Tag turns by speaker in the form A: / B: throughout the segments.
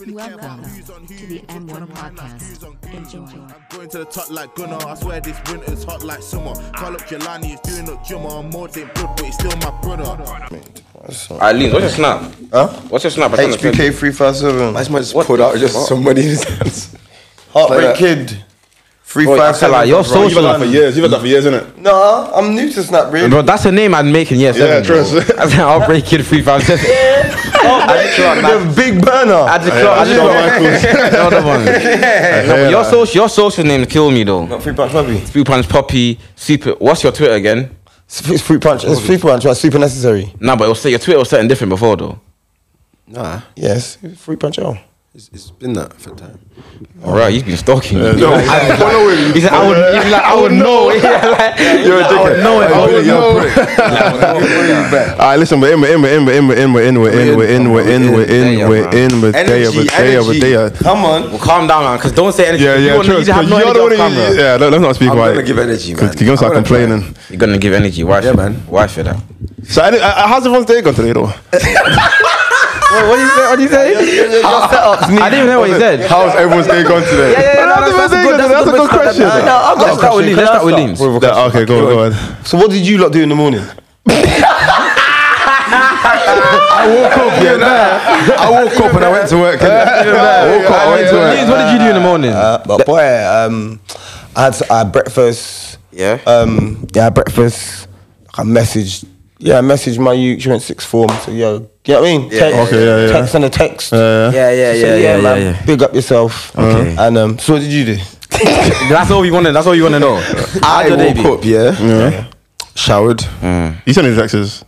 A: Really care about
B: Welcome
A: who's on who,
B: to the
A: who's uh, on
B: M1
A: mine, like
B: podcast.
A: who's on who.
B: Enjoy.
A: I'm going to the top like Gunnar. I swear this winter's hot like summer. Call up Jelani, he's doing up Jumma. I'm more than blood, but he's still my brother.
C: At least, what's your snap?
D: Huh?
C: What's your snap? I sent it to you.
D: HBK three five seven.
E: Might as well just
C: What
E: put
C: the
E: out just
C: fuck?
E: somebody in his hands.
D: Heartbreak
E: Like that.
D: Kid. Three
C: Bro,
D: five
C: I tell
D: seven.
C: her, you're so
E: Bro, you've had that for
C: Slam.
E: years. You've had that for years, innit?
D: Nah, I'm new to Snap, bro.
C: Bro, that's a name I'm making, yes.
E: Yeah, trust.
C: I said, I'll break it free five seconds.
D: With a big burner.
C: At the
E: I-
C: club,
E: I
C: at the
E: know
C: club. The other one. No, but
E: yeah,
C: your
E: nah.
C: social, your social names kill me though.
D: Not three punch puppy.
C: Three punch poppy. Super. What's your Twitter again?
D: It's it's three punch. It's three punch. That's super necessary.
C: Nah, but it was, your Twitter was something different before though.
E: Nah,
D: Yes, it's three punch L.
E: it's, it's been that for time.
C: All right, you've been stalking. me.
E: No, I'm following.
C: He said, I would, he was like, I would know. Yeah, like,
E: You're a dickhead. No,
C: I would know.
E: All right, listen, we're in, we're in, we're in, we're in, we're in, we're in, we're in, we're in, we're in, we're in, we're in, we're there,
D: Energy,
E: we're there, we're there.
D: energy. Come on.
C: Well, calm down, man, because don't say anything.
E: Yeah,
C: You
E: yeah,
C: don't need
E: trust.
C: to have
E: but
C: no
E: You're
C: energy
E: the
C: off
E: one who,
C: camera.
E: yeah, let- let's not speak
F: I'm
E: about
F: gonna
E: it.
F: give energy, man.
E: Cause you gonna start
F: I'm gonna try.
E: complaining.
C: You're gonna give energy. Why?
F: Yeah,
C: for-
F: man.
C: Why for that?
E: So, any- uh, how's everyone's day gone today, though?
C: What do you say? What do you say? I didn't know what you said.
E: How's everyone's day gone today?
C: Yeah, yeah, yeah,
E: How's
C: no,
E: everyone's day gone
C: that's-
E: today? That's
C: that's
E: a good
C: a
E: question.
C: good-
E: though.
D: I've got
C: Let's
D: a
C: start with
D: question. Can
C: Liam. Let's
D: I
C: start with
D: start?
C: Liam's.
D: Wait, wait,
E: That- Okay, go, go ahead.
D: So what did you lot do in the morning?
E: I woke up and I went to work. I woke up, I went to
C: Liz,
E: work.
C: what did you do in the morning?
D: Uh, but boy, um, I had, I had breakfast.
C: Yeah.
D: Um, yeah, I had breakfast. I messaged. Yeah, I messaged my youth. She went sixth form. So yeah, you know what I mean? Yeah. Text,
E: Okay, yeah, yeah.
D: Text and a text.
E: Uh,
C: yeah, yeah,
D: So, man, Big up yourself.
C: Okay.
D: And um, so what did you do?
C: That's all we wanted. That's all you want to know.
F: I
C: your day be?
F: woke up, yeah,
E: yeah.
F: showered.
E: You sent any texts?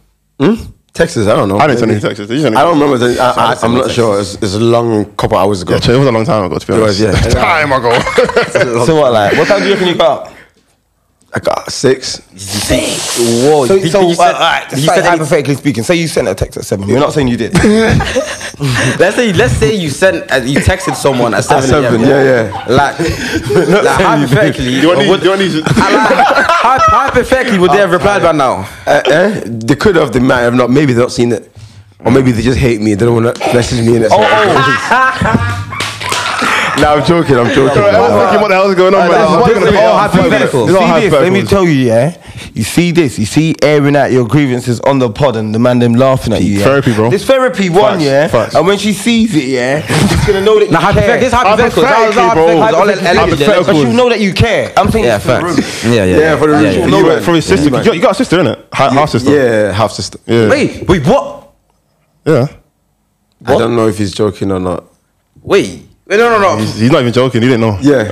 F: Texas, I don't know.
E: I didn't send any
F: maybe.
E: texts. Did you send any
F: I don't remember. The, I,
C: Somebody
F: I, I'm not
C: sent
F: sure. It's, it's a long couple hours ago.
E: Yeah, it was a long time ago, to be honest.
F: was, yeah.
E: time ago.
D: So what, like, what time do you reckon you got?
F: I got six.
C: Whoa.
D: So,
C: did-
D: so
C: did you
D: uh,
C: send-
D: alright,
C: did you
D: say
C: send any-
D: hypothetically speaking, say you sent a text at seven. You're not saying you did.
C: Uh, Let's say, let's say you sent, uh, you texted someone at seven.
F: seven,
C: a.m.
F: yeah, yeah.
C: Like, like hypothetically,
E: Do you want
C: would-
E: these? Do you want these?
C: hy- hypothetically, would they have replied by now?
F: Uh, eh? They could have. They might have not. Maybe they've not seen it, or maybe they just hate me. They don't want to message me. And
D: Oh,
F: it's no, I'm joking. I'm joking.
E: Bro, everyone's thinking what the hell is going on, man.
C: that's
E: This is
C: different.
E: not
C: All
E: gonna be-
C: hypothetical.
E: This is all
D: see this, let me tell
E: hypothetical.
D: you, yeah. You see this, you see airing out your grievances on the pod and the man them laughing at you. Yeah?
E: Therapy, bro.
D: This therapy one,
E: Facts,
D: yeah.
E: facts.
D: And when she sees it, yeah, she's gonna know that
C: Now,
D: you care.
C: hypothetically, this is hypothetical. That was
E: Hypothetically, bro.
C: hypothetical. All
E: Hypothetically.
C: alleged, alleged.
D: But she'll
E: Hypotheticals.
D: know that you care. I'm saying
C: Yeah,
D: this for the room.
C: facts. Yeah, yeah.
F: Yeah, for the
C: yeah,
F: room.
C: yeah.
F: You
E: You
F: went
E: went from his sister. You got- you got a sister, innit? Hi- Half sister.
F: Yeah, half sister.
E: Yeah.
C: Wait, wait, what?
E: Yeah.
F: I don't know if he's joking or not.
C: Wait, wait, no, no, no.
E: He's he's not even joking. He didn't know.
F: Yeah.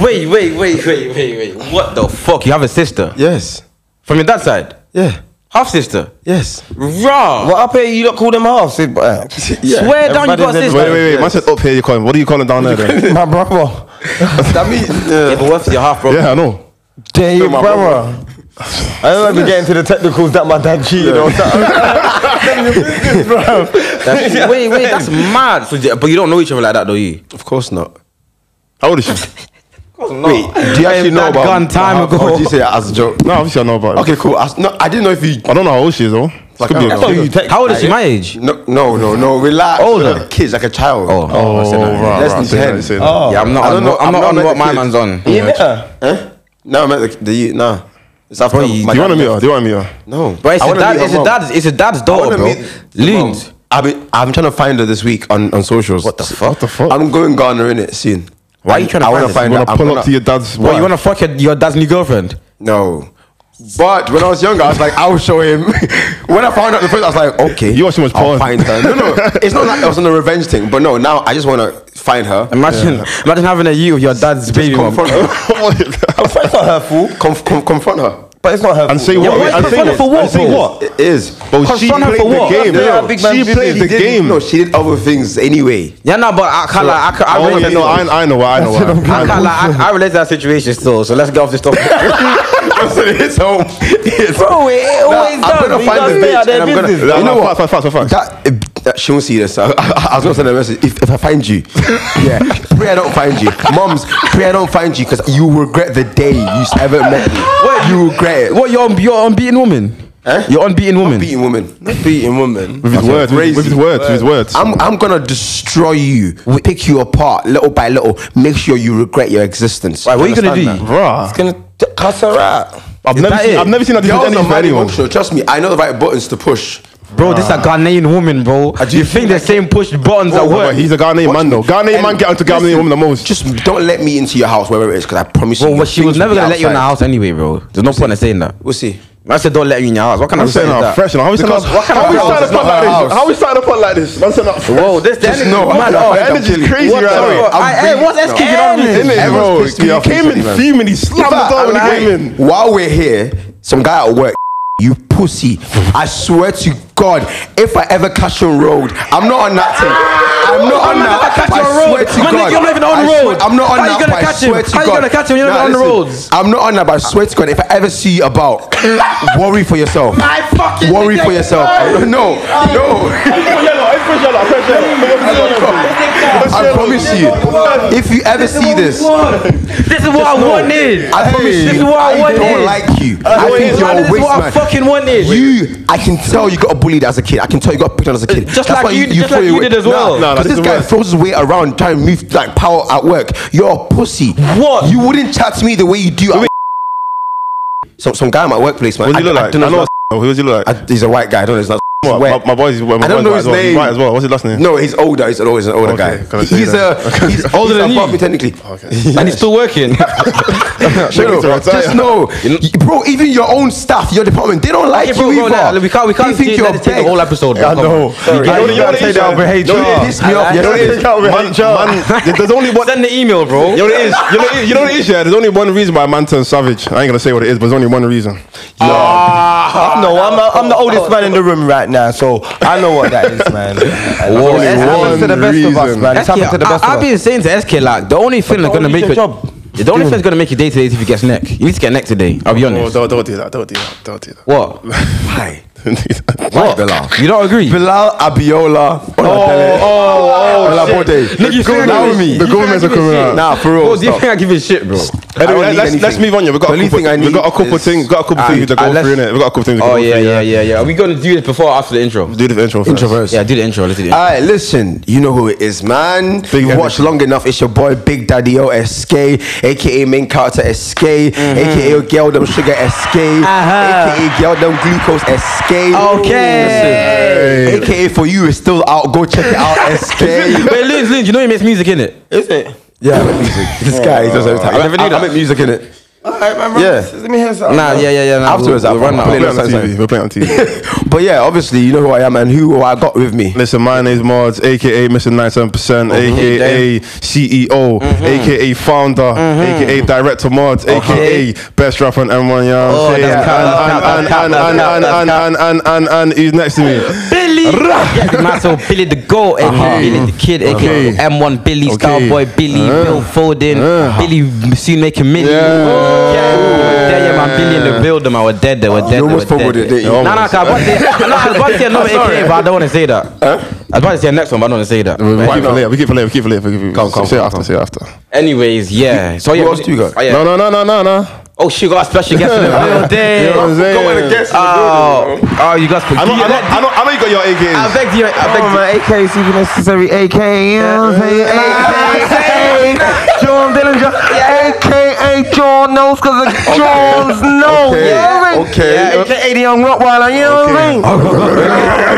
C: Wait, wait, wait, wait, wait, wait. What the fuck? You have a sister
F: Yes.
C: from your dad's side,
F: Yeah.
C: half sister.
F: Yes.
C: Raw.
D: What up here? You lot call them half. Said, uh,
C: Swear down, you
D: Everybody's
C: got a
D: in-
C: sister.
E: Wait, wait, wait. Man said up here. You calling? What are you calling down there? Then?
D: my brother.
F: That means.
C: Yeah,
F: Uh,
C: but what's your half, bro?
E: Yeah, I know.
D: There you
F: my
D: brother. I don't even get into the technicals that my dad cheated on.
C: That's, wait, wait, that's mad. So, yeah, but you don't know each other like that, though, you?
F: of course not.
E: How old is she?
F: Wait, do you actually know
C: that
F: about
C: gone time
F: Or
C: ago.
F: did you say it as a joke?
E: No, obviously I know about it.
F: Okay, cool. I, no, I didn't know if you.
E: I don't know how old she is though.
F: Like,
E: Could
F: I
E: be
F: don't
E: a- Oh,
F: know.
C: How old is she? My age?
F: No, no, no, no. Relax.
C: Older.
F: Like a kid, like a child.
C: Oh.
E: Oh, right, right,
F: Less than Oh,
E: say that,
F: 10.
E: say that.
C: yeah, I'm not.
F: I
C: I'm
F: don't
C: not,
F: know-
C: I'm
F: I've
C: not
F: not
C: on
F: met
C: what
F: the
C: my
F: kid.
C: man's on.
D: You met her?
F: Eh? No, I meant the, the nah. It's after
C: Bro, you-
F: my
E: Do you want to
F: dad
E: meet her?
F: left.
E: Do you want to meet her?
F: No,
C: But it's
F: I
C: a
F: wanna
C: dad.
F: meet her
C: It's a
F: mum.
C: dad's. It's a dad's
F: I
C: daughter,
F: wanna
C: bro.
F: meet the
C: Loons.
F: mum. I be, I'm trying to find her this week on, on socials. What the fuck?
E: What the fuck?
F: I'm going Ghana in it soon.
C: Why are you trying to
F: I wanna
C: find her?
F: find
E: You
F: her.
E: wanna
F: I'm
E: pull
F: gonna-
E: up to your dad's
C: Bro,
E: wife?
C: you wanna fuck your, your dad's new girlfriend?
F: No. But when I was younger, I was like, I'll show him. when I found out the first, I was like, okay.
E: You watch too much
F: I'll
E: porn.
F: find her. No, no. It's not like I was on a revenge thing, but no, now I just want to find her.
C: Imagine, imagine having a you with your dad's baby mom.
F: Confront her.
E: Oh,
D: But it's not her fault.
F: Conf- conf- confront her.
D: But it's not her
E: And
D: fault.
E: say
C: Yeah,
E: what?
C: why
E: And
C: you
E: say
C: confront her
E: what?
C: for what,
E: And say
C: bro?
E: what?
F: It is.
E: Bro, she
C: Confront her
E: played
C: for
E: the
C: what?
E: game.
D: Yeah,
E: bro.
D: big man
E: She
D: business.
E: played the
D: She didn't-
E: game.
F: No, she did other things anyway.
C: Yeah, no, but I can't. Like, I can't. I,
E: I want
C: relate
E: to know.
C: to-
E: I I know why. I know why.
C: I
E: I
C: can't.
E: know.
C: Like, I, I relate to that situation still. So let's get off this topic.
F: it's home. It's
D: Bro, it always
F: I'm
D: does.
F: gonna
D: He
F: find
D: does
F: this
D: stay out
F: bitch
D: their
F: and I'm gonna.
D: business.
E: Nah,
F: you
E: nah,
F: know what?
E: Facts, facts, facts, facts.
F: That, if, that she won't see this. I, I, I was gonna send her a message. If, if I find you, yeah, pray I don't find you. Moms, pray I don't find you because you regret the day you haven't met me.
C: What?
F: you regret it.
C: what you're you're unbeaten woman?
F: Eh?
C: You're unbeaten woman.
F: Beating woman.
G: Beating woman.
E: With his
F: That's
E: words, with,
F: crazy.
E: with his words, with his words.
F: I'm, I'm gonna destroy you, pick you apart little by little, make sure you regret your existence.
C: Right, what are you gonna
E: Understand
C: do?
E: that. Bruh.
G: It's gonna t- cuss her out.
E: I've
C: Is
E: never,
C: that
E: seen,
C: it?
E: I've never seen a
F: Girls
E: different
F: are
E: energy for
F: mad
E: anyone.
F: emotional. Trust me, I know the right buttons to push.
C: Bro, this is a Ghanaian woman, bro.
F: do
C: You think the same push buttons
E: Oh,
C: at
E: but
C: work?
E: he's a Ghanaian man though. Ghanaian man get onto Ghanaian woman the most.
F: Just don't let me into your house, wherever it is, because I promise you.
C: Bro,
F: your
C: but she was
F: things
C: never
F: will be
C: gonna let you in the
F: outside.
C: house anyway, bro. There's no point in saying that.
F: We'll see.
C: I said don't let you in your house. What kind
E: I'm
C: of shit
E: saying
C: is
E: out
C: that?
E: fresh. and How we saying
F: Because
E: out-
F: what kind
E: how
F: of
E: we
F: house
E: starting
F: is
E: to put
F: not
E: like
F: her
E: this?
F: house?
E: How we starting to put like this? Man, saying out fresh.
C: Whoa, this the
F: Just
C: energy
F: no,
C: is mad.
F: I-
C: Oh,
F: I-
E: The
F: I'm
E: energy is
F: telling you.
E: crazy
F: What the
E: right
F: fuck?
E: now.
F: I'm
C: Hey, hey,
F: being-
C: what's SK? You know what I mean?
E: Isn't it,
F: Everyone's
E: bro?
F: pissed me
E: He
F: off
E: came
F: already,
E: in
F: man.
E: fuming. He
F: In
E: slammed the
F: fact,
E: door when
F: I'm
E: he came
F: like,
E: in.
F: While we're here, some guy at work, you pussy. I swear to God, if I ever catch you on road, I'm not on that thing. I'm not on
C: Man,
F: that.
C: if I catch you
F: I
C: on road,
F: swear to
C: man,
F: God.
C: you're not even on
F: I
C: road.
F: swear- I'm not on
C: How you
F: that.
C: gonna
F: but I
C: catch him?
F: swear to
C: How you
F: God.
C: gonna catch him? You're not
F: Nah,
C: even on the
F: listen,
C: roads.
F: I'm not on that, but I swear to God, if I ever see you about, worry for yourself.
C: I fucking
F: Worry for
C: reject-
F: yourself. No, no. I promise you, if you ever see this,
C: This is what I wanted.
F: I promise
C: This
F: you,
C: is what I
F: I don't
C: wanted.
F: like you. I
C: This
F: think
C: is
F: you're a
C: what I
F: waste man.
C: fucking wanted.
F: You, I can tell you got bullied as a kid. I can tell you got picked on as a kid.
C: Just like
F: why
C: you- just like
F: throw
C: you
F: your weight-
C: did as well.
E: Nah, nah,
F: Because
E: this is
F: this guy
E: worse.
F: throws his weight around trying to move like power at work. You're a pussy.
C: What?
F: You wouldn't chat to me the way you do. at- Some some guy at my workplace, man.
E: What does he look
F: I- I
E: like? I
F: don't know
E: know.
F: if
E: Who does he look like?
F: that's- I- He's a white guy. I don't know. It's not.
E: What,
F: wet.
E: My my boy's. my
F: I
E: boy's
F: don't know
E: white
F: his
E: as well.
F: name.
E: White as well. What's his last name?
F: No, he's older. He's always an older
E: Okay, can I
F: guy.
E: say
F: He- He's
E: that?
F: a he's older than me technically.
C: and it's still working.
E: Check
F: No,
E: it to
F: no,
E: retire.
F: just no, bro. Even your own staff, your department, they don't like
C: Hey, bro,
F: you
C: bro,
F: either.
C: nah, we can't, we can't
F: they think
C: do-
F: you're
C: let this take the
F: big.
C: whole episode. bro.
E: I
C: Come
E: know.
C: on. You guys-
E: I know
C: you
E: you
C: gotta
E: wanna
C: take
E: say
C: that
E: that.
C: over
F: Don't
C: HR.
F: piss me off.
E: You know what it is? Man, man, there's only one.
C: Send the email, bro.
E: You know what it is? You know what it is? You know what it is? Yeah, there's only one reason why a man turns savage. I ain't gonna say what it is, but there's only one reason. Ah.
G: no, I'm, a, I'm the oldest man in the room right now, so I know what that is, man. Whoa,
C: Only
G: it's happened to the
E: one
G: best of us,
E: reason.
G: man. It's
C: SK,
G: happened to the best
C: I,
G: of
C: I've
G: us.
C: been saying to SK like the only thing that's gonna
G: only
C: make
G: your
C: your
G: job.
C: The only thing that's gonna make you day today is if you get neck. You need to get neck today. I'll be
E: Oh,
C: honest.
E: don't, don't do that. Don't do that. Don't do that.
C: What?
F: Why?
E: Don't do that.
F: Why, Bilal?
C: You don't agree?
F: Bilal Abiola. Oh, oh, Olabode.
C: Nigga, you
F: Go
C: think I
F: now
C: give a
F: me.
C: shit? You
E: The
C: think I
E: government's a
C: give a
E: criminal.
C: shit?
F: Nah, for real.
C: Bro, do you
F: stop.
C: think I give a shit, bro?
F: I don't
E: Anyway, let's,
F: need
E: let's
F: anything.
E: move on. Yeah, we got
F: The
E: a
F: only
E: couple.
F: thing I
E: We got a
F: need
E: couple
F: is-
E: things. We got a couple
F: Ah,
E: things to go
C: unless-
E: through. Innit? We got a couple things to go
C: Oh
E: through.
C: yeah,
E: innit?
C: yeah, yeah, yeah. Are we gonna do this before or after the intro?
E: Do the intro first.
F: Introverse.
C: Yeah, do the intro. Let's do the intro.
F: Alright, listen, you know who it is, man.
E: Big
F: you
E: Daddy.
F: watch long enough, it's your boy Big Daddy O SK, aka main character SK, aka your girl them sugar SK,
C: Mm-hmm. Uh-huh.
F: aka girl them glucose SK.
C: Okay.
F: Listen, aka for you is still out. Go check it out, SK.
C: Wait, Lin, Lin, you know he makes music, innit?
G: Is it?
F: yeah, I make music. This guy is just every time.
C: I never knew
F: I,
C: that.
F: make music in it.
G: Alright, man.
F: Yeah.
G: Let me hear something.
C: Nah, yeah, yeah, yeah. Nah,
F: Afterwards,
C: we'll,
F: I'll
C: we'll run
F: I'll
E: We're
C: that.
E: playing on
F: Sorry, sorry.
E: TV. We're playing on TV.
F: But yeah, obviously you know who I am and who I got with me.
E: Listen, my name's Mods, aka Mr. 97%, aka CEO, aka founder, aka director Mods, aka best rapper on M1 Yam.
C: Oh,
E: And
C: that's cap, that's cap, that's cap,
E: and and
C: that's
E: and
C: cap, that's cap.
E: and and and and and and who's next to me?
C: Billy, yeah, the man so Billy the Goat, aka Billy the Kid, eh, aka
E: Okay.
C: M1 Billy,
E: Okay.
C: Starboy Billy,
E: Uh.
C: Bill Foden,
E: Uh.
C: Billy soon making million.
E: Yeah.
C: yeah, we were there, yeah, man, Billy in the building, man, we're dead, there, we're dead, there,
F: almost
C: we're
F: fumbled
C: dead.
F: it, didn't you?
C: there. Nah, nah, 'cause I was about to say- nah, I was about to say another AKA, but I don't want to say that. I was about to say next one, but I don't want to say that.
E: We
F: Why
E: keep it
F: not?
E: later. We keep it later. We keep it later. we keep it-
F: Come, come,
E: Say it
F: come,
E: after.
F: come.
E: Say it after.
C: Anyways, yeah. So yeah,
F: else do you got?
C: Oh, yeah.
E: No, no, no, no, no, no.
C: Oh, she got a special guest in the
E: You know what I'm
C: building.
E: saying?
C: Oh, oh, you guys.
E: I know, I know,
C: I
E: I know, I know you got your AKs.
C: beg you. I beg you.
G: AK, super necessary AK, you know what I'm saying? AK, John Dillinger, AKA John knows because of John's nose, you know what I mean?
F: Okay.
G: Yeah, AKA the young Rottweiler, you know what I mean?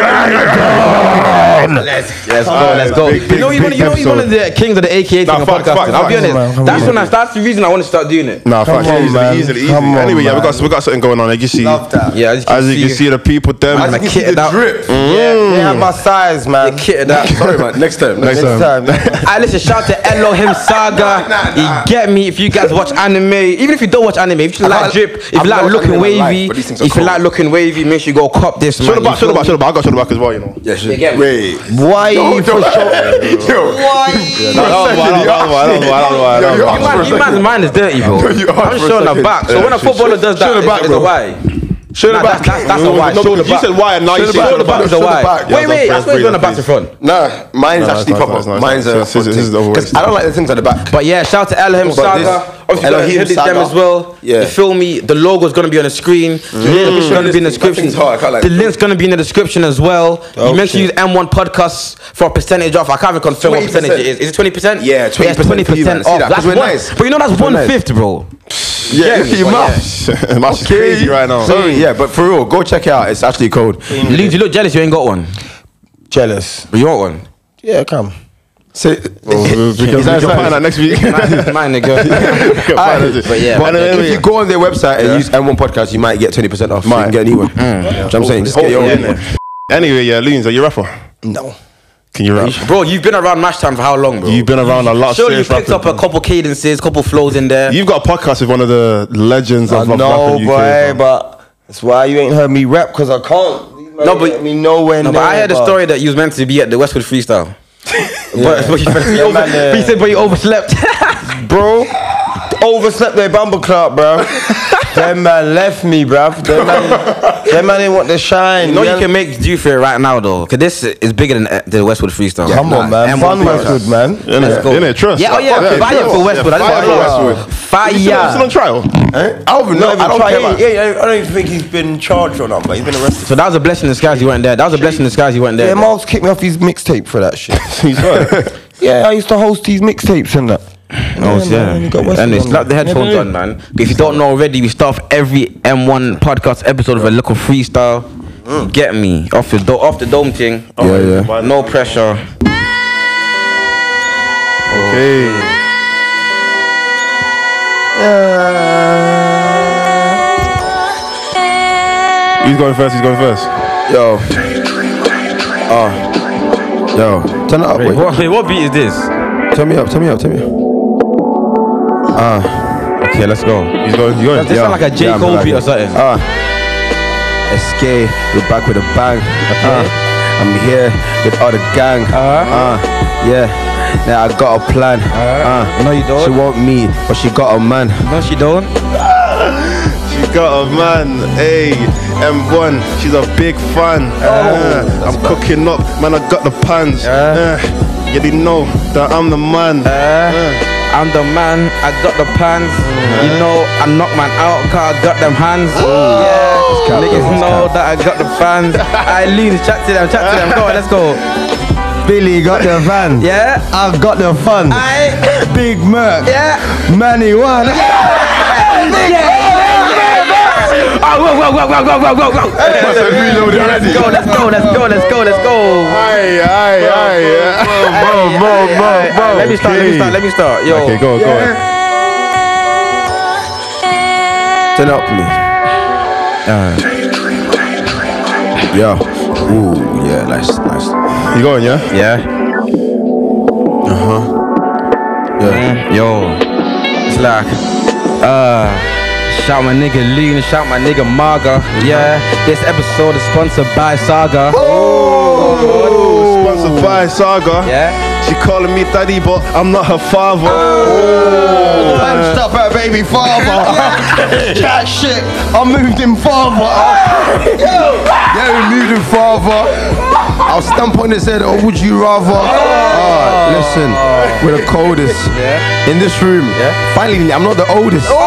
C: Let's go, let's go.
E: big,
C: you know,
E: big,
C: you want
E: big
C: you know, you one of the kings of the AKA thing
E: Nah,
C: on
E: fuck,
C: podcasting.
E: fuck,
C: I'll be
E: fuck.
C: honest.
E: Come on,
C: that's when I, that's the reason I want to start doing it.
E: Nah, fuck,
G: Come on,
E: easily,
G: man.
E: easily, easily.
G: Come on,
E: anyway, yeah, we
G: man.
E: got we got something going on. Like you see,
G: Love that.
C: Yeah, as you can
E: as you can
C: see-
E: see, the people, them, Mm.
C: As you can see the drip.
G: Yeah, they have my size, man.
C: Kid that.
F: Sorry, man. Next time.
E: Next
G: Next
E: time.
C: uh,
G: time. man.
C: I listen. Shout out to Elohim Saga. You get me? If you guys watch anime, even if you don't watch anime, if you like
F: can't-
C: drip, if you
F: I've not
C: like
F: watched
C: looking
F: anime in my life,
C: wavy,
F: but these
C: if
F: things are
C: you
F: cool.
C: like looking wavy, make sure you go cop this.
E: Shut
C: man,
E: the
C: you
E: back, shut the
C: feel
E: back,
C: me?
E: shut the back. I got shut the back as well, you know.
F: Yeah,
C: You
F: shit.
C: get me?
F: Wait.
G: Why you
F: Don't do
G: for sure?
F: that. Yo.
C: Why?
E: Nah, that was wild, that was wild, that was wild, that was wild, that was
F: Yo,
E: wild.
F: you asked for a
C: Your man's
F: second.
C: mind is dirty, bro. I'm
F: You asked for a
C: showing the
F: second.
C: back. So
F: Yeah,
C: when a
F: shit,
C: footballer
F: shit.
C: does
F: Show
C: that,
F: the
C: it's
F: back,
C: it's a
F: bro.
C: why.
E: Shoulder
C: Nah,
E: back.
C: that's- that's- that's a why.
E: No,
C: Shoulder
E: You
C: back.
E: said why and now you say
F: Shoulder back.
E: shoulder back.
C: was a
F: shoulder
C: why.
F: back.
C: Wait,
E: Yeah, that's
C: wait, that's
E: breathe,
C: where
E: breathe,
C: you're going to back to
E: please.
C: front.
F: Nah, mine's
E: Nah,
F: actually
E: it's nice,
F: proper.
E: it's nice,
F: mine's
E: it's
F: a.
E: nice. This is- this is the overweight.
F: Because I don't like the things at the back.
C: But yeah, shout out to Elohim
F: But
C: Saga.
F: this-
C: Obviously,
F: Elohim
C: Elohim Saga.
F: Saga.
C: as well.
F: Yeah. Mm.
C: You feel me? The logo's gonna be on the screen. The link's gonna be in the
F: That
C: description.
F: thing's hard, I can't lie.
C: The link's gonna be in the description as well. you meant to use M1 podcast for a percentage off. I can't even confirm what percentage it is. Is it 20%?
F: Yeah, 20%
C: twenty
F: for you, man.
C: percent
F: See
C: off.
F: that? 'Cause
C: That's
F: we're
C: one,
F: nice.
C: But you know that's
F: We're
C: one
F: nice.
C: fifth, bro.
E: Yeah, look at your
F: but
E: mouth. Mouth is crazy right now.
F: Sorry, yeah, but for real, go check it out. It's actually cold.
C: Leeds, you look jealous. You ain't got one.
B: Jealous.
C: But you want one.
B: Yeah, come.
F: So,
E: Because we can
F: nice,
E: find that next week.
C: Mine, mine, nigga. But yeah,
F: but
E: but
F: if
E: anyway.
F: you go on their website and use M1 podcast, you might get 20% off. Might.
E: Might.
F: get a new one. Do you know what I'm saying? Just get your own.
E: Anyway, Anyway, yeah, Loons, are you a rapper?
B: No.
E: Can you rap?
C: Bro, you've been around match time for how long, bro?
E: You've been around a lot.
C: Surely you
E: serious
C: picked
E: rappers,
C: up a
E: bro.
C: couple cadences, couple flows in there.
E: You've got a podcast with one of the legends
C: Uh,
B: I
E: of of rap
B: know,
E: in UK.
B: boy,
E: bro.
B: but that's why you ain't heard me rap because I can't.
C: No, but-
B: me nowhere
C: No, but
B: near,
C: I heard a
B: bruh.
C: story that you was meant to be at the Westwood Freestyle. but, but, you,
B: Yeah,
C: over-
B: man, yeah.
C: but you said, but you overslept.
B: bro. Overslept their bumble clock, bro. Them man left me, bro. Them man, them man didn't want to shine.
C: you know you
B: man.
C: can make do for it right now though, because this is bigger than uh, the Westwood Freestyle.
B: Come on,
C: Nah,
B: man.
C: M1
B: Fun
C: Freestyle.
B: Westwood, man.
E: Innit?
C: Let's go.
E: Innit? Trust.
C: Yeah, oh yeah,
E: Fuck
C: fire
E: trust.
C: for Westwood. I
E: Yeah,
C: just
E: fire
C: wanna
E: for
C: know.
E: Westwood.
C: Fire.
E: Is he still- still on trial.
B: Eh?
F: I don't even
B: Not
F: know. I
B: even
F: don't
B: tried.
F: care about
B: Yeah, yeah, I don't even think he's been charged or not, but he's been arrested.
C: So that was a blessing in disguise. You weren't there. That was a blessing in disguise. You weren't
B: Yeah,
C: there.
B: Miles kicked me off his mixtape for that shit.
E: He's right.
B: yeah, I used to host these mixtapes and that.
C: Oh,
B: man,
C: yeah.
B: you got Westwood
C: and they
B: on
C: slapped the
B: there.
C: headphones
B: Yeah,
C: on, man. If you don't know already, we start off every M1 podcast episode with a little freestyle. Get me off the do- off the dome thing.
F: Yeah, yeah.
C: No pressure.
E: Okay. He's going first. He's going first.
F: Yo. Oh. Yo. Turn it up, wait.
C: What, wait, what beat is this?
F: Turn me up, turn me up, turn me up.
C: Okay, let's go.
E: He's going. He's going.
C: This sound like a J
F: yeah,
C: Cole
F: man,
C: beat
F: yeah.
C: or something.
F: Escape, we're back with a bang. Uh,
C: Ah.
F: I'm here with all the gang. Uh, yeah, now I got a plan. Uh,
C: Ah. No, you don't.
F: she want me, but she got a man.
C: No, she don't.
E: She got a man, hey, M1, she's a big fan.
C: Oh.
E: Uh, I'm cooking up, man, I got the pans. Uh, yeah, they know that I'm the man.
C: Uh, I'm the man, I got the pants. You know, I knock man out, car got them hands. Yeah, niggas know that I got the fans. I lean, chat to them, chat to them. Go on, let's go.
B: Billy got the van.
C: Yeah.
B: I got the fun.
C: I,
B: Big Merc.
C: yeah.
B: Manny one.
C: Oh, whoa, whoa, whoa, whoa, whoa, whoa, whoa, whoa.
E: I said reload already.
C: Go, let's go, let's go, let's go, let's go.
E: Aye, aye, aye, yeah.
C: Hey, hey, hey, hey, Let me start, let me start, let me start. Yo.
E: Okay, go on, go on.
F: Turn it up, please. Yeah. Ooh, yeah, nice, nice.
E: You going, yeah?
C: Yeah. Uh-huh.
F: Yeah.
C: Mm, Yo. It's like, uh, shout my nigga Lean, shout my nigga Marga. Yeah. This episode is sponsored by Saga.
E: Oh, sponsored by Saga.
C: Yeah.
E: She calling me daddy, but I'm not her father. Oh.
B: Punched up her baby father. Chat shit. I moved him father.
F: Yeah, we need it, father. I'll stamp on his head, or would you rather? Ah, listen, we're the coldest in this room. Finally, I'm not the oldest.
C: Oh.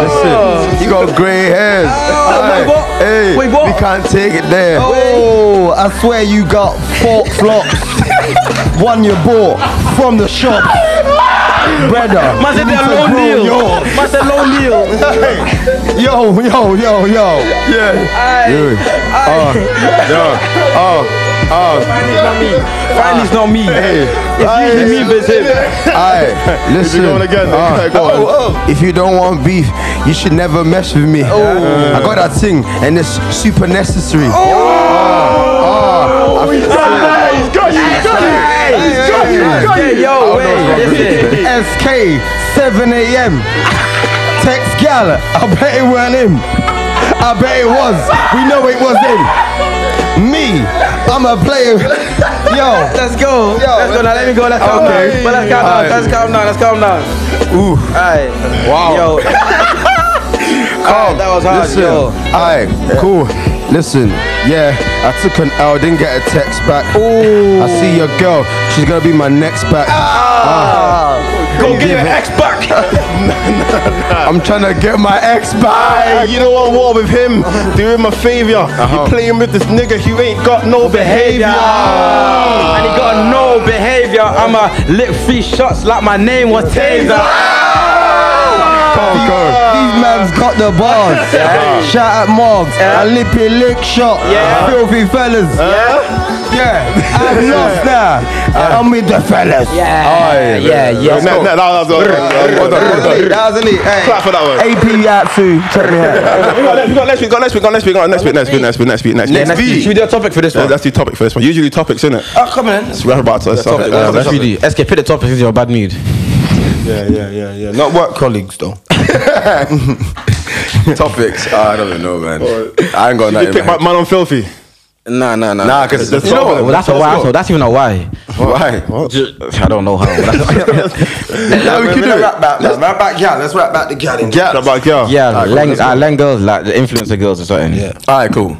F: Listen, you got grey hairs. Aye.
C: Oh. wait, what?
F: Hey,
C: Wait, what?
F: we can't take it there.
B: Oh, I swear you got four flops. One you bought from the shop. Brother.
C: Man said
B: you
C: they're
B: need to
C: low
B: grow
C: deal.
B: your-
C: Man said low deal.
B: Yo, yo, yo, yo.
F: Dude. Ah, yeah. Ah, ah.
C: Finally, it's not me. Finally, it's not me. It's usually me versus him.
F: Aye, listen.
E: going again,
F: Ah.
E: okay, go on.
F: Oh, oh. If you don't want beef, you should never mess with me.
E: Oh.
F: I got that thing, and it's super necessary. Ah.
E: Oh, He's got you, he's got you. He's got you, he's got you.
C: Yo, wait. Listen.
B: SK, 7 a.m. Text Gala. I bet it weren't him. I bet it was. We know it was him. Me, I'm a player. Yo,
C: Let's go. let's go now. Let me go. Let's calm down. But let's calm down. Let's calm down. Let's calm down. Ooh. All right. Wow. Yo. hard, that was hard,
F: Listen,
C: yo.
F: Alright, cool. Listen, yeah, I took an L, didn't get a text back. Ooh. I see your girl, she's gonna be my next back.
E: Ah.
F: Ah.
E: Go get your ex back.
F: I'm trying to get my ex back. Uh-huh.
E: you don't want war with him. Do him a favor. You're playing with this nigga who ain't got no behavior.
F: Ah.
C: And he got no behavior. I'ma lick three shots like my name was Taser.
F: These-
E: Ah.
D: These man's got the bars. Shout out Margs. A lippy lick shot. Filthy fellas. Yeah. I'm lost now. I'm with the fellas.
C: Yeah, yeah, yeah.
E: No, no, that was Hold on, hold on.
D: That was elite. Hey.
E: Clap for that one.
D: AP Yatsu. Check me out.
E: We got next- we got next week, got next week, got next week, got next week, next week, next week, next week, next week, next week.
C: Should we do a topic for this
E: Yeah,
C: one?
E: That's the topic for this one. Usually topics, isn't it?
C: Oh, come on.
E: It's right about to us.
C: Topic,
E: Uh,
C: what
E: let's-
C: should we do? SK, pick the topic if you're bad mood.
F: Yeah, yeah, yeah, yeah. Not work colleagues though. Topics. Ah, I don't even know, man. I ain't
E: Did
F: got
E: you
F: nothing.
E: pick
F: man.
E: man on filthy?
C: Nah, nah, nah.
F: Nah, because
E: You know what?
C: Well, that's a why. That's, not- that's even a why.
F: Why? What?
C: I don't know how.
F: Yeah, we can do it. Let's
D: wrap back, yeah. Let's wrap back the gal in.
E: That back, yeah.
C: yeah, Lang, uh, Lang girls, like the influencer girls or something. Yeah.
F: All right, cool.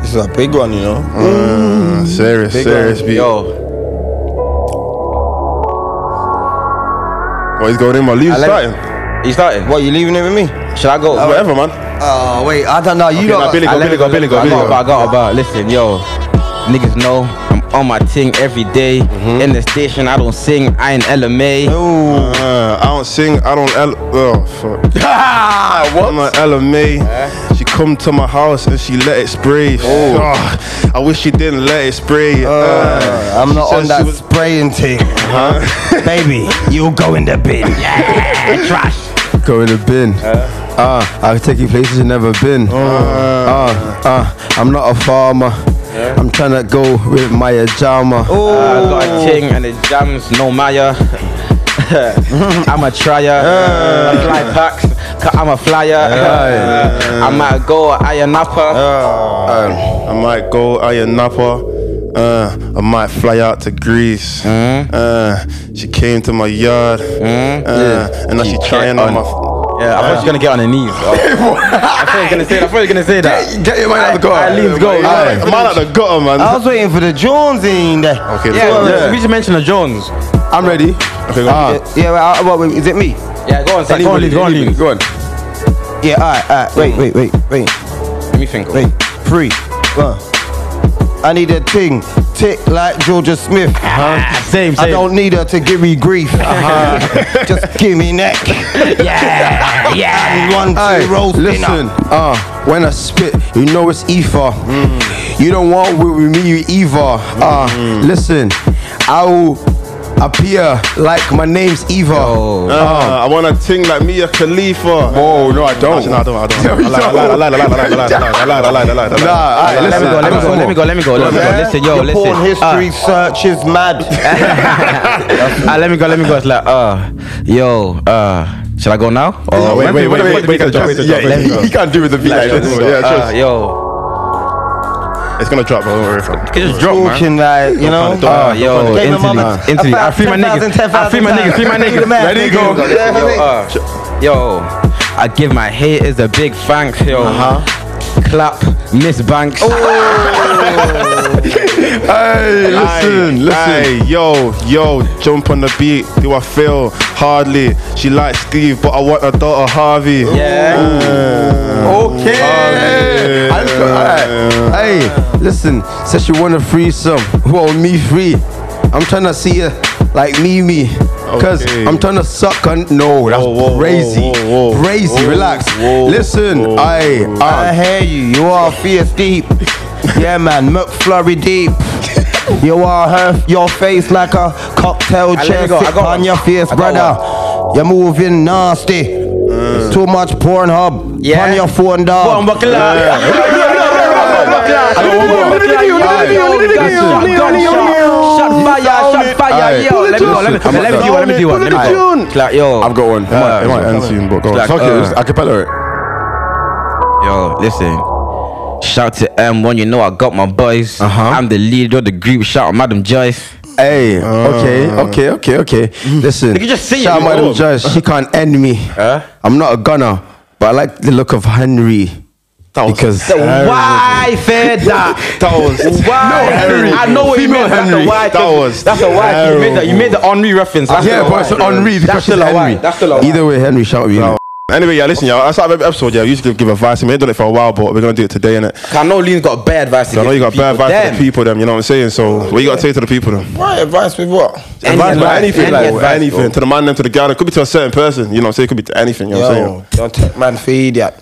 H: This is a big one, you know.
E: Serious, serious. B.
C: Yo,
E: Oh, he's going in my leaves.
C: I like-
E: starting.
C: you starting?
H: What you leaving it with me?
C: Should I go?
E: Whatever, man.
D: Oh, wait. I don't know. You
E: Okay,
D: know.
E: now Billy
C: Uh, I
E: go,
C: let
E: Billy
C: it
E: go, Billy go,
C: I
E: Billy
C: got about, I
E: go.
C: got about. Listen, yo, niggas know I'm on my ting every day. In the station, I don't sing. I ain't LMA.
E: Uh, I don't sing. I don't. L- oh fuck. what? I'm an LMA. She come to my house and she let it spray. Oh. I wish she didn't let it spray. Uh,
D: I'm not
E: she
D: on
E: said she
D: that
E: was-
D: spraying thing. Baby, you go in the bin. Yeah, trash.
F: Go in the bin. Ah, I'll take you places you've never been. Ah, ah, I'm not a farmer. I'm trying to go with my ajama.
C: I got a ting and it jams. No Maya. I'm a trier. I fly packs. 'cause I'm a flyer. I might go Ayanapa.
E: I might go out in Napa. Uh, I might fly out to Greece. Uh, she came to my yard. Uh, and now she trying on my.
C: Yeah, I thought you were gonna get on the knees. I thought you were gonna say that. I thought you were gonna say that.
F: Get your mind out the car.
C: I leaves go.
E: Aye,
C: Yeah,
E: man out the gutter, man.
D: I was waiting for the Jones in there.
E: Okay,
C: yeah,
E: so-
C: we should mention the Jones.
F: I'm ready.
E: Okay, go.
F: Ah,
D: Yeah, well, I- well, wait, is it me?
C: Yeah, go on, Sam. Go on, leave. Go on, leave.
F: Go on.
D: Yeah, all right, all right. Wait, wait, wait, wait,
C: Let me think.
D: wait. Three, one. I need a ting, tick like Georgia Smith.
C: Ah,
D: I
C: Same, same. Uh-huh.
D: don't need her to give me grief. Just give me neck. Yeah, yeah. And one, two,
F: Aye,
D: roll
F: listen,
D: spinner.
F: uh, when I spit, you know it's ether. You don't want with with me, you either. Uh, listen, I will appear like my name's Eva.
E: Uh, I want a ting like Mia Khalifa.
F: Oh, no, I don't.
E: Actually, no, I don't. I don't.
F: you
E: I lied. I lied. I lied. I lied. I lied. I lied. I lied. I lied. I lied. I lied. I lied. I lied.
F: Nah,
E: I
F: alright,
E: lied.
C: Let me go. Let me go. Let me go. Let me go. Let me go. Listen, yo,
D: Your
C: listen.
D: porn history search is mad.
C: Ah, let me go. Let me go. It's like, uh, yo, uh, should I go now? Or
E: Wait, wait, wait, wait, wait, wait, wait,
F: Yeah,
E: wait,
F: he, he
E: wait,
F: can't do with the beat like
E: Yeah,
F: this.
E: sure. Yeah,
C: uh,
E: just-
C: yo,
E: It's gonna drop. Don't worry.
C: you can just drop, man.
D: Talking like, you know. Uh-huh.
E: panic,
C: Uh,
E: don't panic,
C: yo,
D: Gave my
C: Anthony,
D: mama
C: Anthony, I
D: about
C: free my
D: 10,000,
C: niggas, I free my niggas, free my
D: times. Free the
C: niggas.
D: man,
C: Ready,
D: nigga.
C: go.
D: Yeah,
C: Yo,
D: mate.
C: uh, yo, I give my haters a big thanks, yo. Clap, Miss Banks.
F: Hey, listen, listen.
E: Aye, yo, yo, jump on the beat. Do I feel hardly? She likes Steve, but I want her daughter Harvey.
C: Yeah.
F: Okay. I just got- alright. Hey, listen. Says she want a threesome. Well, me free. I'm trying to see her like me, me. Cause
E: Okay.
F: I'm trying to suck on. No, that's
E: Whoa, whoa, whoa,
F: crazy,
E: whoa, whoa.
F: crazy.
E: Whoa,
F: Relax.
E: whoa,
F: listen,
E: whoa.
F: I.
D: I
F: Uh,
D: hear you. You are fierce deep. Yeah, man. McFlurry deep. You are her, your face like a cocktail
C: Ah, let
D: chair.
C: me go. I
D: Sip
C: got
D: on
C: one.
D: your face,
C: I got
D: brother. You're moving nasty. It's too much Pornhub.
C: Yeah.
D: On your phone, dog.
F: I've got one.
E: It might end soon, but go on.
F: Fuck
E: Fuck it.
F: it,
C: uh,
F: just acapella it.
C: Yo, listen. Shout to M1, you know I got my boys.
F: Uh-huh.
C: I'm the leader of the group. Shout out Madam Joyce.
F: Hey, okay, okay, okay, okay. Listen,
C: You can just say it,
F: shout out
C: you know.
F: Madam Judge. She can't end me. I'm not a gunner, but I like the look of Henry. Because
C: The why fair that?
E: That was
C: Why?
E: Henry.
C: I know what you
E: Female
C: meant. That's the
E: Henry.
C: why.
E: That was
C: That's the why. You made the, you made the Henri reference. That's
F: yeah,
C: the
F: but it's
C: why.
F: on read because
C: That's
F: she's
C: still a why.
F: Henry.
C: That's still a why.
F: Either way, Henry, shout out. you know.
E: Anyway, yeah, listen, yeah. I start every episode, yeah. We used to give advice. I mean, I've done it for a while, but we're gonna do it today, innit?
C: I know Lean's got bad advice.
E: So I know you got bad advice to the
C: people.
E: people, them. You know what I'm saying? So what you gotta say to the people, them?
D: Why advice with what?
C: Any
E: advice,
C: advice,
E: about anything,
C: any
E: like
C: advice,
E: anything. To the man, them, to the girl. It could be to a certain person. You know what I'm saying? It could be to anything. You know what I'm saying?
D: Yo, don't take man for idiot.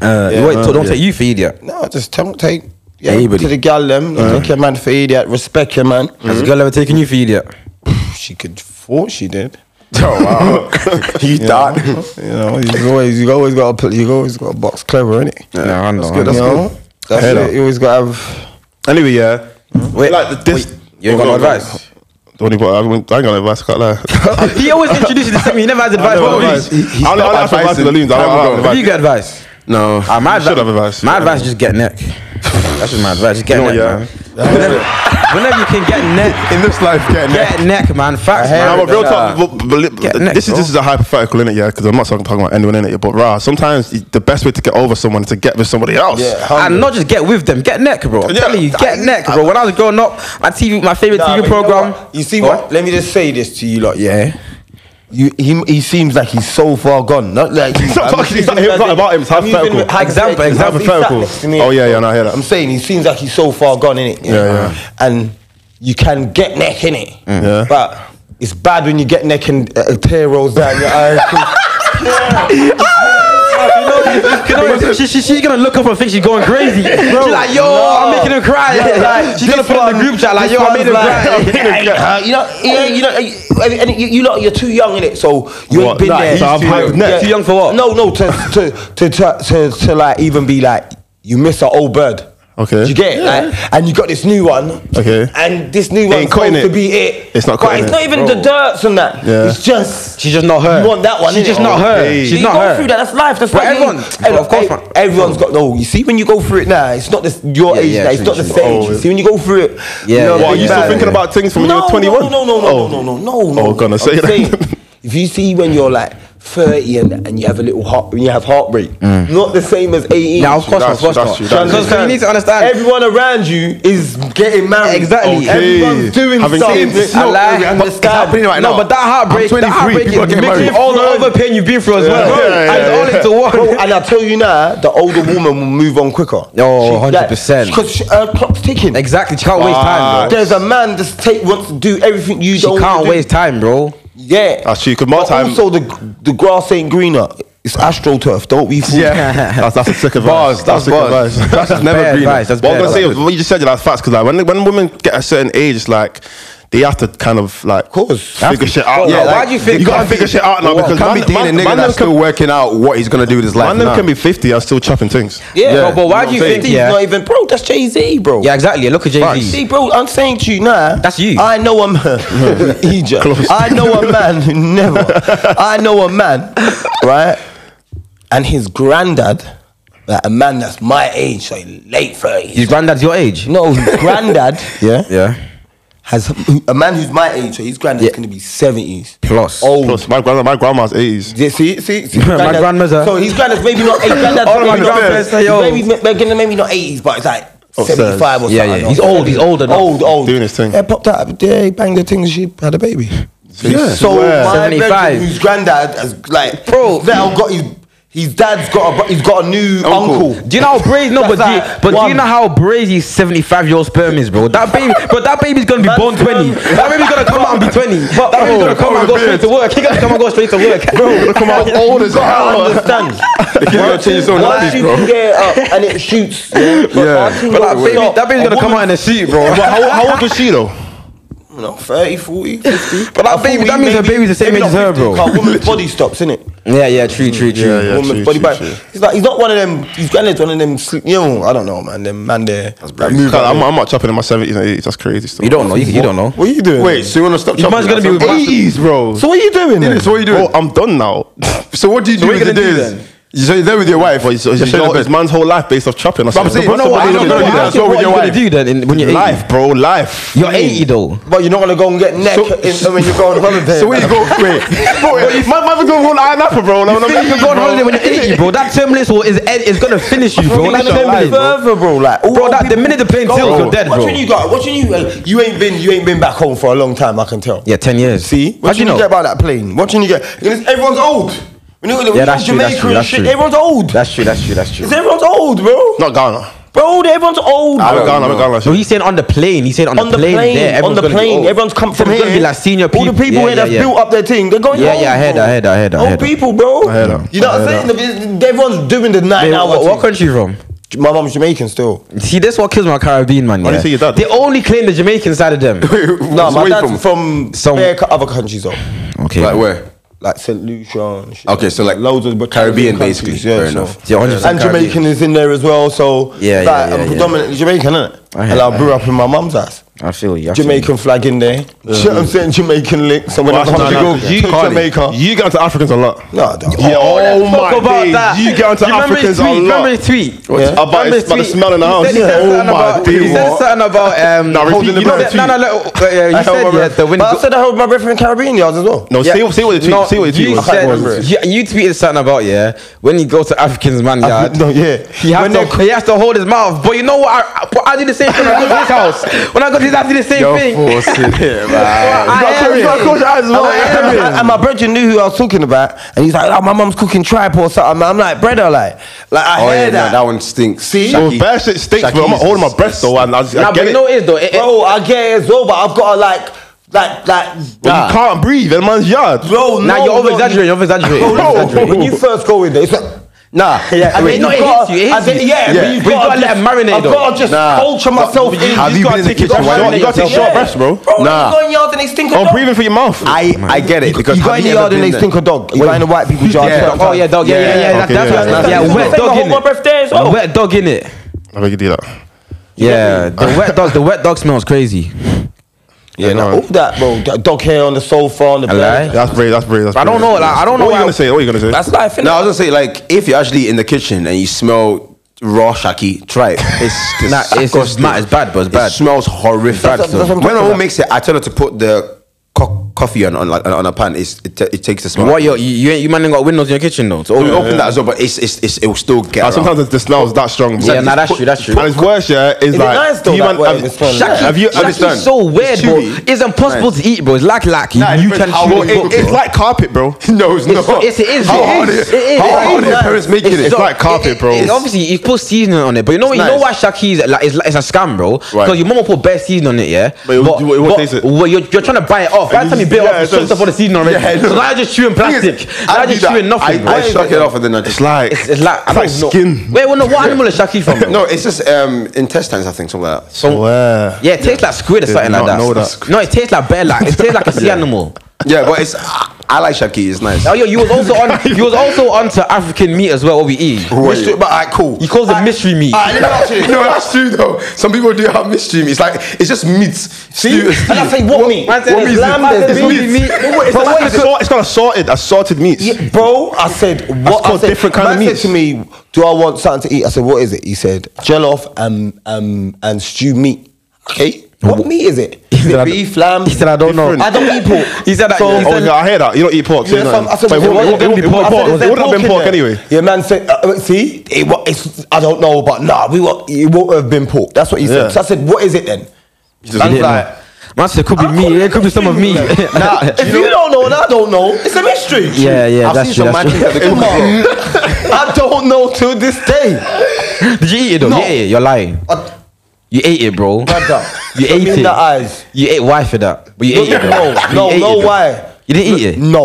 C: Uh, you wait, so don't say you for idiot.
D: No, just don't take. Yeah,
C: Anybody.
D: To the gal them, you take your man for idiot. Respect your man.
C: Has a girl ever taken you for idiot?
D: She could thought she did.
E: He's that.
D: You know, you always you always got to you always got to box clever, innit?
C: No, I know.
D: You know, that's it. You always got to have.
E: Anyway, yeah.
C: Wait,
E: Like the
C: wait,
E: dis-
C: you ain't got no
E: Oh, no,
C: advice.
E: The only part um, I haven't- I ain't got advice. I can't lie.
C: he always introduces the same. He never has advice. What would you-
E: I don't have advice to the loons. I don't have
C: Have you
E: advice.
C: got advice?
F: No.
C: Ah, my
E: You should
C: advi-
E: have advice.
C: My advice is just get neck. That's just my advice. Just get
E: know,
C: neck,
E: yeah.
C: man. Whenever, whenever you can get neck,
E: In this life, get
C: get neck, man. Facts, man.
E: Nah, but real
C: Nah.
E: talk. but- but- but
C: Get next,
E: this is
C: bro.
E: this is a hypothetical in it, yeah, because I'm not talking talking about anyone in it, but rah. Sometimes the best way to get over someone is to get with somebody else.
C: And not just get with them, get neck, bro. I'm
E: Yeah,
C: telling you, get
E: I-
C: neck, bro. When I was growing up, my TV, my favorite
D: Nah, but you
C: TV
D: know
C: program.
D: what? You see what? Let me just say this to you, lot.
F: Eh?
D: Yeah. You, he, he seems like he's so far gone. Not like
E: He's not
D: I'm
E: talking- he's not-
D: using
E: it's not
D: as
E: about him, it's
D: I'm using
E: hypothetical.
D: with- hypothetical.
C: Example,
D: He's sat
E: hypothetical.
D: next to me.
E: Oh, yeah, yeah, no, I hear that.
D: I'm saying he seems like he's so far gone in it.
E: Yeah, yeah. Mm.
D: And you can get neck in it.
E: Yeah.
D: But it's bad when you get neck and uh, a tear rolls down your eye.
C: You know, you know, she, she, she's gonna look up and think she's going crazy. she's like, yo, I'm making her cry. Like, she's gonna put on the group chat like, yo, I made her cry.
D: Uh, you know, you know, you know, and- and you, you lot, you're too young in it, so you
E: What?
D: ain't been
E: Nah,
D: there.
E: he's So I'm too hyped young. next.
C: Too young for what?
D: No, no, to to, to to to to like even be like you miss an old bird.
E: Okay.
D: Do you get it, Like, and you got this new one.
E: Okay.
D: and this new one's
E: Ain't cutting
D: supposed
E: it.
D: to be it.
E: It's not
D: But
E: cutting
D: it's
E: it.
D: not even the dirts and that.
E: Yeah.
D: It's just
C: She's just not her.
D: you want that one.
C: She's
D: innit?
C: just not her.
E: Okay.
C: She's
D: you
C: not
D: go
C: her.
D: through that. That's life. That's
C: But
D: like
C: everyone-
D: Hey,
C: but of course,
D: hey,
C: man.
D: everyone's got no. You see, when you go through it now, it's not this your
C: Yeah,
D: age.
C: yeah,
D: now, it's
C: true,
D: not the
C: true.
D: same.
E: Oh,
D: you see, when you go through it,
C: Yeah,
D: you know,
C: yeah,
E: What, are you
D: it's
E: still
D: bad.
E: thinking about things from when you were 21?
D: No, no, no, no,
E: Oh.
D: no, no, no, no.
E: Oh, gonna
D: I'm
E: say that.
D: saying, If you see when you're like 30 and, and you have a little heart, when you have heartbreak, not the same as 18.
C: Now, of course, of
E: That's
C: course,
E: true,
C: not.
E: that's true,
C: Because
E: that's true.
C: because you need to understand.
D: Everyone around you is getting married.
C: Exactly.
E: Okay.
D: Everyone's doing
E: Having
D: something.
E: kids.
C: I
E: No,
C: lie.
E: we understand. It's happening right
C: no,
E: now.
C: but that heartbreak,
E: I'm
C: that
E: 23,
C: heartbreak
E: people are
C: is
E: getting
C: mixed with
E: married.
C: all the other pain you've been through as well.
E: Yeah, yeah,
C: and
E: yeah,
C: all
E: yeah.
C: into one.
D: Bro, and I tell you now, the older woman will move on quicker.
C: Yo, 100%.
D: Because her clock's ticking.
C: Oh,
D: Ah.
C: Exactly. She can't waste time, bro.
D: There's a man that's take wants to do everything you
C: She
D: don't. wanna
C: can't
D: do.
C: waste time, bro.
D: Yeah,
C: Ah,
E: That's true, 'cause my
D: But
E: time-
D: Also, the the grass ain't greener. It's astroturf. Don't be fooled.
E: that's, that's a sick advice.
F: Bars, that's
E: sick
F: bars.
E: advice.
F: That's never
C: bad
F: green.
C: advice, that's
E: What I'm
C: bad
E: gonna say
C: advice.
E: is what you just said. That's facts. Because like when when women get a certain age, it's like. They have to kind of like
D: course.
E: figure shit out.
C: Well,
E: now.
C: why
E: Like,
C: do you think-
E: you gotta
C: can't
E: figure
C: be-
E: shit out now?
F: Well,
E: Because
F: can't
E: man,
F: be dating
E: man,
F: a
E: man,
F: nigga
E: them
F: that's
E: can,
F: still working out what he's gonna do with his life.
E: man them
F: now.
E: can be fifty and still chopping things.
D: Yeah,
C: Bro, but why
D: You
C: do you
D: know what I'm
C: think-
D: saying?
C: yeah.
D: He's not even bro? That's Jay Z, bro.
C: Yeah, exactly. Look at Jay
D: See,
C: Z.
D: bro, I'm saying to you now.
C: That's you.
D: I know I'm Egypt. I know a man who never. I know a man, right? And his granddad, like a man that's my age, so late
C: His
D: thirties.
C: granddad's your age.
D: No, his granddad. yeah.
C: Yeah.
D: Has a man who's my age, so his granddad's gonna be seventies.
C: Plus.
D: Old.
E: Plus, my grandma, my grandma's eighties.
D: Yeah, see, see, see
C: My
D: granddad-
C: grandma's a-
D: So his granddad's maybe not. His granddad's
C: All of my
D: maybe not-
C: grandparents say,
D: his
C: yo. Oh,
D: Maybe, maybe, maybe not eighties, but it's like. 75 or
C: Yeah,
D: something.
C: yeah. He's old, he's old enough.
D: Old, old.
E: Doing his thing.
D: Yeah, popped out. Yeah, he banged the thing and she had a baby.
E: Yeah.
D: So, my
C: 75.
D: bedroom, whose granddad has, like,
C: Bro.
D: now got his, his dad's got a, bro- he's got a new uncle.
C: Do you know how brazy? No, but,
D: That's
C: do you,
D: like
C: but do you
D: one.
C: know how brazy 75 year old sperm is, bro? That baby, but that baby's gonna be born 20. That baby's gonna come out and be 20. That baby's gonna come out and go straight to work. He's gonna come and go straight to work. Oh, Bro,
E: Come out old as
D: I
E: hell.
D: understand.
E: You're changing so
D: Once
E: nasty,
D: you
E: bro.
D: can get it up and it shoots, yeah.
E: Yeah.
C: but that, baby, that baby's gonna come out in a suit, bro.
E: But how, how old was she though?
D: You know, 30, 40, 50.
C: But that baby- that means her baby's the same age as her, bro.
D: A woman's body stops, innit?
C: Yeah, yeah, true, true, true.
E: Yeah, yeah.
D: woman's
E: true,
D: body
E: true,
D: back.
E: true.
D: He's like he's not one of them. His granddad's one of them. sl- You know, I don't know, man. Them man there. That's
E: Like, move I'm, I'm not chopping in my seventies and eighties. That's crazy. Still.
C: You don't know. You, you don't know.
D: What are you doing?
F: Wait, so you wanna stop
C: You man's
F: chopping?
C: gonna be with
F: Eighties, bro.
D: So what are you doing?
F: Dennis,
D: then?
F: what are you doing?
E: Oh, I'm done now.
F: So what do you do
E: what
F: with
E: you
F: the
E: gonna do
F: days? So you're there with your wife?
E: Well, it's, it's,
F: Just say
E: your-
F: the best.
E: it's man's whole life based off chopping.
F: But I'm saying,
E: Bro,
F: no,
E: what
F: I'm
E: are you
F: not gonna
E: gonna
F: do
E: do
F: that.
E: then?
F: So
C: So
F: with
C: what are you
F: your
C: gonna
F: wife.
C: do then in, when you're 80?
E: Life, bro, life.
C: You're 80 though.
D: But you're not gonna go and get neck in, when you go on holiday.
F: So where you go? Wait,
E: Wait, my mother going on Iron Apple, bro. Like, when I'm
C: You can
E: making
C: go on
E: bro.
C: holiday when you're 80, bro. That term list will- is end- is gonna finish you, bro. That
E: Finish your
C: term
E: life,
C: list, bro.
D: further, bro. Like, all
C: Bro,
D: old
C: that the
D: people
C: minute the plane
D: go-
C: tilts, you're dead,
D: Watch
C: bro.
D: when you got. Watch when you. uh, you ain't been. You ain't been back home for a long time. I can tell.
C: Yeah, 10 years.
D: See,
C: How
D: what
C: do you
D: you get
C: know?
D: about that plane? What you get? Because everyone's old. When you when you
C: Yeah,
D: go
C: that's
D: to
C: true, that's
D: Jamaica
C: true,
D: and
C: that's
D: shit,
C: true.
D: everyone's old.
C: That's true, that's true, that's true.
D: Is everyone's old, bro?
E: Not Ghana.
D: Bro, everyone's old.
E: I'm
D: bro.
E: Ghana, I'm Ghana.
C: So
E: shit.
C: he's saying on the plane. He's saying on,
D: on the plane,
C: there,
D: on
C: everyone's
D: the
C: gonna be
D: plane,
C: old.
D: everyone's come
C: So
D: from
C: there's
D: here.
C: gonna be like senior
D: All
C: people.
D: the people
C: yeah,
D: here that's
C: yeah, yeah.
D: built up their thing, they're going
C: Yeah,
D: old.
C: yeah, I heard
D: bro.
C: that, I heard that, I heard that, I
D: Old
C: heard that.
D: people, bro.
E: heard that.
D: You know what I'm saying? Everyone's doing the nine
C: Wait,
D: hour.
C: what, what
D: thing.
C: country you from?
D: My mom's Jamaican still.
C: See, this what kills my Caribbean man.
E: Why do
C: Yeah.
E: you say your dad?
C: They only claim the Jamaican side of them.
D: No,
F: where
D: my
F: you
D: dad's from,
C: Some-
D: bare co- other countries though,
C: okay.
F: like where?
D: like Saint Lucia. And shit.
F: Okay, so like
D: loads of
F: Caribbean,
D: countries,
F: basically.
D: yeah,
F: Fair
D: so-
F: enough.
C: Yeah, 100%
D: and Jamaican
C: Caribbean.
D: is in there as well. So
C: Yeah,
D: like,
C: yeah, yeah,
D: I'm
C: yeah.
D: predominantly Jamaican, innit?
C: I hear
D: And I
C: that.
D: grew up in my mum's house.
C: I feel you. I feel you.
D: Jamaican flag in there. Shit, I'm saying Jamaican link. So when I
E: Well,
D: come
E: that's
D: to
E: not-
D: go
E: that's-
D: to
E: Cardi,
D: Jamaica,
E: You get onto Africans a lot.
D: no, I don't.
E: Yeah, oh, my
C: Talk about
E: days.
C: that.
E: You get onto
C: remember his
E: Africans a
C: tweet? Remember
E: lot.
C: his tweet?
E: What's- about
C: Remember
E: his-
C: his
E: about the
C: tweet?
E: smell in the
C: He
E: house?
C: said- he
E: Yeah.
C: said
E: Oh
C: something
E: my
C: about-
E: days,
C: He said
E: what?
C: something about um.
E: Nah, repeat
C: holding
E: the
C: you
E: tweet.
C: said- No, no, no. uh, yeah,
D: I
C: You
D: held
C: said
D: my
C: yeah,
D: breath.
C: the wind.
D: But I
C: go-
D: said I held my breath in Caribbean yards as well.
E: No,
C: Yeah.
E: say, say what the tweet.
C: No,
E: say what the tweet.
C: you
E: was.
C: said-
D: remember it.
C: you, you tweeted something about yeah when you go to Africans man yard.
D: no, yeah.
C: He has,
D: When
C: to,
D: they-
C: he has to hold his mouth. But you know what? I, I- but I do the same thing. When I go to his house, when I go to his house, I do the same thing.
F: forcing it, man.
C: I am
D: You gotta
C: it.
D: close your eyes as well.
C: I am it.
D: And my brother knew who I was talking about, and he's like, oh, "My mum's cooking tripe or something." I'm like, "Brother, like, like I
F: Oh
D: hear
F: yeah,
D: that."
F: that one stinks. See,
E: Well, bare shit stinks, but I'm not holding my breath though, and I, I
C: Nah, but
E: get
C: you
E: it.
C: know what it is though. It, it,
D: bro, I get it as well, but I've got to like, like, like,
E: But
D: nah.
E: you can't breathe in man's yard.
D: bro.
C: now
D: no,
C: you're over
D: no,
C: exaggerating. You're over exaggerating.
D: Bro, listen, when you first go in there, it's like. Nah, yeah,
C: I mean, no, it hits you, it hits you.
D: Yeah,
C: Yeah.
D: but you've
C: But you
D: got
C: gotta
D: to
C: let it marinate,
D: I've
C: though.
D: got to just
F: Nah.
D: culture myself in.
F: Have
E: you
F: you
E: gotta
F: been in the
E: take your
F: kitchen?
E: short-
F: while
E: you gotta take
F: yourself?
E: short breaths, bro.
D: Bro,
F: Nah.
D: nah. you go in yards and they stink of
C: Oh,
E: Or
D: dog.
E: breathing through your mouth.
F: I, I get it because
D: you go in the yard and they stink of dog. You go in the white people's yard.
F: Yeah.
C: Oh yeah, dog. Yeah, yeah, yeah.
E: Okay,
C: that's
E: yeah,
C: that's
E: yeah,
C: yeah,
E: yeah.
C: wet
D: Take a
C: dog
D: whole
C: in
D: more breath there as
C: it.
D: well.
C: Wet dog in it.
E: I think you do that.
C: Yeah, the wet dog. The wet dog smells crazy.
D: Yeah, nah, all that, bro. That Dog hair on the sofa, on the
C: lie.
D: bed.
E: That's brave. That's brave. That's
C: I don't
E: brave.
C: know, like, I don't know
E: What
C: why I-
E: you gonna say? What you gonna say?
D: That's life, innit?
F: No, I was gonna say like if you're actually in the kitchen and you smell raw shaki, try it. It's
C: Nah, it's- it's
F: disgusting.
C: mad, it's bad, but it's bad.
F: It smells horrific.
D: That's- that's what I'm
F: when
D: talking
F: my mom
D: about.
F: makes it, I tell her to put the co- coffee on on, like, on a pan. It's, it, ta- it takes the smell.
C: What you you ain't you man ain't got windows in your kitchen though. It's
F: So
C: all
F: Oh, we open that as well, but it's, it's, it's it will still get.
E: Ah,
F: around.
E: sometimes the- the smell's that strong. bro.
C: Yeah, nah, that's true, that's true.
E: And it's worse, yeah. Is,
D: it
E: like
D: nice though,
E: do you
D: that
E: man-
D: way,
E: have-
D: this one?
E: Shaq- have you have you
C: Shaki's so weird, bro.
F: chewy.
C: It's impossible to eat, bro. It's lack lack. You,
F: Nah,
C: you
F: it's
C: can
F: how-
C: chew it,
F: it-
C: up,
E: It's
C: bro.
E: like carpet, bro.
F: no, it's,
C: It's-
F: not.
C: it's- it is,
F: How
C: it
F: hard
C: is,
F: it-
C: it is,
F: How
C: it
F: hard
C: is.
F: are parents making it?
E: It's like carpet, bro.
C: It, it, obviously, you put seasoning on it, but you know what? You know
F: nice.
C: why Shaki is like it's, like- it's a scam, bro. Because
F: Right.
C: your mum will put bare seasoning on it, yeah.
E: But it won't- it won't taste it.
C: Well, you're, you're trying to buy it off. By the time you bit
E: Yeah,
C: off, you
E: it's
C: chopped
E: just-
C: up all the seasoning already.
F: Yeah, I know.
C: so now you're just chewing plastic. Now you're
F: do
C: just
F: that.
C: chewing nothing.
F: I, I
C: bro.
F: suck it off and then I just
E: It's like
C: It's, it's like, I
E: it's like
C: don't know.
E: skin.
C: Wait, well, no, what animal is Shaki from? bro?
F: No, it's just um, intestines, I think, something like that.
E: So where?
C: Yeah, it tastes like squid or something
E: not
C: like that.
E: know that.
C: No, it tastes like bear like. It tastes like a sea animal.
F: Yeah, but it's I, I like shaki. It's nice.
C: Oh yo, you was also on. You was also onto African meat as well. What we eat.
F: Mystery, but alright, cool.
C: He calls it mystery meat.
F: Alright, let me ask you. no, that's true though. Some people do have mystery. meat. It's like it's just meat. See,
D: And I say, what meat?
C: Man said
D: What
C: it's
D: meat is
C: lamb,
D: it?
C: there's
D: It's
C: baby
D: meat.
C: meat.
D: But
E: It's
D: what
E: got
D: is it?
E: assorted- it's got assorted, assorted meats.
D: Yeah, bro, I said, what? I
E: called
D: said,
E: different kind
D: man
E: of
D: said
E: meats.
D: to me, do I want something to eat? I said, what is it? He said, jollof and um and stew meat. Okay, what meat is it? Is
C: said, I
D: it
C: don't-
D: beef, lamb?
C: he said, I don't know.
D: I don't eat pork.
C: He said that-
D: So,
C: he
E: Oh
C: said-
E: yeah, I hear that. You don't eat pork. so
D: Yeah,
E: you
D: some-
E: know.
D: I said,
E: But it
D: well,
E: wouldn't-
D: what-
E: it wouldn't- it
D: I
E: wouldn't
D: said,
E: pork.
D: is
E: It
D: there
E: wouldn't have been
D: in
E: pork
D: there?
E: anyway.
D: Yeah, man said, uh, uh, see, it, wa- it's, I don't know, but nah, we won't, it won't have been pork. That's what he said.
E: Yeah.
D: So I said, what is it then?
C: He didn't know. Man said it could be meat. It could be some of meat.
D: Nah, if you don't know and I don't know, it's a mystery.
C: Yeah, yeah,
D: I've
C: that's
D: seen
C: true,
D: some
C: that's
D: magic
C: true.
D: at the Come on. I don't know to this day.
C: Did you eat it though?
D: No.
C: You ate it. You're lying.
D: I-
C: You ate it, bro.
D: Uh, Brother,
C: You
D: look
C: ate
D: me
C: it.
D: in the eyes.
C: You ate wife for that, but you ate it.
D: No,
C: Though. But you
D: no,
C: ate
D: no,
C: it, though.
D: why?
C: You didn't eat it.
D: No.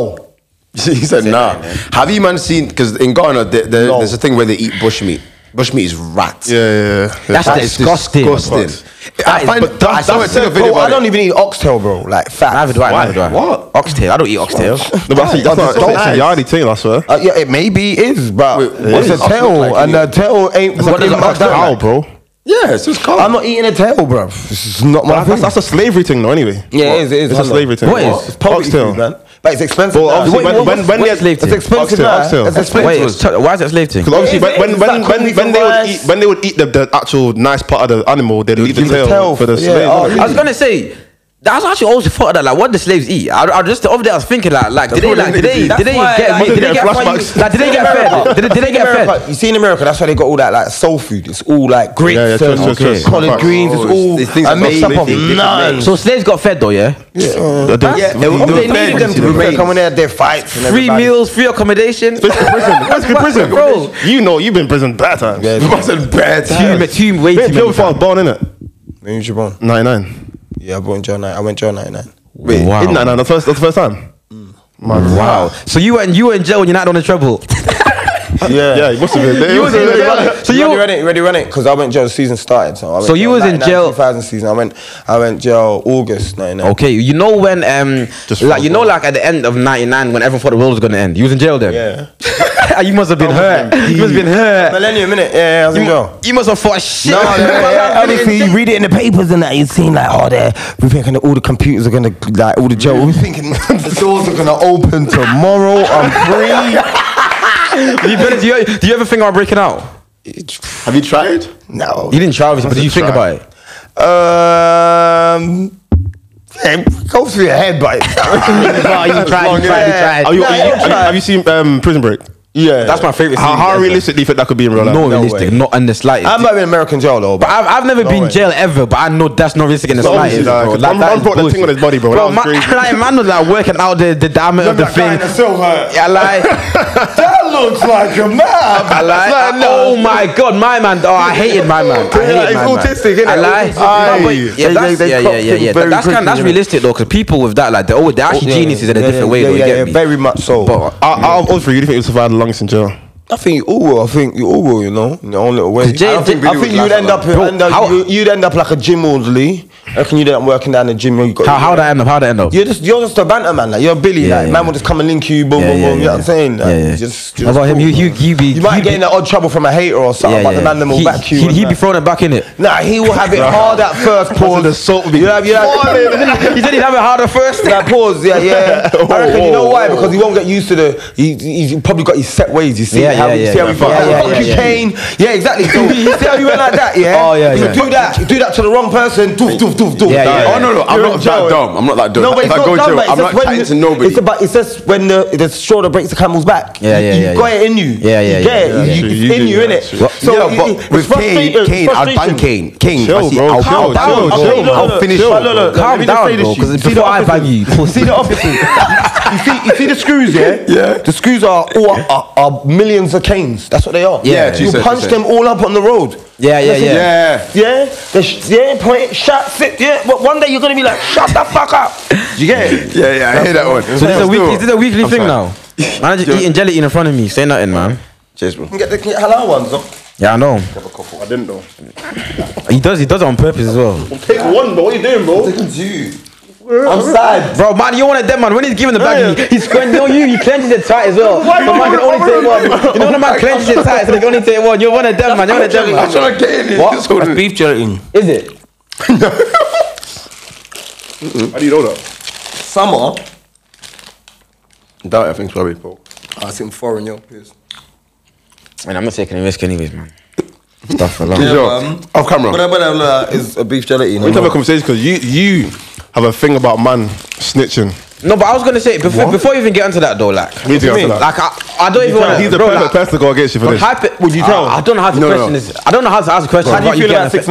F: he said, nah. Have you man seen? Because in Ghana, there, there,
D: No.
F: there's a thing where they eat bush meat. Bush meat is rat.
E: Yeah, yeah, yeah.
C: That's
F: That's
C: disgusting.
F: disgusting.
C: That
F: I
C: is-
F: find
C: but
F: I
C: that's-
F: saw a
C: that's-
F: TikTok video
D: Bro,
F: about
D: I
F: it.
D: don't even eat oxtail, bro. Like,
C: Neither
D: facts.
C: do I. Neither do I.
F: What?
C: Oxtail. I don't eat oxtail.
E: No, but I think that's
D: Oh,
E: not.
D: don't
E: That's a
D: ask.
E: yardy thing. I swear.
D: Uh, yeah, it maybe is, but
F: Wait, what
D: it's
F: is
D: a tail,
F: oxtail like
D: and
F: anyway?
D: a tail ain't.
C: what
D: fucking
C: is
D: like
C: oxtail
D: that.
E: Cow, bro.
F: Yeah, it's just
D: I'm
F: cold.
D: not eating a tail, bro. It's not my
E: That's,
D: thing.
E: that's a slavery thing, though. Anyway.
D: yeah, it is. It is.
E: It's a
D: hello.
E: slavery thing.
C: What is?
E: Oxtail.
D: man. But it's expensive.
E: Well,
D: now.
E: obviously,
D: Wait,
E: when,
D: what-
E: when, when
C: what's slave
E: they
C: to?
D: it's expensive.
E: Oxtail,
D: now.
E: oxtail.
D: It's expensive.
C: Wait, it's ch- why is it slave to?
E: Because obviously,
D: Is it-
E: when,
D: is
E: when, when,
D: that
E: when,
D: comedy
E: when
D: for
E: they would
D: rice?
E: eat, when they would eat the, the actual nice part of the animal, they'd leave the
D: leave the
E: tail,
D: tail
E: for the
D: for- yeah,
E: slave.
D: oh,
E: innit?
C: I was gonna say. I was actually always thought that like what the slaves eat. I, I just the other day I was thinking like like did they
D: what
C: like
D: they
C: did they
D: do.
C: did they
D: That's
C: get
D: why, like,
C: meat? did they get fed?
E: they have flashbacks.
C: Like did they get fed? Did they, did they get
D: America,
C: fed?
D: You see in America, that's why they got all that like soul food. It's all like grits
E: Yeah, yeah,
D: and
E: trust, trust, trust.
D: collard
E: Facts.
D: greens. It's
F: Oh,
D: all
F: these things
D: a
F: are
D: mix up
F: made,
D: of
F: they- they-
D: none.
C: So slaves got fed though, yeah.
D: Yeah, Oh. they,
F: were
D: they
F: fed.
D: needed them to
F: They were
D: be
F: fed.
D: coming out their fights. And
C: Free
D: everybody.
C: meals, free accommodation.
E: Basically prison. Basically prison.
C: Bro.
E: You know, you've been in prison bad times.
D: Yeah,
E: You've been in bad
C: Team,
E: times.
C: team, way
E: Been
C: too many.
E: in jail before I was born, innit?
D: When was you born?
E: 99.
D: Yeah, I went John. I went John 99.
E: Wait, wow. 99, that's the first, that's the first time. Man.
C: Mm. Wow. So you were in, you were in jail when you're not on the treble.
E: Yeah. Yeah, it must have been.
C: You was in jail. So
D: So you
C: you-
D: already run it, you already run it, because I went jail. Season started, so I went
C: So you was in
D: 99,
C: jail-
D: 2000 season. I went, I went jail August 99.
C: Okay, you know when um
E: Just
C: like you know
E: four.
C: like at the end of '99 when everyone thought the world was gonna end, you was in jail then. Yeah, Ah, you must have been hurt. You must have been hurt.
D: Millennium, innit? Yeah, yeah, I was in jail.
C: You must have thought shit.
D: No, no, no,
C: man,
D: yeah,
C: I've been in
D: honestly, you read it in the papers and that, you've seen like, oh, they're we're thinking that all the computers are gonna like all the jail. We're thinking the doors are gonna open tomorrow. I'm
C: You better- do, you, do you ever think about breaking out?
D: free.
E: Have you tried?
D: no.
C: You didn't try, obviously, but
E: Must
C: did you
E: have
C: think
E: tried.
C: about it?
D: Um. Yeah, it goes through your head, but
C: you tried, you tried, you tried.
E: Are you,
D: No,
E: are you,
D: I
E: have,
D: don't
E: you,
D: try.
E: have you seen um, Prison Break?
D: yeah,
C: That's my favorite.
E: How,
C: scene
E: how
C: ever.
E: realistic do you think that could be in real life?
C: No, realistic,
D: way.
C: not in the slightest.
D: I
C: i
D: might have been American jail though, but
C: have I've never been
D: way.
C: jail ever, but I know that's not realistic in the
E: No,
C: slightest.
E: obviously, nah,
C: bro.
E: 'cause
C: Like,
E: one-
C: that
E: one
C: is
E: brought the
C: bullshit.
E: thing on his body, bro.
C: Bro,
E: That was
C: my,
E: crazy.
C: like, man was like working out the, the diameter of the thing. Yeah, like
D: that looks like a map.
C: I lie. I- oh my god, my man. Oh, I hated my man. I hated
D: Yeah, it's
C: my
D: autistic,
C: man.
D: innit?
C: I lie.
D: Autistic.
C: No, but-
E: Aye.
C: yeah,
D: They-
C: that's,
D: they- they
C: yeah,
D: crop
C: yeah, yeah,
D: things
C: yeah.
D: very
C: That's kind. That's
D: quickly, innit?
C: realistic though, because people with that, like, they're, always, they're actually geniuses in a
D: Yeah,
C: different way.
D: yeah,
C: though, you
D: yeah,
C: get
D: yeah,
C: me?
D: very much so.
C: But
E: Out out of all three, you think you survived the longest in
C: Mm,
E: jail?
D: I think you all will. I think you all will. You know, in your own little way.
C: Jay-
D: I don't think,
C: Jay-
D: I think you'd end up,
C: Bro,
D: end up
C: how-
D: you, you'd end up like a gym orderly. I reckon you'd end up working down the gym. where You got
C: how how'd I end up? How'd I end up?
D: You're just you're just a banter man. Like you're Billy.
C: Yeah,
D: like
C: yeah.
D: man will just come and link you. Boom, boom, boom. you know what I'm saying? Like,
C: Yeah, yeah.
D: Just,
C: How
D: just
C: about him?
D: cool,
C: You, you,
D: man.
C: you be.
D: You might get in the odd trouble from a hater or something, but the man them will
C: He-
D: back you.
C: He'd,
D: and
C: he'd be
D: that.
C: throwing it back in it.
D: Nah, he will have it hard at first, Paul.
E: the salt would be-
D: You have, you have,
C: he said he'd have it harder first.
D: Nah, pause. Yeah, yeah. I reckon you know
E: whoa,
D: why?
E: whoa.
D: Because he won't get used to the. He, he's probably got his set ways. You see
C: Yeah,
D: how
C: yeah,
D: he
C: yeah,
D: see how he
C: yeah.
D: fuck-
C: Yeah, yeah,
D: fuck you,
C: yeah, yeah.
D: Kane. Yeah, exactly. So you see how he went like that? Yeah.
C: Oh, yeah,
D: You
C: yeah.
D: Do that. Do that to the wrong person. Doof, doof, doof, doof.
C: Yeah, yeah, yeah.
F: Oh no no! I'm
D: You're
F: not
D: in
F: that
D: jail.
F: dumb. I'm not that dumb.
D: No, but
F: if
D: it's
F: I
D: not
F: go
D: dumb,
F: jail,
D: but it's
F: I'm
D: just
F: not
D: when
F: chatting to
D: you-
F: nobody.
D: It's about it's just when the the straw that breaks the camel's back.
C: Yeah,
D: You-
C: yeah,
D: you
C: yeah,
D: got
C: yeah.
D: it in you.
C: Yeah, yeah,
D: You get it.
C: yeah, yeah,
D: You-
E: yeah.
D: It's in
E: You
D: you,
E: do,
D: innate.
E: yeah.
D: So
F: yeah,
D: it-
F: but
D: it-
F: with
D: it's
F: Kane,
D: frustration-
F: Kane, I'll ban
D: frustration.
F: Kane. Kane,
E: Chill,
F: I see,
E: bro,
F: I'll,
E: chill,
F: I'll,
D: chill,
F: I'll,
D: chill,
F: I'll
D: chill.
F: finish.
D: Chill, look, look.
C: Calm
D: Let me just
C: down,
D: say this
C: bro.
D: shit.
C: Because
D: See the
C: before I
D: officers?
C: bang you,
D: See the officers. you see, you see the screws, yeah? Yeah. The screws are all are, are millions of canes. That's what they are.
C: Yeah, Yeah, she
D: you
F: said, she
D: punch
F: said.
D: them all up on the road.
C: Yeah, yeah,
D: Listen,
C: yeah.
F: Yeah.
D: Yeah, the sh- yeah, point, shut, sit, yeah. But one day you're gonna be like, shut the fuck up. You get it?
F: Yeah, yeah, I hear that one.
C: So this is a
F: Still.
C: weekly, this is a weekly thing
F: sorry.
C: now. Man, just eating jelly in front of me. Say nothing, man.
F: Cheers, bro.
D: You can get the can you get halal ones. look.
C: Yeah, I know.
E: I didn't know.
C: He does. He does it on purpose as well.
E: Take one, bro. What are you doing, bro?
D: I'm sad.
C: Bro, man, you're one of them, man. When he's giving the bag, he, he's going, no, you, he clenches the tight as well. The man can only take one. You know, the man clenches the tight, so they can only take one. You're one of them, man. You're one of them, man.
F: trying to get in this.
D: What?
F: Just hold
D: That's
F: it.
D: beef gelatin.
C: Is it?
E: How do you know that?
D: Summer.
F: Doubt everything's probably pork.
D: I was in foreign, yo.
C: Man, I'm not taking a risk, anyways, man. Stuff a lot.
F: Yo, off camera.
D: But but is a beef gelatin.
E: We
D: you
E: have a
D: know.
E: conversation because you you have a thing about man snitching.
C: No, but I was gonna say before before you even get onto that though, like,
E: We need to get onto that.
C: like I, I don't even want
E: He's the
C: bro,
E: perfect
C: like,
E: person to go against you for this. Ah,
C: Hyper,
D: Would you tell?
C: I, I don't know how to
F: No, no.
C: question this. I don't know how to ask a question.
D: How do
C: about
D: you feel about
C: getting a-
D: six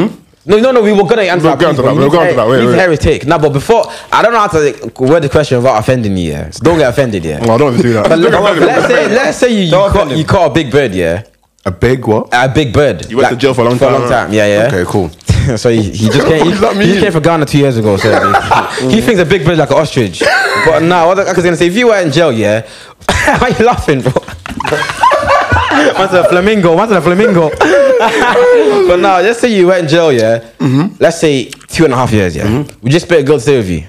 D: nine?
C: No, no, no. We were gonna answer
E: We'll
C: that.
E: go on to
C: please,
E: that,
C: but
E: we'll go on to that, wait,
C: you
E: wait.
C: need heretic. Now, but before I don't know how to like, word the question without offending you. Yeah, so don't get offended. Yeah.
E: No, I don't want to do that.
C: But let's say let's say you, you
D: Don't
C: caught
D: offend him.
C: you caught a big bird. Yeah,
F: A big what?
C: a big bird.
E: You went to jail for a long
C: For a
E: time,
C: long
E: right?
C: time. Yeah, yeah.
F: Okay, cool.
C: so he, he just came.
F: What
C: He,
F: does that
C: he just
F: mean?
C: came for Ghana two years ago. So he thinks a big bird is like an ostrich. But now, what I was gonna say, if you were in jail, yeah, why are you laughing, bro? Once a flamingo, once a flamingo. but now, let's say you went in jail, yeah. Let's say two and a half years, yeah. Would you expect a girl to stay with you?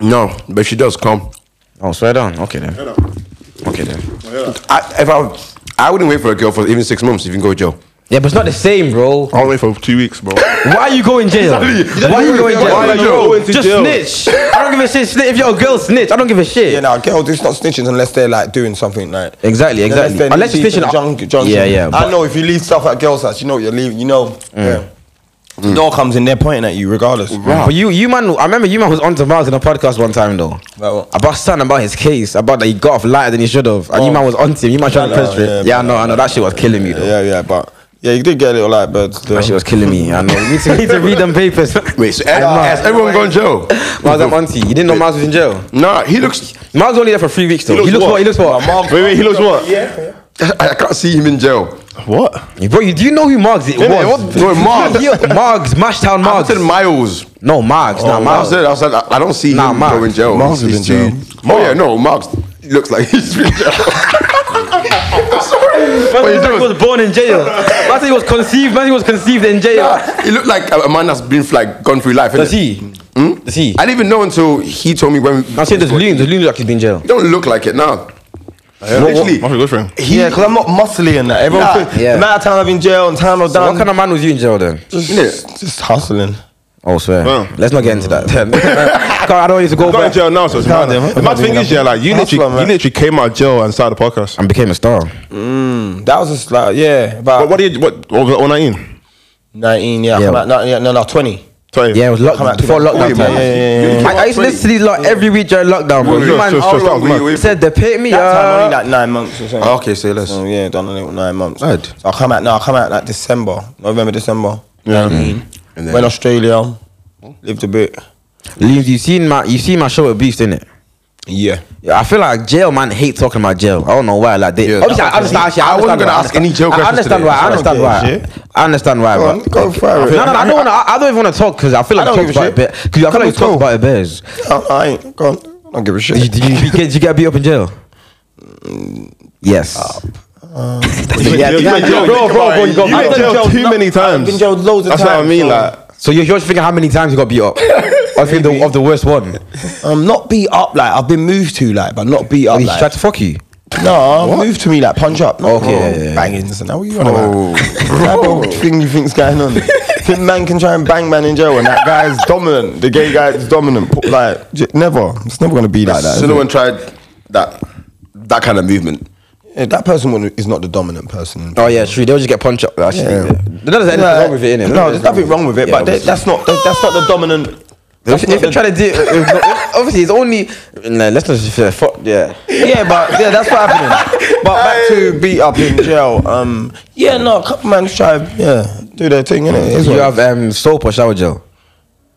F: No, but she does come.
C: Oh, swear down. Okay then. Okay then.
F: I, if I, I wouldn't wait for a girl for even six months if you can go to jail.
C: Yeah, but it's not the same, bro.
E: I'll wait for two weeks, bro.
C: Why are you going jail? Why are you going jail?
E: Why are you going to
C: Just
E: jail?
C: snitch. I don't give a shit. Snitch. If you're a girl, snitch. I don't give a shit.
D: Yeah, now girls, it's not snitching unless they're like doing something like.
C: Exactly, exactly.
D: they're
C: Unless you're
D: deep in
C: snitching-
D: junk- junk-
C: Yeah, yeah,
D: I
C: but-
D: know if you leave stuff at girls' house, you know what you're leaving. You know. Yeah. The door comes in, they're pointing at you regardless.
C: But you, you man, I remember you man was on to Miles in a podcast one time though.
D: About what?
C: About something about his case, about that he got off lighter than he should have, and you man was on to him. You man trying to
D: I know,
C: press for it.
D: yeah,
C: Yeah, I know, I know. That shit was killing me though.
D: Yeah, yeah, but yeah, you did get a little like birds.
C: That shit was killing me. I know. We need to, we need to read them papers.
F: Wait, so everyone,
C: know.
F: has everyone gone jail?
C: Miles at Monty. You didn't know Miles was in jail.
F: Nah, he looks.
C: Miles was only there for three weeks though. He looks what? He looks what?
E: Wait, wait, he looks what?
F: I can't see him in jail.
E: What?
C: Bro, you, do you know who Margs it
F: Innit?
C: was?
F: What? Margs.
C: Margs, Mashtown
F: I said
C: Margs.
F: Miles.
C: no, Margs.
D: Oh,
C: nah,
F: I
C: Margs.
F: said, I said, I I don't see
C: Nah,
F: him
C: Mark.
F: go in jail.
B: Mark's
F: He's
B: been jail.
F: too- Oh yeah, no, Mark's looks like he's been jail.
C: Man,
F: What
C: he
F: you
C: said he
F: doing?
C: was born in jail. Man, said he was conceived. Man, said he was conceived in jail.
F: He looked like a a man that's been like gone through life.
C: Does
F: innit?
C: he? Does he?
F: I didn't even know until he told me when.
C: I said there's loons. There's loons actually been in jail.
F: He don't look like it now. Literally,
E: Nothing good for him.
D: yeah, because I'm not muscly in that. Everyone,
F: Nah,
D: thinks-
C: yeah.
D: the amount of time I've been jail and time I've done,
C: What kind of man was you in jail then?
F: innit?
D: just hustling.
C: Oh, swear. Let's not get into that. then. 'Cause I don't want you to go
E: Got in
C: back
E: jail now, so it's mad.
D: them, huh?
E: The mad thing is, yeah, like you
D: Hustler,
E: literally, you
D: man.
E: literally came out of jail and started a podcast.
C: and became a star.
D: That was just like yeah,
E: What,
D: about
E: what did you, what, what was it, 19?
D: 19. Yeah,
C: Yeah.
D: Come out, no, yeah, no, no, 20.
E: 20?
C: Yeah, it was
D: Come
C: lockdown
D: out
C: before lockdown.
D: to that.
C: time.
D: Yeah, yeah, yeah, yeah.
C: I, I used to listen to these like every week during lockdown, bro.
E: Yeah,
C: You
E: yeah,
C: man
E: so- so-
C: all
E: so- that was mad.
C: said they paid me.
D: That time,
C: Uh,
D: only like nine months or something.
F: Ah, okay, so
C: Oh.
F: less.
D: So, yeah, done a little nine months.
F: Right.
D: So I come out, no, I come out like December, November, December.
E: Yeah.
F: And then-
D: Went Australia, lived a bit.
C: Leaves, you seen my you seen my show at Beast, innit?
D: Yeah.
C: Yeah, I feel like jail man hate talking about jail. I don't know why. Like they
F: Yeah.
C: obviously, I understand. Actually, I,
F: I wasn't
C: understand
F: gonna
C: why, I
F: ask any
C: understand-
F: jail
C: I
F: questions
C: understand
F: today,
C: why. I
F: so I
C: understand
D: don't
C: why.
D: give a
C: I understand why.
D: on,
C: but-
D: go for it.
C: No, no, no, I don't want to. I I don't even want to talk because I feel like
D: I
C: you
D: don't
C: talked
D: give a
C: about it. Because I feel like you talked
D: cool.
C: about it bears.
D: I, I ain't gone. I don't give a shit.
C: Did you, did you, did you get beat up in jail? Yes.
E: Yeah, you went jail-
C: bro, bro, bro, you got
E: you
C: beat
E: went
C: up.
E: jail too
D: no-
E: many
D: I've
E: times.
D: been jailed loads of
E: That's what I
D: times,
E: mean,
D: so-
E: like.
C: So you're, you're just thinking how many times you got beat up? I think the, of the worst one.
D: I'm Um, not beat up, like, I've been moved to, like, but not beat up.
C: He tried
D: Like.
C: to fuck you.
D: No, moved to me, like, punch up. No,
C: Okay, yeah, yeah, yeah.
D: Bangings and that. What you on about? That old thing you think's going on. Think man can try and bang man in jail and that guy's dominant. The gay guy is dominant. Put, Like, j- never. It's never going to be like that. is
F: So
D: it?
F: no one tried that that kind of movement.
D: Yeah, that person wouldn't- is not the dominant person.
C: Oh yeah, true. They'll just get punched up. Actually,
D: Yeah.
C: yeah. there's anything
D: Yeah.
C: wrong with it, innit?
D: No, there's nothing wrong with it,
C: Yeah,
D: but they,
C: obviously.
D: that's not that- that's not the dominant.
C: If, if you're trying to do, if, if, obviously it's only. Nah, let's not just uh, fuck. Yeah,
D: Yeah, but yeah, that's what happening. But back to beat up in jail. Um, yeah, no, a couple man try, yeah, do their thing, innit? It's
C: you
D: what-
C: have um, soap or shower gel.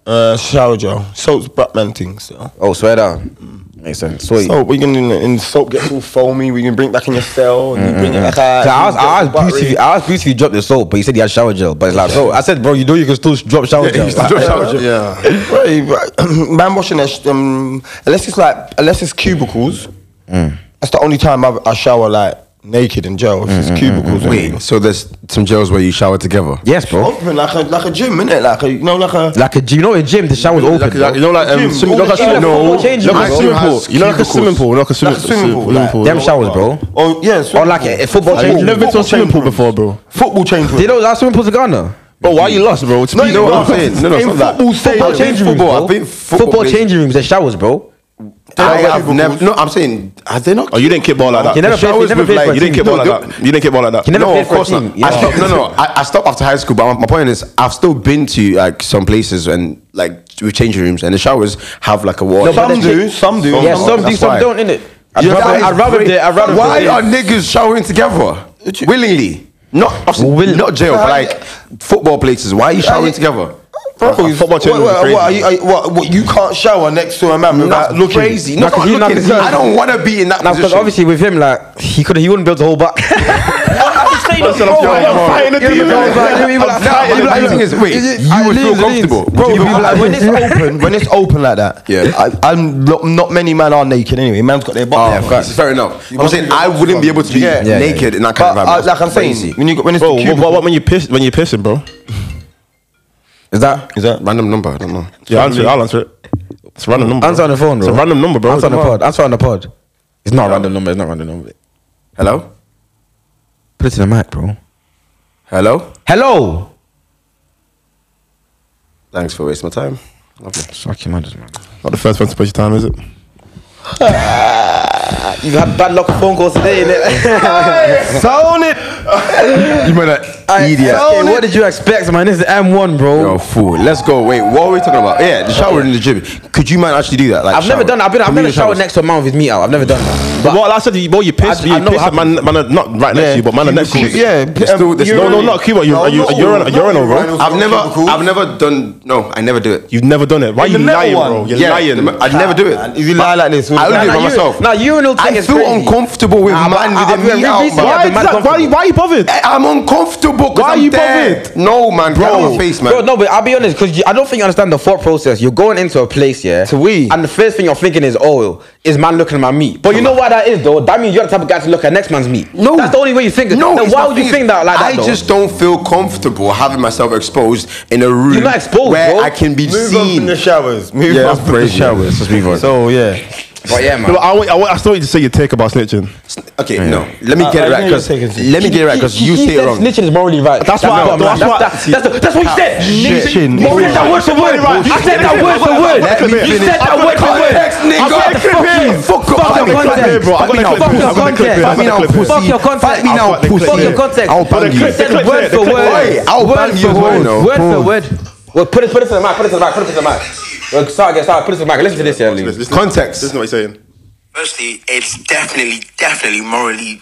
D: uh, shower gel, soap's Bratman thing. So,
C: Oh, swear down. Makes sense. Sweet.
D: soap we can in, in soap gets all foamy. We can bring it back in your cell and you bring it back out.
C: So I asked,
D: you
C: I asked
D: get
C: Bruce if he, I asked Bruce if he dropped the soap, but he said he had shower gel. But it's like, bro, I said, bro, you know you can still drop shower gel. Like,
F: Yeah.
D: battery. Right, man, washing their sh- um, unless it's like unless it's cubicles. That's the only time I, I shower like naked in jail. If it's cubicles.
F: Wait, so there's some jails where you shower together.
C: yes, bro.
D: Open like a like a gym, innit? Like a you know like a
C: Like a, you know, a gym, the shower's open.
F: Like, like, you
C: bro.
F: know, like um,
D: Gym,
F: swim,
D: all
F: like
D: the
F: a swim,
D: gym,
F: no,
C: football changes,
F: like a
C: bro.
F: swimming pool.
E: Has
F: You know, like a swimming pool, like a
D: like
F: swimming
D: a swimming pool. like-
C: Them showers, bro.
D: Oh yeah,
C: Or
D: swimming
C: like
D: pool.
C: a, a football
D: Like,
C: change.
D: you've never
C: room.
D: been to a swimming pool before,
E: bro.
D: football change room.
C: They don't have swimming pools in Ghana.
F: Bro, why are you lost, bro? No,
D: you
F: what I'm
D: lost.
F: saying. No, no, it's
D: In
F: not that.
D: football stadium,
F: Football
D: in
F: changing rooms,
C: football,
F: bro. I think
C: football,
F: football plays-
C: changing rooms, there's showers, bro.
F: I have never. No, I'm saying, have they not?
E: Oh, you didn't kick ball like that.
C: You never
E: The
C: played- you
E: showers
C: never
E: with,
C: played
E: like,
C: for a
E: You didn't
C: team.
E: kick ball
F: No,
E: like that. You didn't kick ball like that.
C: You never
F: no,
C: played
F: of course
C: for a
F: not.
C: team.
F: I
C: Yeah.
F: stopped, no, no. I, I stopped after high school, but my, my point is, I've still been to like some places and like with changing rooms, and the showers have like a water.
C: No, but
D: Some
C: that's
D: do,
C: it.
D: some do.
C: Yeah,
F: Oh,
C: some do,
F: that's
C: some
F: why.
C: don't, innit? I'd
F: Yeah, that
C: rather,
F: is
C: I'd rather
F: great.
C: they, I'd rather
F: Why
C: they-
F: are niggas showering together willingly? Not obviously,
C: Will-
F: not jail, but like football places. Why are you showering together?
E: Football
D: What,
E: change room
D: what,
E: is
D: what, are you,
E: crazy.
D: are you, what, what, you can't shower next to a man without
F: That's
D: looking.
F: crazy. No,
C: No, 'cause
F: not
C: you- no,
F: looking.
C: 'cause you-
F: I don't want to be in that
C: Now, because
F: position.
C: obviously with him, like he could, he wouldn't be able to hold back.
F: No, but the thing is, wait, you would feel comfortable.
D: Bro,
F: Would you feel
D: I-
F: comfortable?
D: when it's open, when it's open like that,
F: Yeah.
D: I, I'm not, not many men are naked anyway. Man's got their butt.
F: Oh,
D: there
F: fair, fair enough. I'm saying I wouldn't be able to be
D: Yeah. Yeah, yeah,
F: naked in that
D: But
F: kind of
D: uh,
F: environment.
D: like I'm saying, when you got- when it's
E: Bro,
D: the
E: what,
D: cubicle,
E: what, what when you piss when you're pissing, bro?
C: Is that
D: is that?
F: random number, I don't know.
E: Yeah, answer it. I'll answer it. It's a random number.
C: answer on the phone, bro?
E: It's a random number, bro.
C: Answer on the
E: Come
C: pod. Answer on the pod. It's not a random number. It's not a random number.
F: Hello,
C: Put it to the mic, bro.
E: Hello?
D: Hello.
E: Thanks for wasting my time. Lovely.
C: Fucking mad, man.
E: Not the first one to put your time, is it?
C: You had bad luck with phone calls today, innit? Sound it!
F: You made an idiot.
C: Okay, what did you expect, man? This is M1, bro.
F: Yo, fool. Let's go. Wait, what were we talking about? Yeah, the shower in the gym. Could you man actually do that? Like,
C: I've never
F: shower.
C: done. I've been. I've never
F: Communal
C: showered
F: showers.
C: next to a man with me out. I've never done that.
E: But what last said, well, you pissed.
C: I-
E: you
C: I know
E: pissed at
C: what
E: man, man, not right next to you, but man, next to you.
F: Yeah,
E: There's still- there's no, no, not Cuba. You're, you're,
C: Oh,
E: you're, on- you're on a roll.
F: I've never, I've never done. No, I never do it.
E: You've never done it. Why are you lying, bro? You're
F: yeah,
E: lying.
F: I'd never do it.
D: Man, if you lie like this, we'll
F: I
D: die.
F: only do it
C: Now
F: by
C: you-
F: myself.
C: Now urinal thing
F: I
C: is
F: feel
C: crazy.
F: uncomfortable with
C: Nah, but
F: man
C: I-
F: within
C: I've
F: me
C: been
F: out,
C: reading-
F: man.
E: Why, is that, why, why are you bothered?
F: I'm uncomfortable because
E: Why
F: I'm
E: you
F: there.
E: bothered?
F: No, man, bro.
E: Bro.
F: Get out of my face,
C: Bro,
F: man.
C: no, but I'll be honest, because I don't think you understand the thought process. You're going into a place, yeah?
F: To we.
C: And the first thing you're thinking is, oh, is man looking at my meat? But you know why that is, though? That means you're the type of guy to look at next man's meat.
F: No,
C: That's the only way you think it.
F: No,
C: Then
F: it's
C: why
F: my
C: would you
F: thing.
C: think that like that,
F: I
C: though?
F: just don't feel comfortable having myself exposed in a room
C: not exposed,
F: where
C: bro.
F: I can be
D: Move on from
F: seen.
D: the showers. Move
F: Yeah,
D: on
F: that's
D: from the
F: crazy.
D: showers.
F: Let's move on.
D: So yeah.
C: But yeah,
E: No,
C: man.
E: I, want- I, want- I still need to say your take about snitching.
F: Okay, no. Let me
D: Uh,
F: get it
D: I
F: right
D: know you're
F: because
D: taking it.
F: let me get it right because you
C: He
F: say it
C: said
F: wrong.
C: Snitching is morally right.
E: That's what I-
C: what
E: that's
C: man.
E: what-
C: That's that's- that's- that's what he said.
D: Snitching is
C: You said that
D: morally
C: word for word. You said that word for word.
F: Let me
C: You
F: finish.
C: said that word for word.
F: Context, nigga.
C: I said
F: Fuck you.
C: Fuck
F: Fuck
C: Fuck
F: your
C: your
F: context.
C: context.
E: bro. I'm
C: Fuck
E: gonna
C: your
E: clip it. I'm gonna clip
C: context.
E: it. I'm
F: Fight
E: gonna
F: me now,
E: clip it.
F: pussy.
C: Fuck your context.
F: Fight me
C: I'll
F: now,
E: fuck the clip
F: pussy.
E: here. Fuck your
C: context.
F: I'll bang
E: Clip
F: you.
E: it,
C: Said
E: clip it,
C: word for
E: clip it.
C: word.
F: Oi, I'll
C: Word
F: ban
C: for
F: you,
C: word.
F: you know.
C: Word for word. Well, put it, put it to the mic. Put it to the mic. Put it to the mic. Well, sorry, guys, sorry. Put it to the mic. Listen to this, yeah, Lee.
F: Context.
E: This is what he's saying.
I: Firstly, it's definitely, definitely morally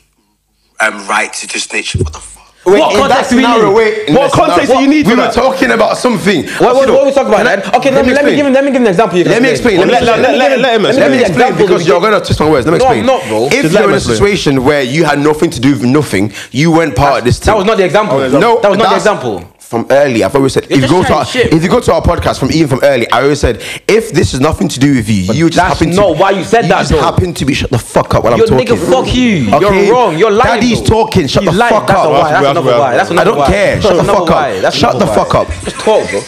I: um, right to just snitch. What the fuck?
F: Wait,
C: What
F: in that
C: context do we
F: scenario,
C: need?
F: wait, in
E: What
F: that
E: context
F: scenario-
E: do you need
F: We
E: for
F: were
E: that?
F: talking about something.
C: What, what,
F: Sido,
C: what are we talking about
F: can I-
C: then? Okay, let me, let me
F: explain.
C: give him, let me give him an example. you can
F: Let me explain. Let me
E: Let-
F: explain.
E: let- let-
F: Let
E: let him
F: me
E: explain.
C: give you an
F: explain
C: example
F: because
C: that we
F: you're
C: can-
F: gonna twist my words. Let me
C: No, I'm
F: explain.
C: not, bro.
F: If
E: Just
F: you're
E: let
F: in
E: him
F: a
E: explain.
F: situation where you had nothing to do with nothing, you weren't part of this.
C: That
F: thing.
C: was not the example.
F: No,
C: that was not the
F: that's-
C: example.
F: From early, I've always said if you
C: just
F: go to
C: trying
F: our,
C: shit.
F: if you go to our podcast from even from early, I always said if this is nothing to do with you, you just
C: that's
F: happen to
C: not why you said that,
F: Just
C: though.
F: happen to be shut the fuck up while
C: Yo,
F: I'm talking.
C: nigga, fuck you. You're wrong. You're lying.
F: Daddy's
C: though.
F: talking. Shut
C: He's
F: the
C: lying.
F: fuck
C: That's
F: up.
C: a lie. That's
E: That's
C: another
E: why.
C: lie. That's
F: I
C: another
F: don't
C: lie.
F: care.
C: That's
F: Shut the
C: another
F: fuck up.
C: lie. That's
F: Shut
C: another
F: the
C: lie.
F: fuck up.
C: Just talk, bro.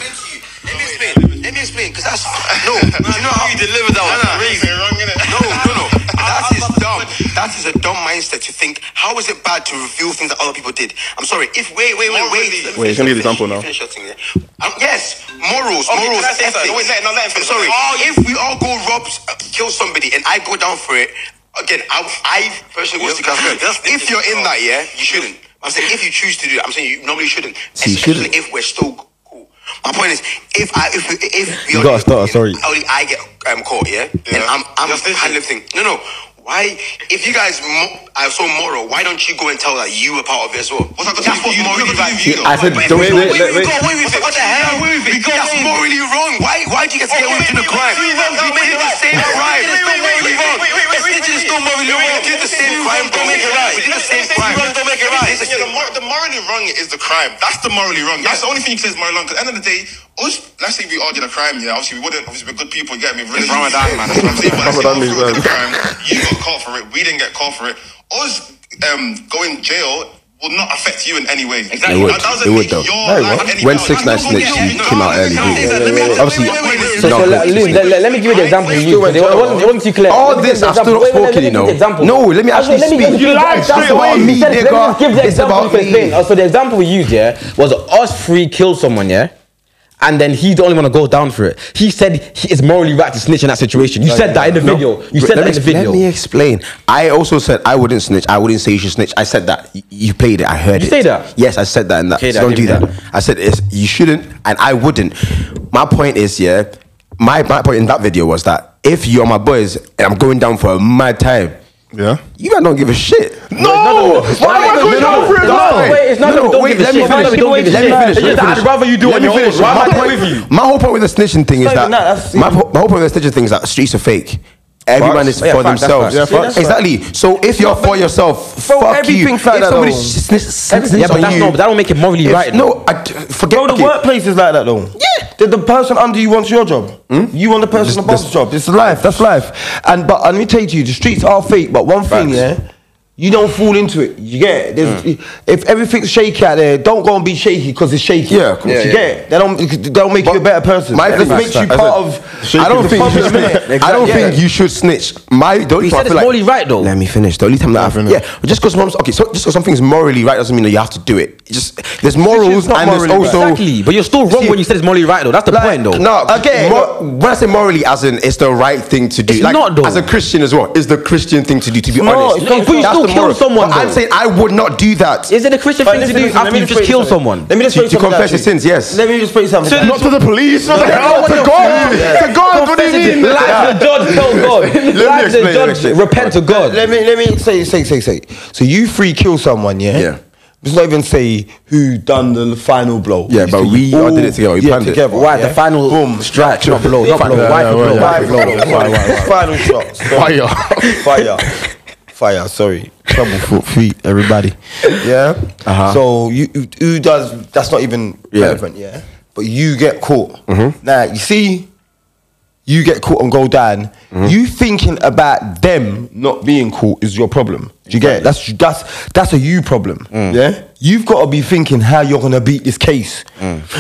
I: Let me explain. Let me explain, because that's no. you know how you delivered that was crazy. No, no, no. That is dumb. That is a dumb mindset to think. How is it bad to reveal things that other people did? I'm sorry. If wait, wait, wait, wait.
E: Wait, he's gonna give the example now.
I: Finish your thing, yeah. Um, yes, morals, Oh, morals. ethics. I'm sorry. If we all go rob, s- kill somebody, and I go down for it, again, I, I personally would confirm. If you're in that, yeah, you shouldn't. I'm saying if you choose to do that, I'm saying you normally shouldn't. especially if we're still cool. My point is, if I, if if you
E: gotta start, sorry.
I: only I get um, caught, yeah? And I'm, I'm handling. No, no. Why, if you guys mo- are so moral, why don't you go and tell that you were part of it as well? What's that That's what's morally right.
C: I said,
I: But if
C: don't-
I: you
C: wait,
I: got
C: wait, wait.
I: away with it, you got away with it. What the hell? You got That's morally wrong. Why, why do you get to get away with the crime? You made the same crime. It's still morally wrong. It's literally still morally wrong. You did the same crime. Don't make it right. You did the same crime. Don't make it right.
J: Yeah, the, mor- the morally wrong is the crime. That's the morally wrong. That's the only thing you can say is morally wrong. Because end of the day, us, let's say we all did a crime. Yeah, obviously we wouldn't. Obviously we're good people. You get me? Religion-
I: Ramadan, man, that's what I'm saying.
J: But let's say
E: Ramadan
J: all
E: means
J: three did a
E: bad.
J: crime. You got caught for it. We didn't get caught for it. Us um, going jail will not affect you in any way.
I: Exactly. It would.
J: That doesn't
F: It would
J: make
F: though.
J: your life any
F: When
J: better.
F: Six Nine
J: That's not
F: Snitch
J: what we-
F: came out early,
J: No, no, no, no, no, no,
F: obviously.
J: wait, wait, wait,
C: So, so
J: wait,
C: let,
J: wait, wait,
C: Liam,
J: wait,
C: let,
J: wait,
C: let, let me give you the
J: wait,
C: example
J: wait,
C: you used today. It wasn't, it wasn't too clear.
F: All
C: Let me give
F: this,
C: the
F: I've still
C: example. Wait, wait, let me give the
F: not spoken, you know.
C: example.
F: No, let me
C: Actually,
F: actually
C: let me
F: speak.
C: give the
F: You lied
C: example.
F: straight away.
C: Let
F: Me,
C: let
F: nigga.
C: just give the
F: It's
C: example
F: about
C: you can
F: me.
C: explain. Oh, So the example we used, yeah, was us three killed someone, yeah? And then he's the only one to go down for it. He said he is morally right to snitch in that situation. You said that in the video. You said that in
F: let me,
C: the
F: ex- Let me
C: video.
F: explain. I also said I wouldn't snitch. I wouldn't say you should snitch. I said that. Y- You played it. I heard
C: You
F: it.
C: say that?
F: Yes, I said that. And that.
C: Okay,
F: so
C: that
F: don't do
C: didn't
F: that. I said it's, you shouldn't, and I wouldn't. My point is, yeah. My, my point in that video was that if you're my boys and I'm going down for a mad time,
E: Yeah.
F: you man don't give a shit.
C: No,
F: Why am I going down for it?
C: No, wait, it's not that we don't give a
F: let me
C: shit. It's not that we don't give a
F: finish. Let me
C: shit. It's
F: finish.
C: just
F: Let me
C: that I'd
F: finish.
C: rather you do it
F: Let
C: on
F: me
C: your own.
F: finish.
C: Why am
F: My
C: I there
F: point-
C: with you?
F: My whole point with the snitching thing is
D: not
F: that
D: even that, that's-
F: my po- my whole point with the snitching thing is that streets are fake. Everyone is
C: Yeah,
F: for
C: facts, that's
F: themselves.
C: facts. Yeah, facts.
F: Exactly. So if you're for yourself,
D: Bro,
F: fuck you.
D: everything's like
F: If
D: that,
F: somebody
D: though.
F: snitch- snitches
C: Yeah, but
F: on
C: that's
F: you-
C: no, but that don't make it morally
F: If-
C: right. though.
F: No, I forget.
D: Bro, the
F: okay.
D: workplace is like that though. Yeah. The, the person under you wants your job. You want the person above the job. It's life. That's life. And but and let me tell you, the streets are fake. But one thing, yeah, you don't fall into it. You get it. There's, If everything's shaky out there, don't go and be shaky because it's shaky.
F: Yeah, of course.
D: you
F: Yeah,
D: get it. They don't. They don't make you a better person.
F: My
D: it
F: thing
D: just
F: is
D: makes you
F: that-
D: part
F: I said-
D: of.
F: I don't
D: the
F: think. You
D: problem,
F: should,
D: innit?
F: I don't
D: Yeah.
F: think you should snitch. My don't.
C: He said it's morally right, though.
F: Let me finish. The only time that
E: Finish.
F: yeah, just because okay, so just because something's morally right doesn't mean that you have to do it. It's
D: just there's morals and there's also
C: exactly, but you're still wrong
D: See,
C: when you said it's morally right though. That's the point though.
F: No,
D: Okay,
F: mor- when I say morally, as in it's the right thing to do.
C: It's not, though.
F: As a Christian as well, it's the Christian thing to do. To be
C: not,
F: honest,
C: it's not. But you
F: That's
C: still
F: the
C: kill
F: moral.
C: someone,
F: But I'm
C: though.
F: saying I would not do that.
C: Is it a Christian thing to do after you've just killed someone?
D: Let me just
F: to,
D: put
F: to confess your sins, yes.
D: Let me just put you something.
E: Not to the police. Not to
C: no, no,
E: to God. To God. What do you mean?
C: Lie to the judge, tell God. Lie to the
F: me explain, let me
C: judge,
F: explain.
C: repent to God.
D: let me let me say say say say. So you three kill someone, yeah?
F: Yeah.
D: Let's not even say who done the final blow.
F: Yeah, but we all did it together, we
D: yeah,
F: planned it.
D: together.
C: Why
D: yeah?
C: the final
D: Boom.
C: strike, not blow, not blow,
F: Yeah,
C: wife
F: yeah,
C: blow,
F: yeah,
C: wife
F: yeah.
C: blow.
F: Why, why, why?
D: Final shots.
F: Fire.
D: Fire. Fire. Sorry. Trouble foot feet. Everybody. Yeah.
F: Uh-huh.
D: So you who- who does? That's not even
F: Yeah. Mm-hmm.
D: relevant. Yeah. But you get caught. Now you see. You get caught and go down. You thinking about them not being caught is your problem. Do you get it? That's that's that's a you problem. Yeah, you've got to be thinking how you're gonna beat this case.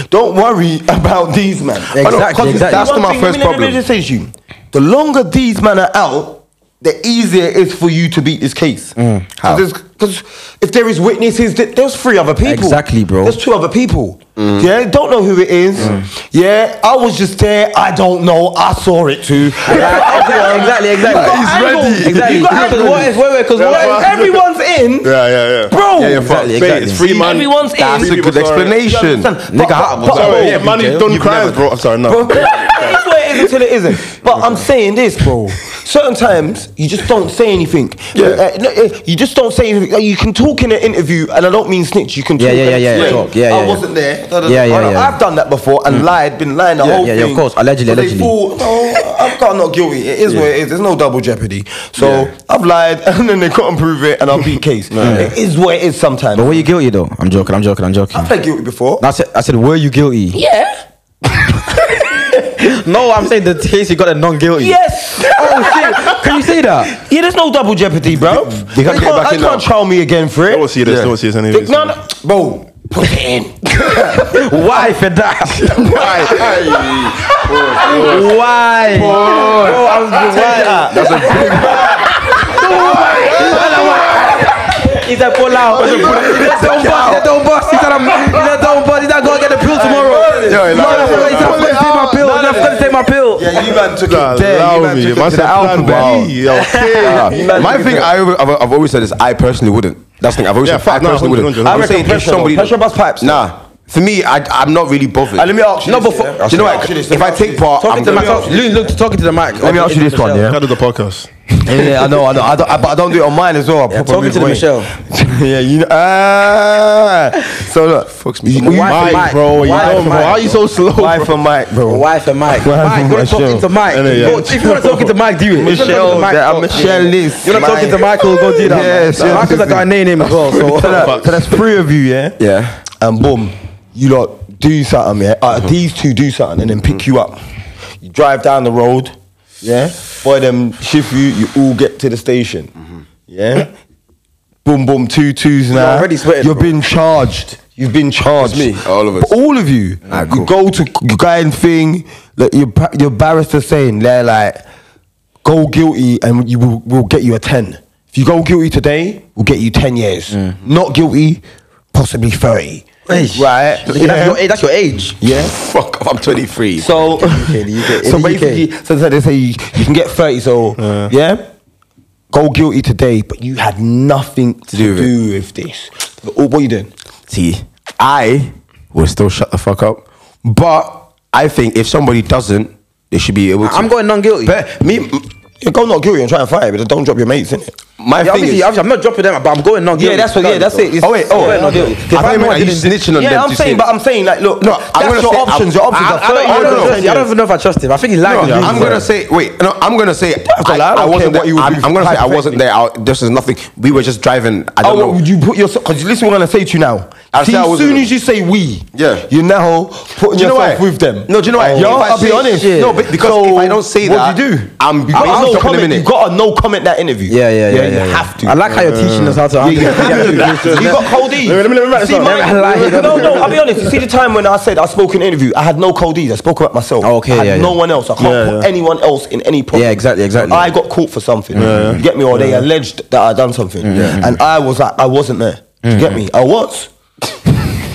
D: Don't worry about these men.
C: Exactly, exactly.
D: That's
F: One
D: my
F: thing-
D: first
F: let me- let
D: problem.
F: me just
D: Says you, the longer these men are out, the easier it is for you to beat this case.
F: How?
D: Because if there is witnesses, th- there's three other people.
C: Exactly, bro.
D: There's two other people. Yeah, don't know who it is. Yeah, I was just there. I don't know. I saw it too.
C: Yeah, exactly,
D: You
C: exactly.
D: got
F: He's
D: angles.
F: ready.
C: Exactly.
D: You got angles.
C: What if, wait, wait, because what
D: If
C: if
D: everyone's in,
E: Yeah, yeah, yeah.
D: bro.
F: Yeah, yeah,
C: Exactly,
F: fuck. Say
C: exactly.
F: It's free man.
D: Everyone's in.
F: That's a
E: Free
F: good
E: people, sorry.
F: explanation.
D: You understand? But-
F: hard
D: but-
F: was that.
D: but-
E: Sorry, man, he's done crimes, bro. I'm sorry, no.
D: it is what it is until it isn't. But I'm saying this, bro. Certain times you just don't say anything.
F: Yeah.
D: Uh, no, uh, you just don't say anything. Like, you can talk in an interview, and I don't mean snitch. You can
C: Yeah,
D: talk
C: yeah,
D: and
C: yeah, yeah,
D: explain,
C: talk. Yeah,
D: I
C: yeah,
D: wasn't there. da, da, da."
C: Yeah, yeah,
D: I know,
C: yeah. Mm.
D: I've done that before and lied, been lying the
C: Yeah,
D: whole
C: yeah,
D: thing.
C: yeah, of course. Allegedly,
D: So they
C: allegedly.
D: thought, oh, I've got not guilty. It is what it is. There's no double jeopardy. So I've lied, and then they couldn't prove it, and I'll beat case. It is what it is sometimes.
C: But were you guilty though? I'm joking, I'm joking, I'm joking.
D: I've played guilty before.
C: I said, I said, were you guilty? Yeah. no, I'm saying the case you got a non-guilty.
D: Yes.
C: Oh shit! Can you say that?
D: Yeah, there's no double jeopardy, bro.
F: They can't get back
D: I
F: in
D: can't
F: now.
D: trial me again for
E: They
D: it.
E: won't see this. They won't see this anyway.
D: No, no, bro. Put it in.
C: Why for that? Why? Bro, I was
D: Ah.
C: why?
F: That's a big
C: He said, pull out. He said, don't bust. He said, don't bust. He said, I'm, he said, don't bust. He said, go get the pill tomorrow.
F: Yeah,
C: No,
F: like-
C: I forgot. He said, I'm going to take my pill. I forgot to take my pill.
D: Yeah, you man took it there.
F: Allow
D: you man
F: me.
D: took it
F: Man
D: to
F: said
D: the
F: plan
D: alphabet.
F: B.
E: Yeah, okay.
F: Yeah. My thing, I, I've, I've always said is I personally wouldn't. That's the thing. I've always
E: Yeah,
F: said
E: fuck,
F: I
E: nah,
F: personally
E: 100,
F: wouldn't.
E: 100.
F: I'm
E: I
D: reckon
F: saying if
D: pressure,
F: somebody
D: pressure bust pipes.
F: Nah, for me, I, I'm not really bothered.
D: And Uh, let me ask you
F: No,
D: this,
F: but for,
D: yeah?
F: you know
D: Let me
F: what?
D: ask you this, let
F: If I
D: me ask you
F: take
D: this.
F: part,
C: Talking
F: I'm
C: to the
F: gonna-
C: mic. Look, look, talking to the mic.
F: let me ask you this one, yeah.
E: How did the podcast?
D: yeah, I know, I know. I, don't, I, but I don't do it on mine as well. I proper
C: talking
D: move
C: to the
D: away.
C: Michelle.
D: yeah, you know. Ah, so look, fucks me. You,
C: Why for Mike?
E: bro. You
C: Why
E: know,
C: for
E: bro.
C: Mike?
E: How are you so slow?
D: Why for Mike, bro?
C: Wife and Mike. Mike, you're not talking to Mike.
E: Innit, yeah.
C: Go- If you want to talk to Mike, do it. If you wanna talk
D: Michelle,
C: to Mike,
D: yeah,
C: talk.
D: Michelle is
C: You're not talking to Michael, go do that.
D: Yes,
C: man.
D: yes,
C: Michael's a
D: yes,
C: guy named him as well,
D: So,
C: so.
D: that, so that's three of you, yeah?
F: Yeah.
D: And boom, you lot do something, yeah? Uh, These two do something and then pick you up. You drive down the road, yeah? Boy, them shift you, you all get to the station, yeah? boom, boom, two twos now.
C: already sweating,
D: You're
C: bro.
D: beeen charged. You've been charged.
F: me? All of us.
D: But All of you. You go to your guy and thing, like your, pa- your barrister's saying, they're like, go guilty and you will, we'll get you a 10. If you go guilty today, we'll get you 10 years. Not guilty, possibly 30. Right?
C: Yeah, That's, your, age- that's your age.
D: yeah.
F: Fuck off, I'm 23.
D: So, so
C: in the UK.
D: basically, so so they say you, you can get 30, so yeah, go guilty today, but you had nothing to
F: do
D: do,
F: with it.
D: with this. But What are you doing?
F: See, I will still shut the fuck up. But I think if somebody doesn't, they should be able to.
C: I'm going non guilty.
F: But me,
D: You go not guilty and try and fight it, but don't drop your mates in it.
F: my
C: Yeah,
F: thing
C: obviously,
F: is.
C: obviously, I'm not dropping them, but I'm going non guilty.
D: Yeah, that's what. Yeah, that's it. It's-
F: Oh wait, oh.
C: Going non guilty.
F: I thought you meant, are you snitching on
D: yeah,
F: them?
D: I'm
F: to
D: saying,
F: say-
D: but I'm saying, like, look,
F: No,
D: no,
F: I'm
D: that's
F: gonna
D: your
F: say-
D: options. Your
F: I-
D: options
F: I-
D: are
C: I
F: I don't- No,
C: don't,
F: no,
C: know,
D: 30.
C: I don't even know if I trust him. I think he lied.
F: No,
C: on me,
F: I'm
C: bro.
F: gonna say wait. No, I'm gonna say
D: lie,
F: I,
D: I
F: I,
D: don't
F: wasn't
D: care
F: there.
D: what you would
F: I'm,
D: do
F: I'm gonna say I
D: hypothetically.
F: wasn't there. I, this is nothing. We were just driving. I don't
D: Oh,
F: know.
D: would you put yourself? Because listen, what I'm gonna say to you now.
F: I
D: See,
F: said I
D: as
F: wasn't-
D: soon as you say we,
F: Yeah.
D: you're now putting
F: Do you know
D: yourself
F: why?
D: with them.
F: No, do you know why?
D: Oh,
F: If I
D: I'll
F: say-
D: be honest.
F: No, but because if I don't say
D: what
F: that,
D: do you do?
F: I'm-
D: you got
F: I'm dropping
D: no
F: them in
D: comment.
F: it.
D: You got a no comment that interview.
C: Yeah, yeah, yeah.
D: You
C: yeah, yeah.
D: have to.
C: I like how you're teaching us how to.
D: You
C: Yeah,
D: got cold E's.
E: Let me- let me write this
D: See,
E: down.
D: my-
C: Let me highlight it.
D: no, no, I'll be honest. You see the time when I said I spoke in an interview, I had no cold E's. I spoke about myself.
C: Oh, okay,
D: I had
C: yeah,
D: no
C: yeah.
D: one else. I can't
E: Yeah,
D: put
E: yeah.
D: anyone else in any problem.
C: Yeah, exactly, exactly.
D: I got caught for something. You get me? Or
E: Mm.
D: they alleged that I done something. And I was like, I wasn't there. You get me? I was.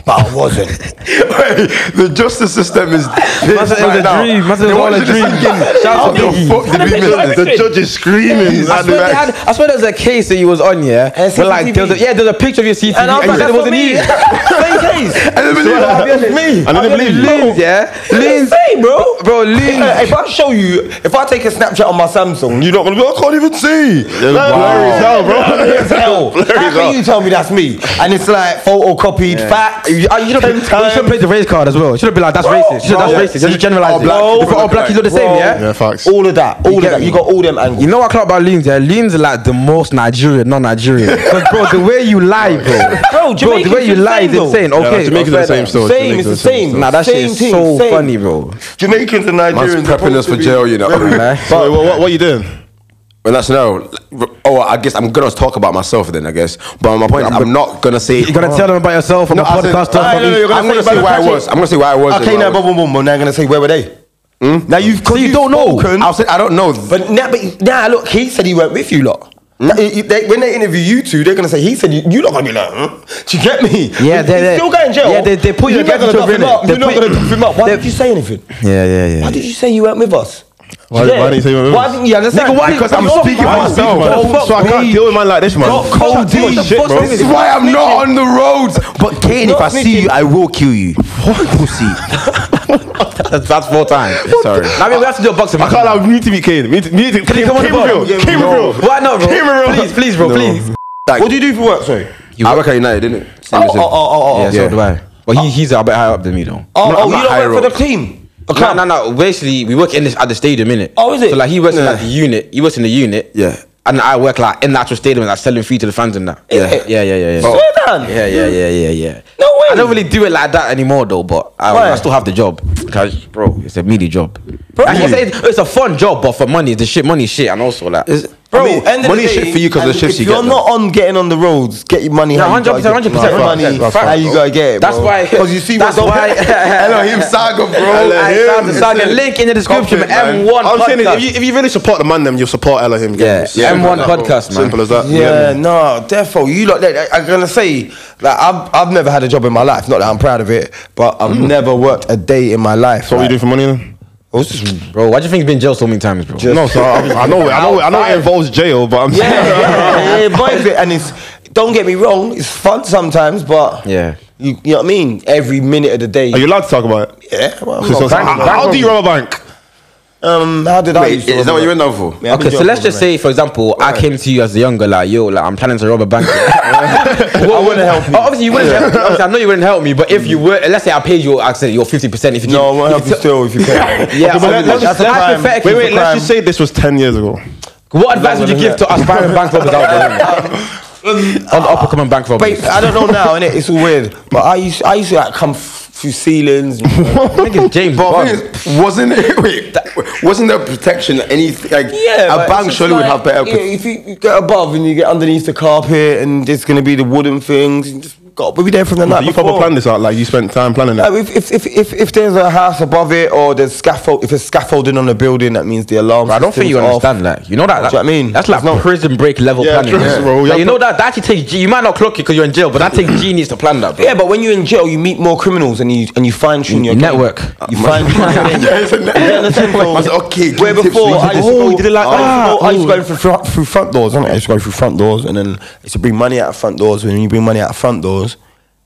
D: but I wasn't.
F: the justice system is
C: Must
F: pissed
C: have- it was
F: right
C: a
F: now.
C: dream. Must have-
F: They
C: it was
F: wanna
C: a
F: just
C: dream.
F: thinking,
C: Shout
F: how
C: out
F: the
C: to
F: fuck did we miss this?
E: The
F: The judge
E: judge is screaming.
C: I
E: at the
C: swear, they
E: back.
C: had, I swear there was a case that you was on, yeah?
D: And
C: But like, there was a,
D: CCTV.
C: yeah, there's a picture of your CCTV and,
D: And I was
C: you
D: like,
C: said it
D: that's
C: wasn't
D: not me.
C: you.
D: Same case.
F: I didn't believe it.
D: me.
F: I didn't believe you.
C: Leans, yeah? Leans,
D: Same, bro.
C: bro, Leans.
D: Hey, if I show you, if I take a Snapchat on my Samsung, you're not gonna be. I can't even see.
E: It's blurry as hell, bro.
D: As hell. How
E: as hell.
D: can you tell me that's me? And it's like photocopied facts.
C: You, you should have
D: times.
C: played the race card as well. You should have been like, that's racist. You should
D: bro.
C: that's racist. You should generalize
D: Oh, black
C: it.
D: people
C: If we're all
D: look
C: black, you look the same,
D: Bro.
C: yeah?
E: Yeah, facts.
D: All of that. All of
C: get
D: that.
C: me?
D: You got all them angles.
C: You know what I clock about Leans, yeah? Leans are like the most Nigerian, not Nigerian. Because, bro, the way you lie, bro.
D: Bro,
C: bro, the way you
D: Jamaicans
C: lie is
D: insane, though.
C: insane.
E: Yeah,
C: Okay.
E: Jamaicans are the same still.
D: Same,
E: Jamaicans
D: it's
E: are
D: the same.
E: still.
C: Nah, that shit
D: Same
C: is
D: thing,
C: so
D: same.
C: funny, bro.
E: Jamaicans and
F: Man's
E: Nigerians.
F: prepping us for jail, you know.
E: Sorry, what, what, what you doing?
F: Well, that's no. Oh, I guess I'm gonna talk about myself then. I guess, but my point, is I'm not gonna say.
C: You're gonna tell them about yourself on
F: No,
C: the
F: I said-
C: podcast. or
F: Alright,
C: something?
F: no, no, you're gonna
D: I'm
F: say
D: gonna say
F: why I
D: Patrick.
F: was. I'm gonna say why I was.
D: Okay,
F: and why
D: now,
F: I was.
D: boom, boom, boom. Now I'm gonna say, where were they? Now you've because
C: you don't know.
D: spoken,
F: I'll say I don't know.
D: But now, but now, look, he said he went with you lot. Now, i- i- they- when they interview you two, they're gonna say he said you, you're not gonna be like, huh? do you get me?
C: Yeah,
D: He's
C: they- they-
D: still going jail.
C: yeah, they- they put you
D: You're not
C: against
D: gonna duff
C: each
D: him
C: other,
D: up.
C: innit?
D: You're
C: They
D: not
C: put-
D: gonna duff him up. Why
C: they-
D: did you say anything?
C: Yeah, yeah, yeah.
D: Why did you say you weren't with us?
E: Why-
D: Yeah.
E: why didn't you say you weren't with
D: Why
E: us?
D: didn't you understand?
C: Nigga, why-
E: Because I'm
C: You're
E: speaking for
C: mad.
E: myself,
C: What the
E: man. So I
C: fuck,
E: can't
C: me?
E: deal with man like this, man.
C: Got cold
E: Fuck
C: deep.
E: this shit,
C: What the
E: bro.
C: fuck
F: This is why I'm not on the roads. But Kane, if I see you, I will kill you. Pussy. that's, that's four times. Sorry.
C: I mean, we have to do a boxing
E: I
C: match.
E: can't allow me to be Kane. Me to, me to, Kim,
C: you come on
E: Kim
C: the
E: real.
C: ball?
E: Kim real.
C: Why not, bro?
E: Kim real.
C: Please, please, bro, please.
D: What do you do for work? Sorry.
F: You I work at United, didn't it? Same as
D: Oh,
F: him.
D: oh, oh, oh,
C: Yeah,
D: oh.
C: so
F: Yeah.
C: do I. But he, he's a bit higher up than me, though.
D: Oh,
F: I'm
D: oh,
F: not
D: you
F: high
D: don't work for
F: road.
D: the team.
C: No, no, no. Basically, we work in this at the stadium, innit?
D: Oh, is it?
C: So like, he works in
F: Yeah.
C: like the unit. He works in the unit.
F: Yeah.
C: And I work like in the actual stadium, like selling food to the fans and that. Yeah,
D: it?
C: yeah, yeah, yeah, yeah.
D: Swear down.
C: Yeah, yeah, yeah, yeah, yeah.
D: No way.
C: I don't really do it like that anymore, though. But I,
D: Why?
C: I still have the job, 'Cause, bro, it's a meaty job.
D: Bro.
C: Like, it's, a- it's a fun job, but for money, the shit, money, is shit, and also like,
D: Bro,
F: I mean,
D: end of
F: money
D: the
F: is
D: day,
F: shit for you 'cause of the
D: and
F: shifts
D: if
F: you
D: you're
F: get,
D: not on getting on the roads, get your money. how
C: Yeah,
D: you gotta
C: 100%,
D: get it.
C: 100%,
D: Money,
C: that's
D: how
C: fact,
D: you
C: bro.
D: gotta get it.
C: That's why-
D: Because you see,
C: that's
D: what-
C: why-
D: Elohim saga, bro.
E: Elohim.
C: I found the saga.
E: Listen.
C: Link in the description.
F: Copy it, man.
C: M one
E: I'm saying
C: podcast.
E: is, if you, if you really support the man, them, you support Elohim.
C: Yeah,
E: Simple
C: M1
E: as that, bro.
C: podcast, man.
E: Simple as that. You
D: Yeah,
E: get me?
D: no, defo. You lot, I, I'm gonna say, like, I've I've never had a job in my life. Not that I'm proud of it, but I've never worked a day in my life.
E: So what you
D: like, oh,
E: do for money then?
D: I was just-
C: bro, why do you think he's been in jail so many times, bro?
E: No, so I, I know, it- I know, it- I know it involves jail, but I'm
D: yeah,
E: saying.
D: yeah, yeah, boy, and it's don't get me wrong, it's fun sometimes, but
C: Yeah.
D: you, you know what I mean. Every minute of the day,
E: Are you allowed to talk about it?
D: yeah. Well, I'm
E: So- so-
D: not
E: so-
D: proud of
E: how,
D: it.
E: how do you rob a bank?
D: um, how did I?
F: Wait,
D: used to
F: is
D: remember?
F: that what you went down for?
D: Yeah, I've been
C: Okay, so
D: joking
C: let's
D: with
C: just
D: it.
C: say, for example, I came to you as a younger, like, yo, like, I'm planning to rob a bank. what
D: wouldn't help you.
C: Oh, obviously, you wouldn't help me. Obviously, I know you wouldn't help me, but if you were, let's say I paid your accent, your 50%, if you
D: No, I won't
C: if
D: help you still if you can.
C: Yeah,
E: Okay, but
C: obviously.
E: let's-
D: that's a crime.
C: hypothetically,
E: Wait, wait,
C: it's a
E: let's
C: crime.
E: just say this was 10 years ago.
C: What advice would you give to aspiring bank robbers out uh, there? On the up and coming bank robbers.
D: But I don't know now, innit? It's all weird. But I used I used to like come f- through ceilings. And,
C: I think it's James
F: But
C: Bond.
F: the thing is, wasn't it? Wait, wasn't there protection? Anything like
D: but
F: a
D: it's
F: bank
D: just
F: surely would
D: like,
F: have better.
D: Yeah, if you, you get above and you get underneath the carpet, and there's gonna be the wooden things. You just got to be there from the night
E: you
D: before.
E: probably planned this out, like you spent time planning that.
D: Like, Um, if, if, if, if, if there's a house above it or there's scaffold, if there's scaffolding on the building, that means the alarm.
C: I don't think you
D: system's off.
C: understand that. You know that.
D: Do you know what I mean?
C: That's like
D: It's not-
C: prison break level
E: Yeah,
C: planning.
E: true, bro.
C: Like,
E: Yeah,
C: you know
E: but-
C: that. That actually takes. You might not clock it because you're in jail, but that takes genius to plan that. Bro.
D: Yeah, but when you're in jail, you meet more criminals and you and you fine tune your
C: you
D: game.
C: network.
D: You fine tune.
F: Yeah, it's a net- I said, okay,
D: Where
F: give me tips,
D: before oh,
F: we
D: I used to
F: did
D: go,
F: this. Oh,
D: I used to go, ah, I used to go in through, front, through front doors. Isn't it? I used to go through front doors, and then I used to bring money out of front doors. When you bring money out of front doors,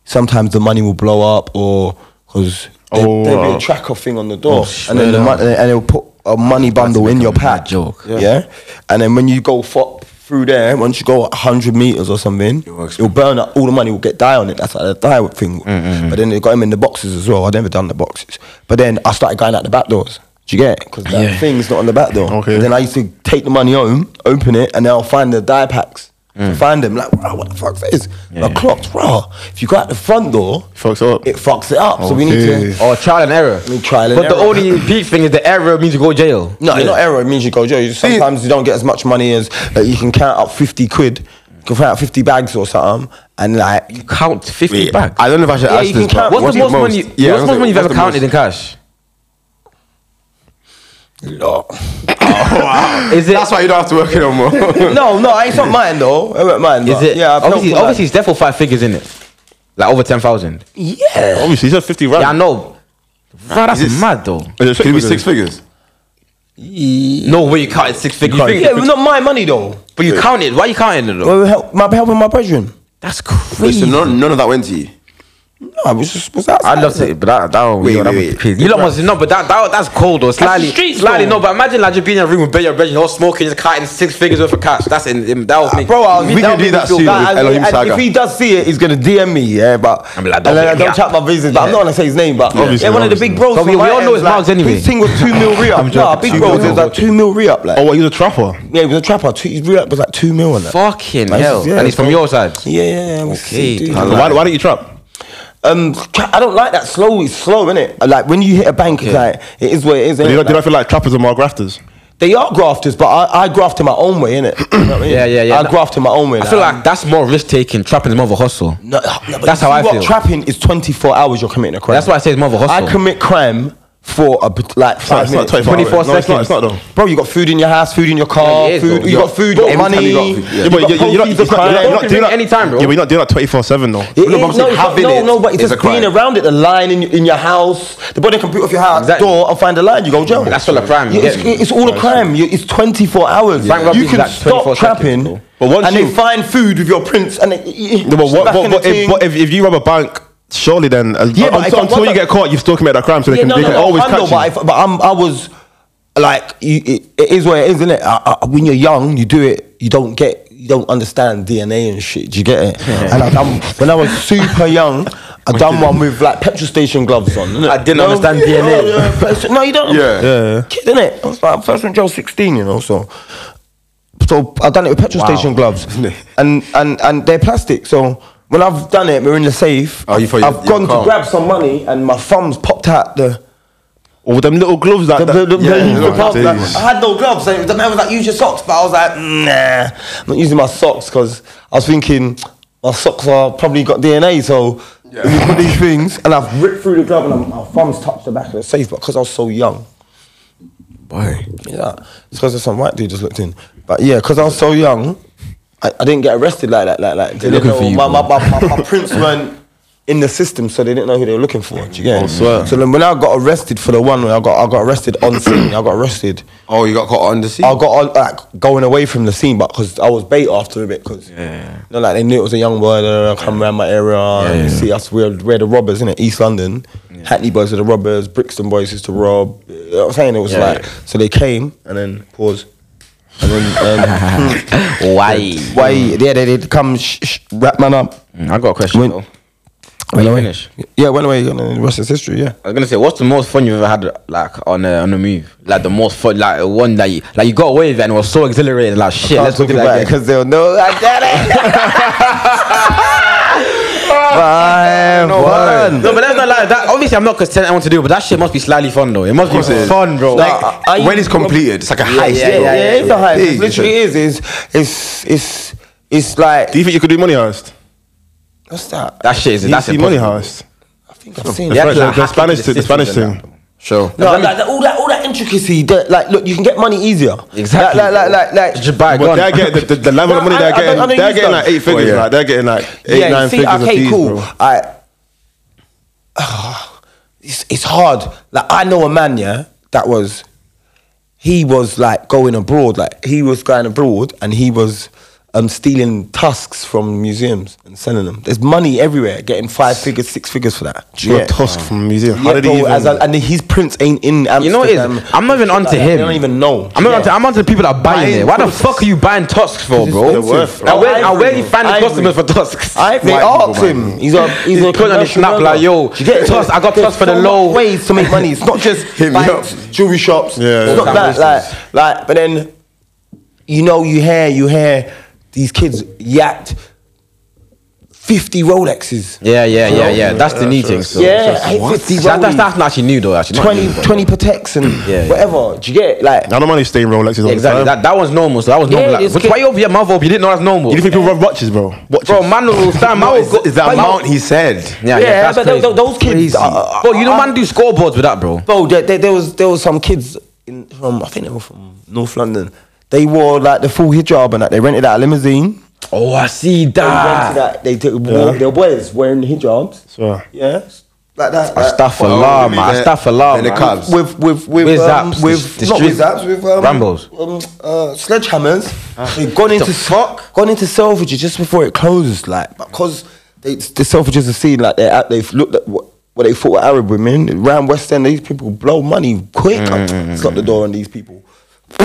D: sometimes the money will blow up, or because
E: Oh,
D: there'll be
E: wow.
D: a tracker thing on the door,
E: Oh,
D: and then the mon- and they'll put a money bundle in your pack.
C: joke.
D: yeah? And then when you go fo- through there, once you go hundred meters or something, it'll burn up. All the money will get die on it. That's like a die thing.
E: Mm,
D: But then they got him in the boxes as well. I never done the boxes, but then I started going out the back doors. Do you get? Because that thing's not on the back door.
E: Okay.
D: And then I used to take the money home, open it, and then I'll find the die packs.
E: Mm.
D: Find them like, bro, what the fuck's this? And I clocked, bro. If you go out the front door,
E: Fucks it up. Oh,
D: It fucks it up. So we need to.
E: Okay.
C: Or Oh, trial and error.
D: mean, trial and
C: but the
D: error.
C: only peak thing is the error means you go to jail.
D: No, it's not error. It means you go jail. You- Sometimes you don't get as much money as like, you can count up fifty quid. You can count up fifty bags or something, and like
C: You count 50
F: Wait,
C: back.
F: I don't know if I should
D: Yeah,
F: ask
D: you
F: this.
D: can count-
F: but
C: what's,
D: what's
C: the most, money?
F: Yeah, I
C: what's
F: was
C: the most
F: like,
C: money you've
F: what's
C: ever
F: the most?
C: counted in cash? Is it?
F: That's why you don't have to work it no more.
D: no, no, I ain't not mine though. I won't mind.
C: Is
D: but
C: it?
D: Yeah, I've
C: obviously,
D: helped
C: obviously, it's definitely five figures in it. Like over ten thousand.
E: Yeah, obviously, he said 50 rand.
C: Yeah, I know. Bro, that's mad though.
E: Is it
F: Could it be
E: figures?
F: six figures?
C: No way you counted six figures. You think-
D: Yeah, it's not my money though.
C: but you counted. Why you counting it though?
D: Well, help, my helping my brethren.
C: That's crazy.
F: Listen, none, none of that went to you.
D: No, I was just was that.
C: I love it, but that that one,
F: Wait,
C: yo, that
F: wait,
C: was
F: wait.
C: crazy. You lot must know, but that, that that's cold or slightly,
D: the streets,
C: slightly
D: though.
C: no. But imagine like just being in a room with your brethren, all smoking, just counting six figures worth of cash. That's in, in- that would make
D: Bro, I was,
F: We can
D: would
F: do
D: make
F: that
D: me feel
F: soon
D: bad.
F: with
D: I-
F: Elohim
D: I-
F: Saga.
D: If he does see it, he's gonna DM me, yeah. But
C: I mean, like,
D: and
C: don't
D: then I
C: make me
D: don't
C: up.
D: chat my business. But I'm not gonna say his name. But
E: Obviously,
D: yeah, one of the
E: obviously.
D: big bros.
C: But we-
D: from
C: we all
D: my
C: know it's
D: end,
C: Marks
D: like,
C: anyway.
D: His thing was two mil re up. Nah, big bros. It was like two mil re up. Like,
E: Oh, what, he was a trapper?
D: yeah, he was a trapper. Two, his re up was like two mil on that.
C: fucking
D: Like,
C: hell.
D: yeah,
C: and he's from
D: bro.
C: your side.
D: Yeah, yeah, yeah. we see, dude.
E: So why, why don't you trap?
D: Um, I don't like that slow. It's slow, innit? Like when you hit a bank, it's like it is what it is.
E: Do
D: innit?
E: you not, do
D: Like,
E: you not feel like trappers are more grafters?
D: They are grafters, but I, I graft in my own way, innit? You know what I mean?
C: Yeah, yeah, yeah.
D: I graft in my own way.
C: I feel like that's more risk taking. Trapping is more of a hustle.
D: No, no, but
C: That's
D: you
C: how
D: see
C: I
D: what?
C: feel.
D: Trapping is 24 hours you're committing a crime.
C: That's why I say it's more of a hustle.
D: I commit crime for a, bit- like five
E: it's not
D: minutes.
E: 24
C: 24
E: hours. No, it's not, it's not though.
D: Bro, you got food in your house, food in your car,
C: Yeah, it is,
D: food,
C: though.
D: you got food, you got
C: Every time
D: money.
C: you got
D: You
C: food,
D: got
C: yeah.
E: Yeah, but you're, you're, not,
D: proceeds
E: it's
D: of
E: not,
D: crime.
E: you're, not, you're
C: Don't
E: not doing
C: ring
E: that
C: anytime, bro.
E: Yeah, but you're not doing that 24 7 though.
D: It
F: No, but
D: is- no,
F: I'm saying
D: it's not-
F: having
D: no,
F: it
D: no, but it's
F: is a
D: just being
F: crime.
D: around it, the line in your, in your house, the body computer of your house,
C: Exactly.
D: door, and find the line, you go jail.
C: That's all a crime, you
D: Yeah, it's,
C: get me?
D: it's all a crime. You, it's 24 hours.
C: Bank robbery
D: you
C: is
D: can
C: like
D: stop
C: 24 seconds,
D: trapping,
C: bro.
E: But once
D: and
E: you-
D: they find food with your prints, and they,
E: No, but what,
D: back
E: what,
D: in the
E: what, if,
D: thing.
E: what if, if you rob a bank, surely then, as,
D: Yeah,
E: yeah,
D: but if
E: until,
D: I
E: until
D: wonder-
E: you get caught, you've still committed a crime, so they can, they can always
D: I know,
E: catch you.
D: but, if, but I'm, I was like, you, it, it is what it is, isn't it? I, I, when you're young, you do it. You don't get, you don't understand DNA and shit. Do you get it? And I done, when I was super young, I done one with like petrol station gloves on. innit?
C: I didn't understand DNA.
D: No, yeah, first- no, you don't.
F: Oh, Yeah.
E: Yeah, yeah.
D: Kid, innit? I was like, first in jail, sixteen. You know, so. So I done it with petrol station gloves, and and and they're plastic. So when I've done it, we're in the safe.
F: Oh, you thought you-
D: I've
F: you
D: gone to
F: can't.
D: grab some money, and my thumbs popped out the
E: Or with them little gloves that.
D: the- the-
E: that-
D: the-
E: yeah,
D: the-
E: yeah,
D: the-
E: yeah.
D: the-
E: Yeah.
D: I had no gloves. So the man was like, use your socks. But I was like, "Mm, nah, I'm not using my socks because I was thinking my socks are probably got DNA. So when you put these things, and I've ripped through the glove and I'm- my thumbs touched the back of the safe. But because I was so young,
F: Why?
D: yeah, it's because some white dude just looked in. But yeah, because I was so young, I, I didn't get arrested like that. Like like they didn't
F: looking
D: know
F: for you,
D: my, my, my, my, my prints weren't in the system, so they didn't know who they were looking for. Do you get it?
E: swear.
D: So then when I got arrested for the one, where I got I got arrested on scene. I got arrested.
F: Oh, you got caught on the scene.
D: I got on, like going away from the scene, but because I was bait after a bit, because you know, like they knew it was a young boy. They come around my area, and see us. We're, we're the robbers in East London. Hackney boys are the robbers. Brixton boys used to rob. You know what I'm saying it was like so they came and then pause. And then um,
C: Why?
D: why? Yeah, they did come sh- sh- wrap man up.
C: Mm, I got a question
D: When-
C: though. When you finish,
D: Yeah, went away. And then the rest is history. Yeah.
C: I was gonna say, what's the most fun you've ever had, like on a on a move, like the most fun, like one that you like you got away with and was so exhilarated, like shit,
D: Can't
C: let's go
D: talk
C: do
D: about
C: that
D: it
C: again.
D: because they'll know I did it. Five, one.
C: No, but that's not like that. Obviously, I'm not content. I want to do, but that shit must be slightly fun though. It must be fun, bro.
D: Like, are you-
F: when it's completed, it's like a
C: Yeah,
F: heist.
C: yeah,
F: bro.
D: yeah, it's a hype.
F: Big,
D: It literally is. It's it's it's it's like
E: Do you think you could do money heist?
D: what's that?
C: that shit is
E: Do you
C: that's
E: see money
C: impossible.
E: heist?
D: I think I've seen
E: The
D: that.
E: French-
C: like,
E: the
C: hack
E: Spanish
C: into
E: thing.
C: the
E: The Spanish
C: system
E: thing.
F: Sure.
D: No, like, that- all that all that intricacy. That, like, look, you can get money easier.
C: Exactly.
D: Like, like, like, like, like
C: Just buy a
E: But
C: gun.
E: they're getting the, the, the level of
D: No,
E: money
D: I- I
E: they're
D: don't- I don't
E: getting. They're
D: use
E: getting
D: guns.
E: like eight figures.
F: yeah.
E: Like they're getting like eight,
D: Oh, you
E: nine figures. of
D: Okay,
E: these,
D: cool.
E: bro.
D: I. ah, it's it's hard. Like I know a man, yeah, that was. He was like going abroad. Like he was going abroad, and he was. Um, stealing tusks from museums and selling them. There's money everywhere. Getting five figures, six figures for that. Do you
E: Got
D: get it?
E: Tusk from the museum.
D: Yeah,
E: How did he
D: bro,
E: even?
D: as a- and his prints ain't in Amsterdam.
C: You know what it is? I'm not even
D: Shit
C: onto
D: like that.
C: him.
D: They don't even know.
C: I'm not
D: Yeah.
C: onto. I'm onto the people that are buying
F: Buying
C: it. Why the
F: tusks.
C: fuck are you buying tusks for, bro?
E: the worth,
C: And where, and
D: Ivory,
C: where you find the
D: ivory.
C: customers for tusks?
D: I they
F: White
D: asked
F: people,
D: him. He's a he's,
C: He's
D: a
C: putting on his
D: commercial
C: snap
D: runner.
C: like, yo,
D: Do you get it?
C: Tusk, I got
D: There's
C: Tusk for the
D: so much
C: low.
D: Ways to make money. It's not just
F: Hit me
D: banks,
F: up.
D: jewelry shops.
E: Yeah,
D: it's
E: yeah.
D: not that. Like, like, but then you know, you hear you hear these kids yacked fifty Rolexes.
C: Yeah, yeah, yeah, yeah. That's the new thing. so-
D: Yeah,
C: so-
D: I hate fifty
C: See, that- that's
D: Rolex.
C: that's not actually new though. Actually, not
D: 20,
C: new, but-
D: 20 protects and
C: Yeah, yeah.
D: whatever. Do you get it? Like,
E: I don't money staying Rolexes all
C: Exactly.
E: the time.
C: That, that one's normal. So that was
D: Yeah,
C: normal.
D: it's
C: like, which
D: good.
C: why you over your mouth up? You didn't know that's normal.
E: You think people rob watches, bro? Watches.
C: Bro, man will stand. Man will
F: Is,
C: go.
F: is that
C: man will-
F: amount he said?
C: Yeah, yeah.
D: yeah,
C: that's
D: but tho-
C: crazy.
D: tho- those kids. are-
C: uh, Bro, you know,
D: are-
C: man do scoreboards with that, bro.
D: Bro, there, there, there was there was some kids in from I think they were from North London. They wore like the full hijab and that. They rented out a limousine
C: Oh, I see
D: went to
C: that.
D: that. They took wore- their boys wearing hijabs.
E: So,
D: Yeah, like that. like-
C: Astaghfirullah,
F: really?
C: man.
F: They're-
C: Astaghfirullah,
F: they're the
C: man.
F: Cubs.
D: with with with
C: With
D: um,
C: zaps,
D: with
C: the- the
D: not with
C: street-
D: zaps with um,
C: Rambos.
D: um, uh, sledgehammers.
C: Ah.
D: They've gone into fuck gone into Selfridges just before it closed, like because they, the Selfridges are seen like they're out, they've looked at what. What they thought were Arab women around West End, these people blow money quick.
C: Mm.
D: Slap the door on these people.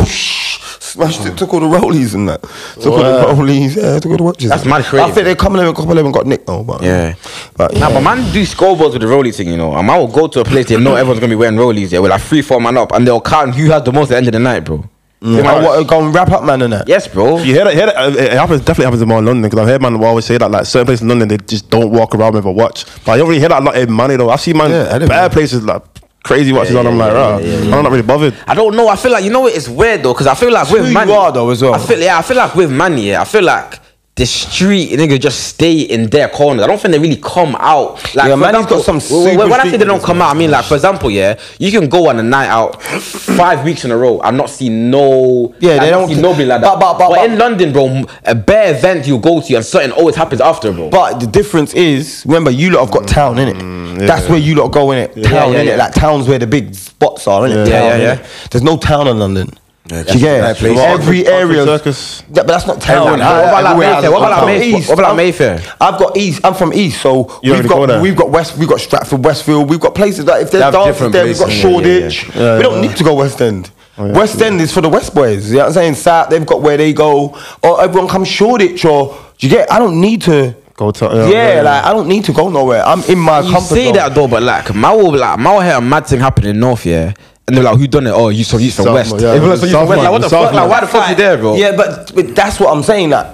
D: Smashed it, took all the rollies and that. Took all the rollies, yeah, took all the watches.
C: That's mad
D: I
C: creative.
D: think they come in and couple of them got nicked though, but
C: Yeah.
D: But,
C: Nah,
D: yeah.
C: but man, do scoreboards with the rolly thing, you know. And man will go to a place they know everyone's gonna be wearing rollies. Yeah, with like three, four man up, and they'll count who has the most at the end of the night, bro. They might
D: Like,
C: wa-
D: what, go and wrap up, man, and that.
C: Yes, bro.
E: you hear that? Hear that? uh, It happens. Definitely happens in more London because I've heard man will always say that. Like certain places in London, they just don't walk around with a watch. But I don't really hear that a lot in money though. I've seen man
F: Yeah,
E: bad
F: I don't know.
E: places like crazy watches on. I'm like, rah, I'm not really bothered.
C: I don't know. I feel like you know what, it's weird though, because I feel like with
D: who you
C: man,
D: are, though, as well.
C: I feel yeah, I feel like with man, yeah, I feel like the street niggas just stay in their corners. I don't think they really come out. Like
D: Yeah,
C: for
D: man, he's
C: example,
D: got some
C: w- w- when,
D: super
C: I say
D: street
C: they don't
D: niggas,
C: come out, I mean like for example, yeah, you can go on a night out five weeks in a row and not see no.
D: Yeah,
C: like,
D: they
C: not
D: don't-
C: see nobody like that.
D: but- but- but- but-
C: in London, bro, m- a bare event you go to and something always happens after, bro.
D: But the difference is, remember, you lot have got town innit? That's where you lot go in it. Town
C: Yeah,
D: innit?
C: yeah, yeah.
D: Like towns where the big spots are innit?
C: Yeah,
D: Town,
C: yeah, yeah.
D: innit? There's no town in London. Yeah,
F: that's
D: yeah.
F: the right place.
D: every
E: Oxford
D: area.
E: Circus.
D: Yeah, but that's not town.
F: Everyone- What about like Mayfair? What about
D: I'm
F: like
D: from
C: Mayfair?
D: East.
C: What about like
D: I'm-
C: Mayfair?
D: I've got East. I'm from East, so
E: You
D: we've
E: already go there?
D: got we've got West, we've got Stratford, Westfield, we've got places that if there's
F: have
D: dances
F: different
D: there, we've got
F: places, yeah, yeah, yeah.
D: Shoreditch. We don't need to go West End.
E: yeah,
D: West End is for the West boys. You know what I'm saying? South, they've got where they go, or everyone comes Shoreditch, or do you get? I don't need to
E: Go to
D: yeah, like I don't need to go nowhere. I'm in my
C: you
D: comfort
C: say
D: zone.
C: that though, but like my will like my will hear a mad thing happen in North, yeah. And they're like, who done it? Oh, you from you from
E: South,
C: West.
E: yeah.
C: If it's you from
E: South
C: West, like,
E: man,
C: what the
E: South
C: fuck? Like,
E: man.
C: why the fuck you there, bro?
D: Yeah, but, but that's what I'm saying. Like,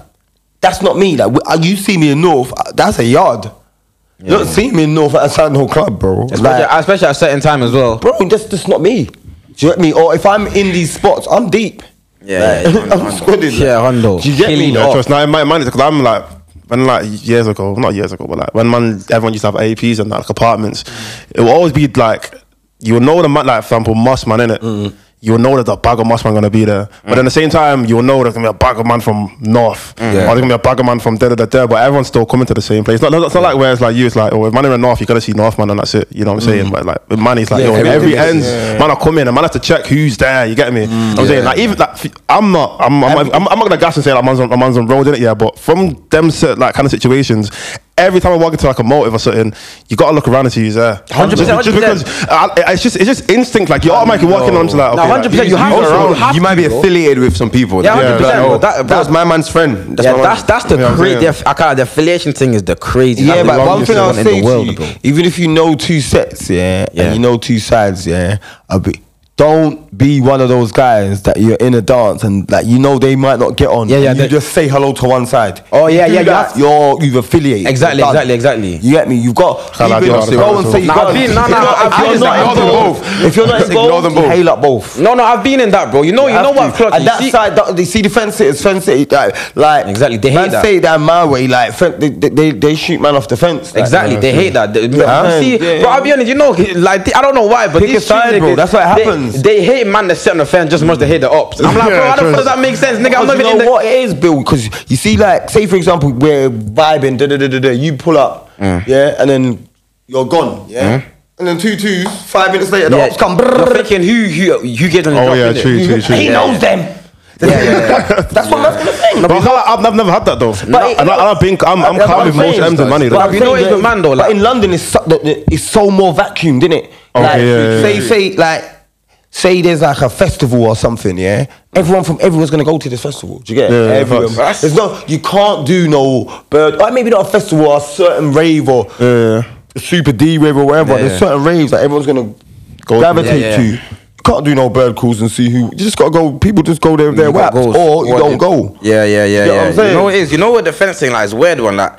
D: that's not me. Like, w- you see me in North, uh, that's a yard. You don't see me in North outside no club, bro.
C: Especially,
D: Like,
C: especially at a certain time as well.
D: bro, that's just not me. Do you get me? Or if I'm in these spots, I'm deep.
C: Yeah,
D: Like,
C: yeah, yeah.
D: I'm squadding.
C: Yeah, Hondo.
D: Do you get me?
C: Killing
E: Yeah,
C: off.
E: trust. Now in my mind, because I'm like when like years ago, not years ago, but like when man, everyone used to have APs and like apartments. It will always be like you will know the man, like for example, Moss man in it.
C: Mm-hmm.
E: You'll know that the bag of Moss man gonna be there,
D: Mm.
E: but at the same time, you'll know there's gonna be a bag of man from North, or there's gonna be a bag of man from there, there, there. But everyone's still coming to the same place. Not, not, it's not like where it's like you. It's like oh, if man are in North, you gotta see North man, and that's it. You know what I'm
C: Mm.
E: saying? But like with man, it's like yo, every ends man are coming, and man has to check who's there. You get me?
C: Mm.
E: I'm saying like even like f- I'm not. I'm I'm, I'm, I'm, I'm not gonna gas and say like man's on, man's on road in it, yeah. But from them set like kind of situations, every time I walk into like a motive or something, you gotta look around and see who's there.
C: 100%,
E: Just because uh, I- it's just it's just instinct. Like you're automatically walking on to like okay,
C: No, 100%
E: Like,
C: you have
E: who's
C: to, bro.
E: around?
C: You have
F: you might
C: to,
F: be
C: bro.
F: affiliated with some people.
C: Yeah,
F: Like,
C: 100%,
F: oh,
C: bro. That-
F: that was my man's friend. That's
C: yeah,
F: my man's-
C: that's that's the
E: Yeah, I'm
C: crazy.
E: saying.
C: The, f- I can't, the affiliation thing is the crazy.
D: Yeah,
C: that's the
D: but one
C: wrongest
D: thing I'll
C: one in the
D: say to
C: world,
D: you,
C: bro.
D: even if you know two sets, yeah,
C: Yeah.
D: and you know two sides, yeah, I'll be. Don't be one of those guys that you're in a dance and like you know they might not get on.
C: Yeah, yeah,
D: and You
C: they-
D: just say hello to one side.
C: Oh,
D: You
C: yeah, yeah,
D: do
C: you
D: That,
C: have-
D: you are you've affiliated.
C: Exactly,
D: You're done.
C: exactly, exactly.
D: You get me? You've got.
E: Nah, nah,
D: even
E: I
D: if
E: do
D: you
E: that
D: Go and
E: as
D: say
E: well.
D: you
C: Nah,
D: got.
C: I've been- nah,
D: if you're
C: nah, I've
D: not- if
C: been
D: you're
C: in that.
D: not involved, if you're not
F: Ignore
D: involved,
F: them
D: you
F: both.
D: hail up both.
C: No, no, I've been in that, bro. You know, you, know what? Clark,
D: And
C: you
D: that
C: see-
D: side, that, they see the fence sitters, fence it, like, like
C: Exactly, they
D: man
C: hate that.
D: say that my way, like fen- they, they, they, they shoot man off the fence. like,
C: Exactly,
D: you know.
C: they hate that. They-
D: Yeah.
C: See,
D: Yeah,
C: bro,
D: yeah.
C: I'll be honest, you know, like I don't know why, but
D: Pick a
C: these street
D: side, bro,
C: niggas,
D: that's what
C: they-
D: happens.
C: They, hate man that sit on the fence just as much as they hate the ops. I'm like, bro,
E: Yeah,
C: how the fuck
E: trust.
C: does that make sense, nigga? I'm
D: Because
C: not
D: you
C: even in
D: know
C: the.
D: what it is, Bill. Because you see, like, say for example, we're vibing, da da da da da. You pull up,
C: Mm.
D: yeah, and then you're gone, yeah. And then two twos, five minutes later, the ops come.
C: You're
D: brrrr.
C: thinking who who who gives them the
E: Oh,
C: drop,
E: yeah,
C: innit?
E: true, true, true.
D: he
E: Yeah,
D: knows them. That's what man's gonna think.
E: But I can't- I've, I've never had that though.
D: But it-
E: I'm, not, I'm, being, I'm, I'm
D: That's what
E: calm with most
D: saying.
E: M's and money
D: But
E: though.
D: I'm
C: You know
D: saying
C: it's
D: that-
C: with man, though, like-
D: But in London, it's so, the- the- it's so more vacuumed, isn't it?
E: Okay,
D: like,
E: yeah, yeah,
D: say,
E: yeah.
D: say, like, say there's like a festival or something, yeah. Everyone from everyone's gonna go to this festival. Do you get it?
E: Yeah, yeah,
D: Everyone.
E: facts.
D: bro. There's no, you can't do no bird. Or maybe not a festival, or a certain rave, or
E: Yeah.
D: super D rave or whatever.
C: Yeah,
D: there's
C: yeah.
D: certain raves that everyone's gonna
E: Go to.
D: gravitate
C: Yeah, yeah.
D: to. You can't do no bird calls and see who. You just gotta go. People just go there, with their
C: You got
D: waps,
C: goals.
D: or you
C: What
D: don't
C: if-
D: go.
C: Yeah, yeah, yeah,
D: You know what
C: yeah.
D: I'm
C: you
D: saying?
C: know what it is. You know what the fence thing like is a weird one. Like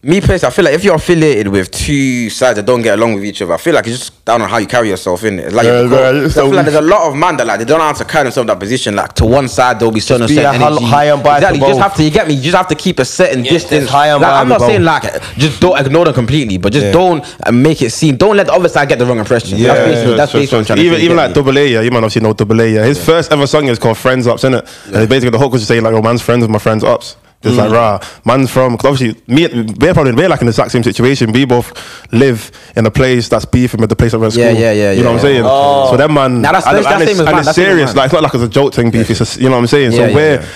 C: me personally, I feel like if you're affiliated with two sides that don't get along with each other, I feel like it's just down on how you carry yourself in it. Like,
E: Yeah,
C: you-
E: bro, it's
C: I feel
E: so-
C: like there's a lot of man that like they don't know how to carry themselves in that position. Like to one side they'll be certain
D: Just be
C: certain
D: a hal-
C: energy.
D: high and biased
C: exactly. You just
D: above.
C: have to. You get me. You just have to keep a certain distance.
D: just high and
C: like,
D: biased
C: I'm not
D: above.
C: saying like just don't ignore them completely, but just don't uh, make it seem. Don't let the other side get the wrong impression.
E: Yeah,
C: that's basically,
E: yeah,
C: that's
E: sure,
C: basically
E: sure,
C: what I'm
E: sure.
C: trying
E: even
C: to say,
E: even
C: get
E: like
C: me?
E: Double A, yeah, you might have seen no Double A, yeah. His first ever song is called "Oh, Friends Ups, innit? And it's basically the hook was just saying like, "Your man's friends with my friends ups." There's
C: Mm.
E: like rah, man's from because obviously me, we're probably we're like in the exact same situation. We both live in a place that's beefing with the place I went to
C: Yeah,
E: school.
C: yeah, yeah,
E: You know
C: yeah,
E: what I'm saying? So that man,
C: Nah, that's-
E: and,
C: that's- that's
E: and
C: same
E: it's,
C: as
E: and
C: mine,
E: it's
C: that's same as
E: serious.
C: mine.
E: Like it's not like it's a joke thing beef. It's just, you know what I'm saying?
C: Yeah,
E: so
C: yeah,
E: we're
C: yeah.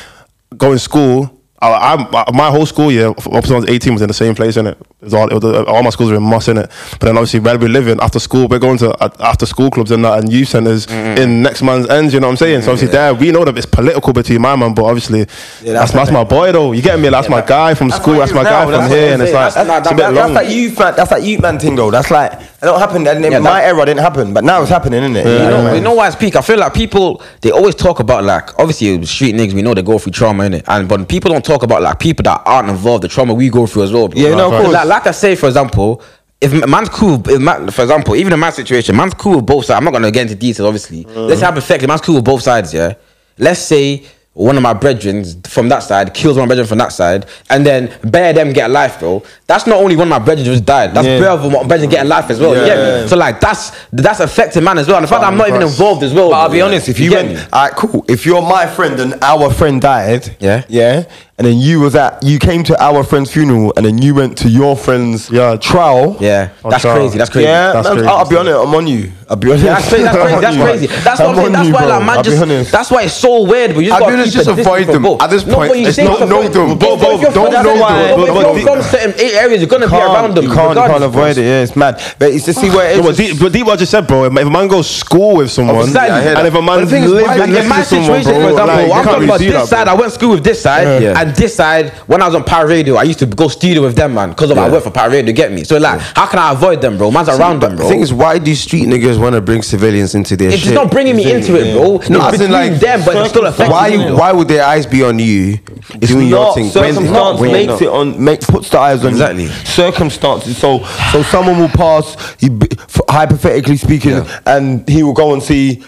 E: going school. I, I'm, I- my whole school year, up until I was 18, was in the same place, innit? It was all, it was, all my schools were in Moss, innit? But then obviously, where we're living, after school, we're going to uh, after school clubs and that, and youth centers in next man's ends, you know what I'm saying? so obviously, there, we know that it's political between my man, but obviously, that's, that's, my boy, though. You get me? That's my guy from school, that's my guy from here, and it's like,
D: that's,
E: it's a bit
D: that, that's
E: long.
D: that youth man. That's that youth man thing though. That's like it don't happen. That,
C: Yeah,
D: my
C: that-
D: era didn't happen, but now it's happening, isn't it?
C: You
D: Yeah.
C: know, you know why it's peak? I feel like people they always talk about like obviously street niggas we know they go through trauma in it, and but people don't talk about like people that aren't involved the trauma we go through as well.
D: Yeah, no, of course.
C: Like, like I say, for example. If a man's cool, if man, for example, even in my situation, man's cool with both sides. I'm not gonna get into details, obviously. Let's have effect. Man's cool with both sides, yeah. Let's say one of my brethren from that side kills one brethren from that side, and then bear them get a life, bro. That's not only one of my brethren just died. That's bear of one brethren getting life as well. you get me? So like that's that's affecting man as well. And the fact that I'm not even involved as well.
D: But I'll
C: bro,
D: be
C: yeah.
D: honest, if you,
C: get me?
D: went, all right, cool. If you're my friend and our friend died,
C: Yeah.
D: yeah, and then you was at, you came to our friend's funeral, and then you went to your friend's
E: Yeah.
D: trial,
C: yeah, that's
E: trial.
C: crazy. That's crazy.
D: yeah.
E: That's
D: man,
E: crazy.
D: I'll, I'll be honest, I'm on you. I'll be honest.
C: Yeah, that's crazy. That's
D: I'm
C: crazy.
D: on
C: That's,
D: you,
C: crazy.
D: man.
C: that's what I'm saying.
D: on
C: That's
D: you,
C: why
D: bro.
C: like man
D: I'll be
C: just.
D: honest.
C: That's why it's so weird. But you just
F: I'll be
C: gotta
F: honest,
C: keep
F: just
C: a distance
F: avoid
C: from
F: them.
C: both.
F: At this
C: No,
F: point,
C: but you
F: it's
C: say
F: not-
C: to
F: know
C: avoid-
F: them.
C: if-
F: Both-
C: if you're
F: both-
C: from
F: don't
C: that
F: know
C: side, if
F: them. Don't
C: you're
F: avoid
C: from
F: them.
C: certain areas, you're gonna be around
D: Can't,
C: them.
D: you can't, you can't
C: regardless, bro.
D: avoid it. Yeah, it's mad. But it's to see where it is.
E: No, but deep, but deep what you said, bro. If if a man goes school with someone,
C: Exactly. Yeah, I hear
E: and
C: that.
E: if a man
F: But the thing is,
E: lives with
F: why-
C: Like in my
E: next to someone,
C: situation,
E: bro,
C: for example,
E: like, you
C: I'm
E: can't
C: talking
E: really
C: about
E: do
C: this
E: that, bro.
C: side. I went to school with this side,
E: Yeah.
C: and this side. When I was on Pirate Radio, I used to go studio with them, man, because of I work for Pirate Radio. Get me? So like, how can I avoid them, bro? Man's around them, bro.
F: The thing is, why do street niggas want to bring civilians into their
C: It's
F: shit?
C: just not bringing me into it, bro. It's
F: No, as
C: between
F: in like
C: them, but it's still affecting
F: Why?
C: me,
F: You,
C: though.
F: why would their eyes be on you doing your
D: not
F: thing?
D: circumstance
F: you're
D: makes
F: not?
D: it on make puts the eyes on you.
F: Exactly.
D: circumstances so so someone will pass you b- f- hypothetically speaking and he will go and see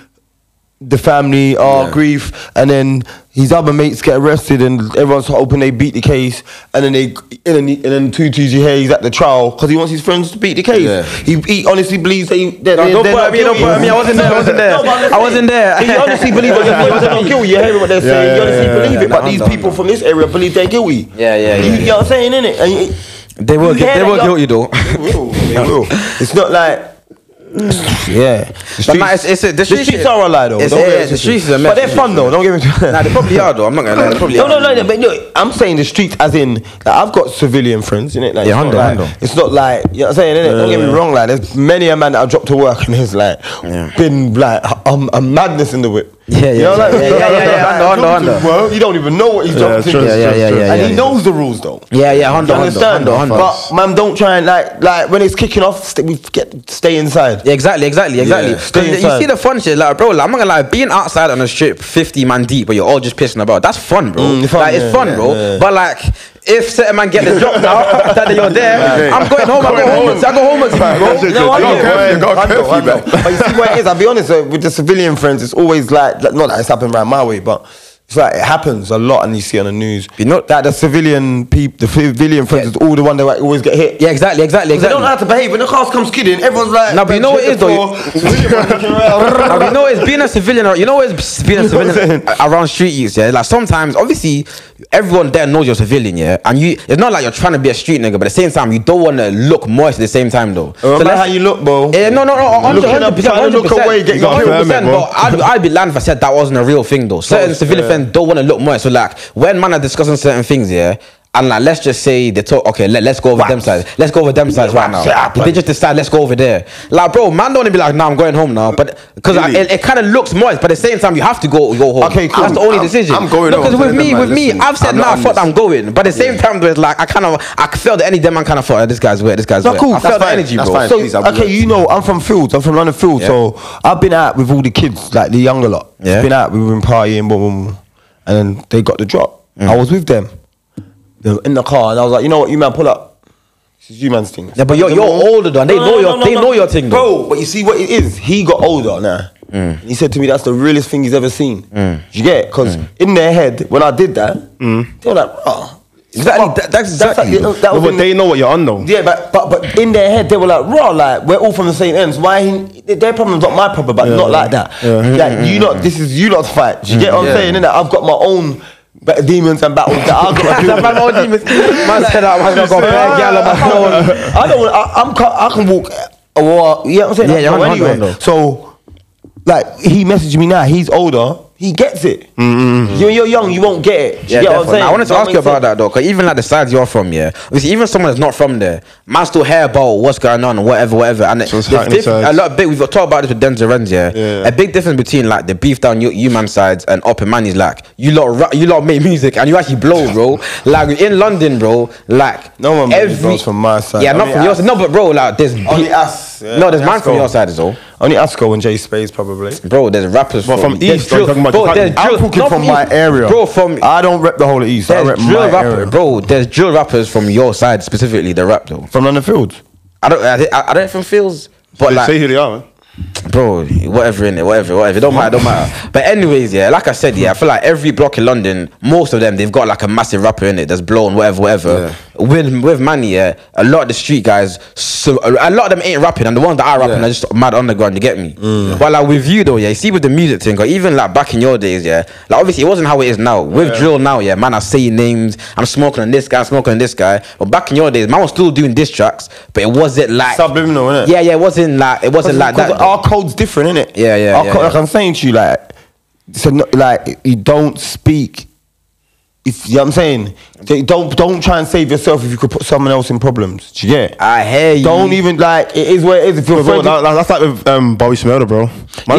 D: the family or grief and then his other mates get arrested and everyone's open they beat the case and then they and then, he- and then two two here he's at the trial because he wants his friends to beat the case
F: Yeah.
D: he, he honestly believes they they're,
C: No,
D: they're,
C: don't
D: they're
C: put
D: not
C: at me, don't
D: guilty.
C: put at me, I wasn't there, I wasn't there.
D: No, but I'm just
C: I wasn't
D: saying,
C: there.
D: he honestly believes that your friends are not guilty you hear what they're saying
E: yeah,
D: you honestly
E: yeah,
D: believe
C: yeah.
D: it but
C: No,
D: these
C: no,
D: people from this area believe they're guilty
C: Yeah, yeah,
D: you,
C: yeah,
D: you
C: yeah.
D: know what I'm saying innit and you-
C: They were
D: you hear
C: they
D: that,
C: were
D: yo-
C: guilty though.
D: They will, they will. it's not like yeah,
C: But man, it's- it's a- the
D: the
C: streets-
D: streets are a lie though.
C: it's-
D: Don't
C: yeah,
D: get me
C: yeah, the
D: twisted.
C: streets is a
D: but
C: mess.
D: they're fun though. Don't get me.
C: Nah, they probably are though. I'm not gonna lie. They probably
D: No,
C: are.
D: no, no, no, but look, I'm saying the streets as in, like, I've got civilian friends, innit? Like,
C: Yeah,
D: it's,
C: hundo,
D: not
C: hundo.
D: like, it's not like, you know what I'm saying, innit? Don't get me wrong, like, there's many a man that I've dropped to work and it's like, been like, um, a madness in the whip.
C: Yeah,
D: You know
C: yeah,
D: what I mean?
C: yeah, yeah, yeah, yeah, hundo,
D: Dropped
C: hundo,
D: to
C: hundo.
D: work, You don't even know what he's dropped
E: trust,
D: to.
E: Yeah, yeah, trust, yeah,
C: trust. yeah,
D: And
C: yeah,
D: he
C: yeah.
D: knows the rules though.
C: Yeah, yeah, hundo,
D: You
C: hundo,
D: understand?
C: hundo, hundo.
D: But, man, don't try and, like, like when it's kicking off, st- we get, stay inside.
C: Yeah, exactly, exactly, exactly.
D: Yeah, stay
C: 'Cause
D: inside.
C: you see the fun shit, like bro. Like, I'm not gonna lie, being outside on a strip, 50 man deep, but you're all just pissing about. That's fun, bro.
D: Mm, fun,
C: like
D: yeah,
C: it's fun,
D: yeah,
C: bro.
D: yeah.
C: But like, if certain man get the job now that you're there, I'm going home. I go home. with- I go home with you, bro.
E: That's it,
D: No, I
E: you
D: know.
E: got curfew, you got
D: I know,
E: curfew,
D: I know.
E: man.
D: But you see what it is. I'll be honest. uh, With the civilian friends, it's always like like, not that it's happened around my way, but it's like it happens a lot, and you see on the news.
C: You know-
D: that the civilian people, the civilian friends, is all the one that like, always get hit.
C: Yeah, exactly, exactly,
D: They don't know
C: exactly.
D: how to behave when the cars come skidding. Everyone's like,
C: No, but you know what it is, though, you-
D: though.
C: Now, you know, it's being a civilian. You know, it's being a civilian around street youths. Yeah, like sometimes, obviously, everyone there knows you're a civilian. Yeah, and you, it's not like you're trying to be a street nigga, but at the same time, you don't want to look moist. At the same time, though. So
D: Remember
C: that's-
D: how you look, bro.
C: Yeah, no, no, no.
D: Looking up,
C: 100
D: trying to look away, get your
E: permit, bro.
C: But I'd, I'd be lying if I said that wasn't a real thing, though. Certain civilian fans don't want to look more. So, like, when man are discussing certain things, yeah. And like, let's just say they talk. Okay, let, let's go over them sides. Let's go over them sides right now. They just decide let's go over there. Like, bro, man, don't wanna be like, nah, I'm going home now. But because it, it kind of looks moist, but at the same time, you have to go go home.
F: Okay, cool.
C: That's the only
F: I'm-
C: decision.
F: I'm going
C: Because
F: home.
C: with
F: Tell
C: me,
F: them,
C: with
F: man,
C: me,
F: listen,
C: I've said
F: I'm not
C: nah,
F: on
C: fuck,
F: this.
C: I'm going. But at the same time, there's like I kind of I felt the any them man kind of thought oh, this guy's weird. This guy's weird.
D: cool,
C: I felt
D: that's
C: the
D: fine,
C: energy,
F: that's
C: bro.
F: fine.
D: So
F: Please, I'll be
D: okay,
F: honest.
D: you know, I'm from Fields. I'm from London Fields.
C: Yeah.
D: So I've been out with all the kids, like the younger lot.
C: Yeah.
D: Been out, we've been partying, boom, boom, boom. and then they got the drop.
C: Mm.
D: I was with them They were in the car, and I was like, you know what, you man, pull up. This is you man's thing.
C: Yeah, but you're, you're older though, and they know your they know your thing though. Mm.
D: Bro, but you see what it is? He got older now. And He said to me, that's the realest thing he's ever seen. You get it? Because
C: Mm.
D: in their head, when I did that, they were like, oh.
C: Exactly, that- that's exactly-
D: that, that was
E: No, but
D: in-
E: they know what you're on, though.
D: yeah, but, but but in their head they were like, raw, like we're all from the same ends. Why he, their problem's not my problem, but not like that. Like you lot, this is you lot's fight. Do you get what I'm saying? Innit? I've got my own ba- demons and battles that I gotta do.
C: man, my demons. Man said that man, I got bare gal on my
D: I
C: phone.
D: don't- I don't want. I, I'm. co- I can walk a walk. Yeah, I'm saying.
C: Yeah,
D: I
C: you're
D: can go
C: on- on-
D: anywhere.
C: on though.
D: So, like, he messaged me now. He's older. He gets it. You're, you're young. You won't get it. Do
C: Mm-hmm. Yeah,
D: you get what I'm
C: definitely.
D: saying?
C: I wanted to
D: Don't
C: ask you
D: make
C: about
D: sense.
C: that though, because even like the sides you're from, yeah. Obviously, even someone that's not from there, man still hear about what's going on, whatever, whatever. And
E: So it's
C: the
E: hiding
C: diff-
E: sides.
C: a lot of big. We've talked about this with Denzel Renz, yeah?
E: Yeah.
C: A big difference between like the beef down you, you man sides and up in man is like you lot ra- you lot make music and you actually blow, bro. like in London, bro. Like
D: No one makes blows from my side.
C: Yeah, not
D: Only
C: from your
D: us.
C: side. No, but bro, like there's
D: Only
C: be-
D: us. yeah,
C: no, there's
D: only
C: man
D: us
C: from
D: go.
C: your side as well.
D: Only Asco and Jay Space probably.
C: Bro, there's rappers
E: But from
C: there's
E: East, you're talking about
C: bro,
E: Japan.
C: there's
E: I'm
C: drill-
F: talking
C: not
F: from my
C: East.
F: area.
C: Bro, from
D: I don't rep the whole of East. I
C: There's
D: rep
C: drill
D: my
C: rapper,
D: area.
C: bro. There's drill rappers from your side specifically. The rap though.
D: From London Field.
C: I don't. I, I, I don't think feels. But
E: They
C: like,
E: say who they are, man.
C: bro, whatever in it, whatever, whatever. It don't matter, don't matter. But anyways, yeah, like I said, yeah, I feel like every block in London, most of them, they've got like a massive rapper in it that's blown, whatever, whatever. With with money, yeah, a lot of the street guys, so a lot of them ain't rapping, and the ones that are rapping are just mad underground. You get me? But like with you though, yeah, you see with the music thing, or even like back in your days, yeah, like obviously it wasn't how it is now. With drill now, yeah, man, I say names. I'm smoking on this guy, I'm smoking on this guy. But back in your days, man was still doing diss tracks, but it wasn't like
D: Subliminal, innit?
C: Yeah, yeah, it wasn't like it wasn't like that.
D: Because
C: though.
D: Our code's different, isn't it?
C: Yeah, yeah,
D: Our
C: yeah,
D: code,
C: yeah.
D: Like I'm saying to you, like, so no, like you don't speak. If you know what I'm saying, They- don't don't try and save yourself if you could put someone else in problems. Do you get? it?
C: I hear you.
D: don't even like it is what it is. If you're
E: Bro,
D: friends,
E: that, that- that's like with um, Bobby Shmurda, bro. Man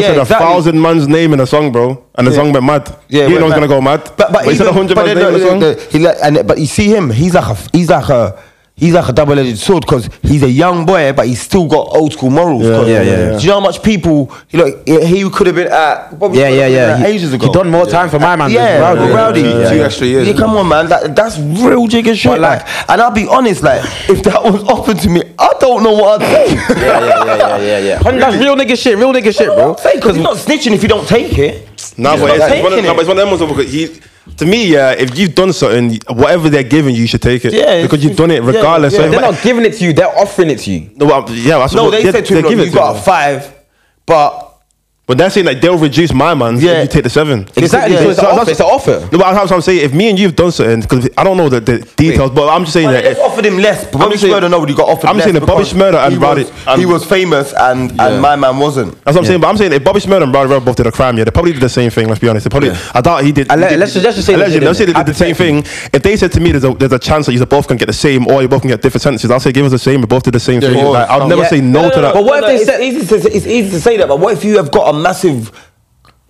D: Yeah,
E: said a
D: exactly.
E: thousand man's name in a song, bro, and the song went mad. Yeah, you
D: but-
E: know it's gonna go mad.
D: But but,
E: he said a
D: even-
E: hundred
D: but
E: man's
D: then
E: name in a
D: the-
E: song.
D: the- he like, and but you see him, he's like a f- he's like a he's like a double-edged sword because he's a young boy, but he's still got old school morals. 'cause-
E: yeah, yeah, yeah.
D: Do you know how much people? You know, he he could have been at Bobby
C: Yeah,
D: could
C: yeah,
D: have been
C: yeah.
D: at
C: He-
D: ages
C: he
D: ago.
C: done more time for my man than
D: Yeah,
C: Rowdy.
D: Rowdy. Rowdy.
E: Yeah, yeah,
D: Two
E: yeah.
D: extra years. Yeah, come on, man. That, that's real jig and shit.
C: But like-
D: like, and I'll be honest, like, if that was offered to me, I don't know what I'd say.
C: yeah, yeah, yeah, yeah, yeah, yeah. Hun, That's real nigga shit, real nigga shit, bro.
D: Because you're not snitching if you don't take it.
E: Nah, but
D: not
E: it's, it's
D: taking
E: one of, nah,
D: it.
E: but it's one of them ones where because he, to me, yeah, if you've done something, whatever they're giving you, you should take it.
D: Yeah, it's-
E: because you've done it
D: yeah,
E: regardless.
D: yeah.
E: so it
C: They're
E: might-
C: not giving it to you, they're offering it to you.
E: no, well, yeah, that's
D: No,
E: what
D: they
E: they're-
D: said to
E: they're
D: him, look,
E: giving
D: you
E: to
D: got
E: you.
D: a five, but
E: But they're saying like they'll reduce my man
D: Yeah.
E: if you take the seven.
C: Exactly,
D: yeah,
C: so it's,
E: so
C: an offer.
E: that's-
C: it's an offer.
E: No, but that's what I'm saying. If me and you've done something, because I don't know the, the details, but I'm just saying
D: But
E: that.
D: they
E: If,
D: just offered him less. But Bobby
E: just saying-
D: Shmurda nobody got offered
E: I'm
D: less
E: saying that Bobby
D: because
E: Shmurda and
D: he
E: Brady-
D: was,
E: and-
D: he was famous and, and my man wasn't.
E: that's what I'm saying. But I'm saying if Bobby Shmurda and Brady Rebel both did a crime, yeah, they probably did the same thing. Let's be honest. They probably, I doubt he did.
C: And let-
E: he did-
C: let's just- let's just say they
E: allegedly,
C: did,
E: let's say they
C: innit?
E: did the same thing. If they said to me, "There's a there's a chance that you both can get the same, or you both can get different sentences," I'll say, "Give us the same. We both did the same thing."
D: yeah.
E: Like, I'll never
C: Yeah.
E: say no, to that.
C: But what if they
D: it's,
C: said-
D: easy to, say- it's easy to say that, but what if you have got a massive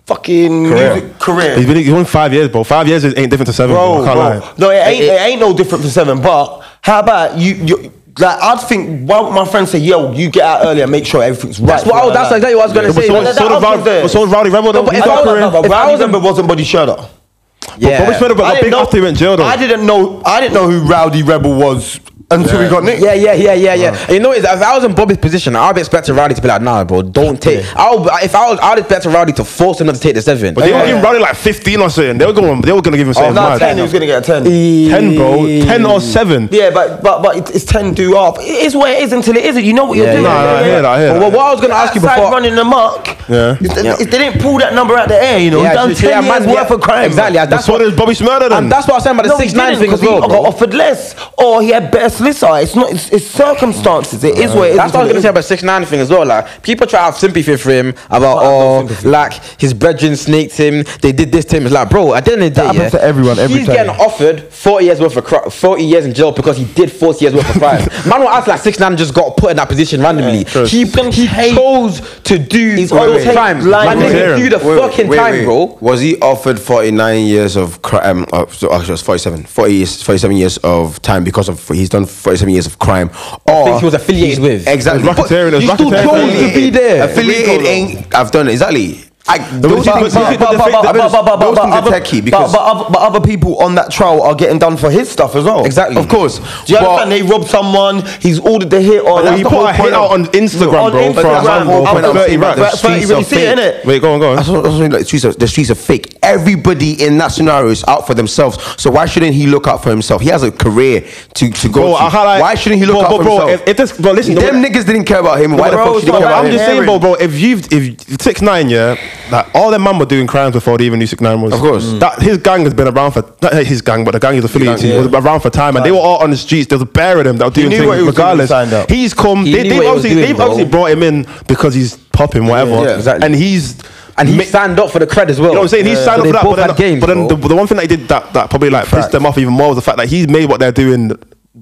D: fucking
E: Career.
D: music career?
E: He's been he's only five years, bro. Five years is- ain't different to seven. Bro,
D: bro,
E: I can't
D: bro.
E: lie.
D: No, it ain't, it, ain't no different for seven. But how about you? you like I'd think, why would my friend say, "Yo, you get out early and make sure everything's right"?
C: That's what. Oh, that's exactly what I was gonna
E: But
C: say.
E: so,
C: man.
D: that-
E: so,
D: that
E: does
D: option's
E: Rowdy-
D: there.
E: but so does Rowdy Rebel.
C: No,
E: though.
C: but
E: He's
C: if
E: got
C: I
E: a
C: was-
E: career.
C: no,
D: But
C: If I
D: Rowdy
C: was a-
D: Rebel wasn't Body Shredder.
E: But Bobby Shmurda got
D: I
E: big
D: didn't know-
E: after he went jail, though.
D: I didn't know. I didn't know who Rowdy Rebel was until we got nicked.
C: Yeah, yeah, yeah, yeah, yeah. And you know, is if I was in Bobby's position, I'd be expecting Rowdy to be like, nah, bro, don't take. I'll if I was, I'd expect Rowdy to force him not to take the seven.
E: But they
D: Yeah.
E: were giving Rowdy like 15 or something. They were going. They were going to give him
D: Oh,
E: something
D: no,
E: mad.
D: ten. He was gonna get a ten.
E: 10, bro. 10 or 7.
D: Yeah, but but but it- it's ten do up. It is what it is until it isn't. You know what you're
C: Yeah,
D: doing.
C: yeah,
E: Nah, nah, I hear that, I hear
C: But
E: that.
C: what, what I was gonna ask you
D: Outside
C: before,
D: running amok.
E: Yeah.
D: If They, if they didn't pull that number out the air. You know,
C: Yeah,
D: yeah, done ten
C: actually, yeah,
D: years
C: man,
D: worth
C: yeah,
D: of crime.
C: exactly, I- that's
E: That's what is Bobby Shmurda then.
C: and that's what I was saying about the
D: he
C: six nine
D: didn't,
C: thing as
D: 'cause he
C: well,
D: got
C: bro.
D: offered less, or he had better solicitor. It's not. It's, it's circumstances. It is what it is.
C: That's what I was
D: It
C: gonna
D: is.
C: say about six nine thing as well. Like people try to have sympathy for him about oh, like his brethren snaked him. They did this to him. It's like, bro, at the end of the day,
F: That happens
C: yeah,
F: to everyone, every
C: he's
F: time.
C: getting offered forty years worth of cri- forty years in jail because he did forty years worth of crime. Man will act like six nine just got put in that position randomly. he he chose to do
D: He's
C: all those
D: always
C: crimes.
D: lying.
C: Man, nigga,
E: Wait,
C: do the
F: Wait, wait,
C: fucking
F: wait,
C: time,
F: wait.
C: bro.
F: Was he offered 49 years of crime? Uh, so, actually, it was 47. 40 years, 47 years of time because of he's done 47 years of crime. Or
C: Things he was affiliated with.
F: Exactly.
E: It was racketeering, it was
F: But you still
E: racketeering.
F: chose to be there. Affiliated
E: Rico, though.
F: ain't. I've done it. Exactly. I,
E: but
F: those
E: you
F: things
E: think-
F: are
E: you think-
D: but, but, but, but, but,
F: those
D: but
F: things are
D: other-
F: techie
D: but-
F: because-
D: but, other, but other people on that trial are getting done for his stuff as well.
C: Exactly.
F: Of course.
D: Do you
F: But-
D: understand? They robbed someone. He's ordered the hit on.
E: But he put a hit out on Instagram,
D: on
E: bro, for
D: Instagram,
E: a man, bro,
D: I'm
E: for
D: gonna-
E: 30 racks.
D: Right, Thirty,
E: The
F: streets
D: really
F: are
D: see it,
F: fake.
D: innit?
E: Wait, go on, go on.
F: That's what, that's what, like, the streets are, the streets are fake. Everybody in that scenario is out for themselves. So why shouldn't he look out for himself? He has a career to, to go
E: Bro,
F: to.
E: I highlight-
F: why shouldn't he
E: Bro,
F: look out
E: bro,
F: for
E: bro,
F: himself?
E: if- if this- bro, listen,
F: them
E: the-
F: niggas didn't care about him.
E: Bro,
F: Why the fuck should they
E: bro,
F: care about
E: I'm
F: him?
E: just saying, bro, bro. If you've if six nine, yeah, Like all their man were doing crimes before they even knew Six Nine was.
F: Of course.
E: that his gang has been around for not his gang, but the gang he's affiliated
F: Gang, yeah.
E: to was around for time, and they were all on the streets. There was a pair of them that were doing
D: knew
E: things
D: what he was doing when he
E: regardless.
D: signed up.
E: He's come.
C: He
E: they,
C: knew
E: they've
C: what he was
E: obviously
C: doing,
E: they've
C: bro.
E: obviously brought him in because he's popping whatever,
C: yeah, exactly.
E: and he's
C: And he
E: ma-
C: signed up for the cred as well.
E: you know what I'm saying? He signed
C: So
E: up
C: they
E: for that,
C: both
E: but then,
C: had games,
E: but then
C: bro.
E: the, the one thing that he did that, that probably like pissed them off even more was the fact that he's made what they're doing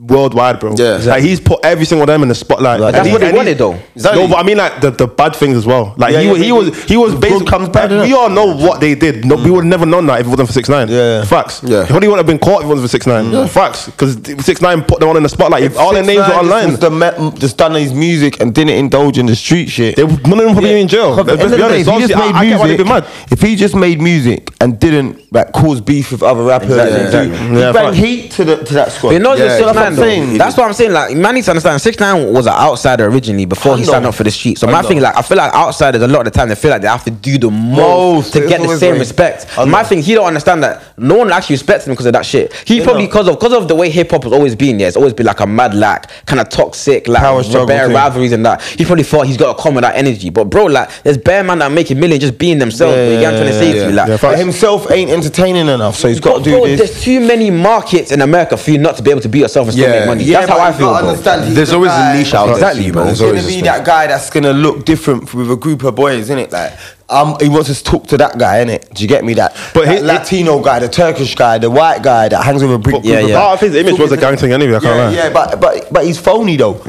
E: worldwide, bro.
F: Yeah.
E: like he's put every single one of them in the spotlight.
C: But that's
E: And
C: what
E: he-
C: they
E: and
C: wanted,
E: he-
C: though.
E: No, but I mean like the, the bad things as well. Like
D: Yeah,
E: he,
D: yeah,
E: was he was he was basically
D: comes bad, innit?
E: We all know what they did. No, we would have never known that if it wasn't for six nine.
D: Mm. Yeah. Mm.
E: facts.
F: Yeah.
E: he only would have been caught if it wasn't for six nine. Facts, because six nine put them on in the spotlight. all their names were online.
D: Just, the me- just done his music and didn't indulge in the street shit.
E: They none of them probably in jail.
D: Because at
E: Let's
D: the end of
E: be
D: the day,
E: honest.
D: if he just
E: Obviously, I
D: made
E: I get why they'd be
D: music,
E: mad.
D: if he just made music and didn't like cause beef with other rappers,
F: Exactly,
D: and
F: exactly.
D: do-
E: Yeah,
D: he brought
E: fact.
D: heat to the to that squad.
C: But not
F: Yeah,
C: just
F: that's
C: Six
F: what
C: Nine
F: I'm
C: though.
F: saying.
C: That's what I'm saying. Like man needs to understand, Six Nine was an outsider originally before he
D: I know.
C: signed up for the street. So my
F: know.
C: thing, like I feel like outsiders a lot of the time they feel like they have to do the most
D: Most.
C: to
D: It's
C: get the
D: always
C: same
D: like-
C: respect.
D: I know.
C: My thing, he don't understand that no one actually respects him because of that shit. He probably because of because of the way hip hop has always been. Yeah, it's always been like a mad like kind of toxic like
D: Power struggle
C: bare
D: thing.
C: rivalries and that. He probably thought he's got to come with that energy. But bro, like there's bare man that are making million just being themselves. you get what I'm trying to say to
F: yeah,
C: me, like.
E: yeah.
D: But himself ain't entertaining enough, so he's got to
C: But
D: do
C: bro,
D: this.
C: There's too many markets in America for you not to be able to be yourself and still
F: Yeah.
C: make money.
D: Yeah,
C: That's how
D: but
C: I
D: you
C: feel.
D: gotta
C: bro.
D: understand he's
F: There's
D: the
F: always
D: guy-
F: a niche out there.
C: Exactly, bro.
F: There's
D: He's
F: always
D: gonna
F: a
D: be
F: space.
D: that guy that's gonna look different with a group of boys, innit? Like, um, he wants us to talk to that guy, innit? Do you get me? That,
E: But
D: that
E: he- he-
D: Latino guy, the Turkish guy, the white guy that hangs with a big
E: But
D: group
C: Yeah,
D: of
C: yeah.
E: Part of his image was a gang thing anyway. I can't
D: yeah,
E: lie.
D: yeah, but but but he's phony though,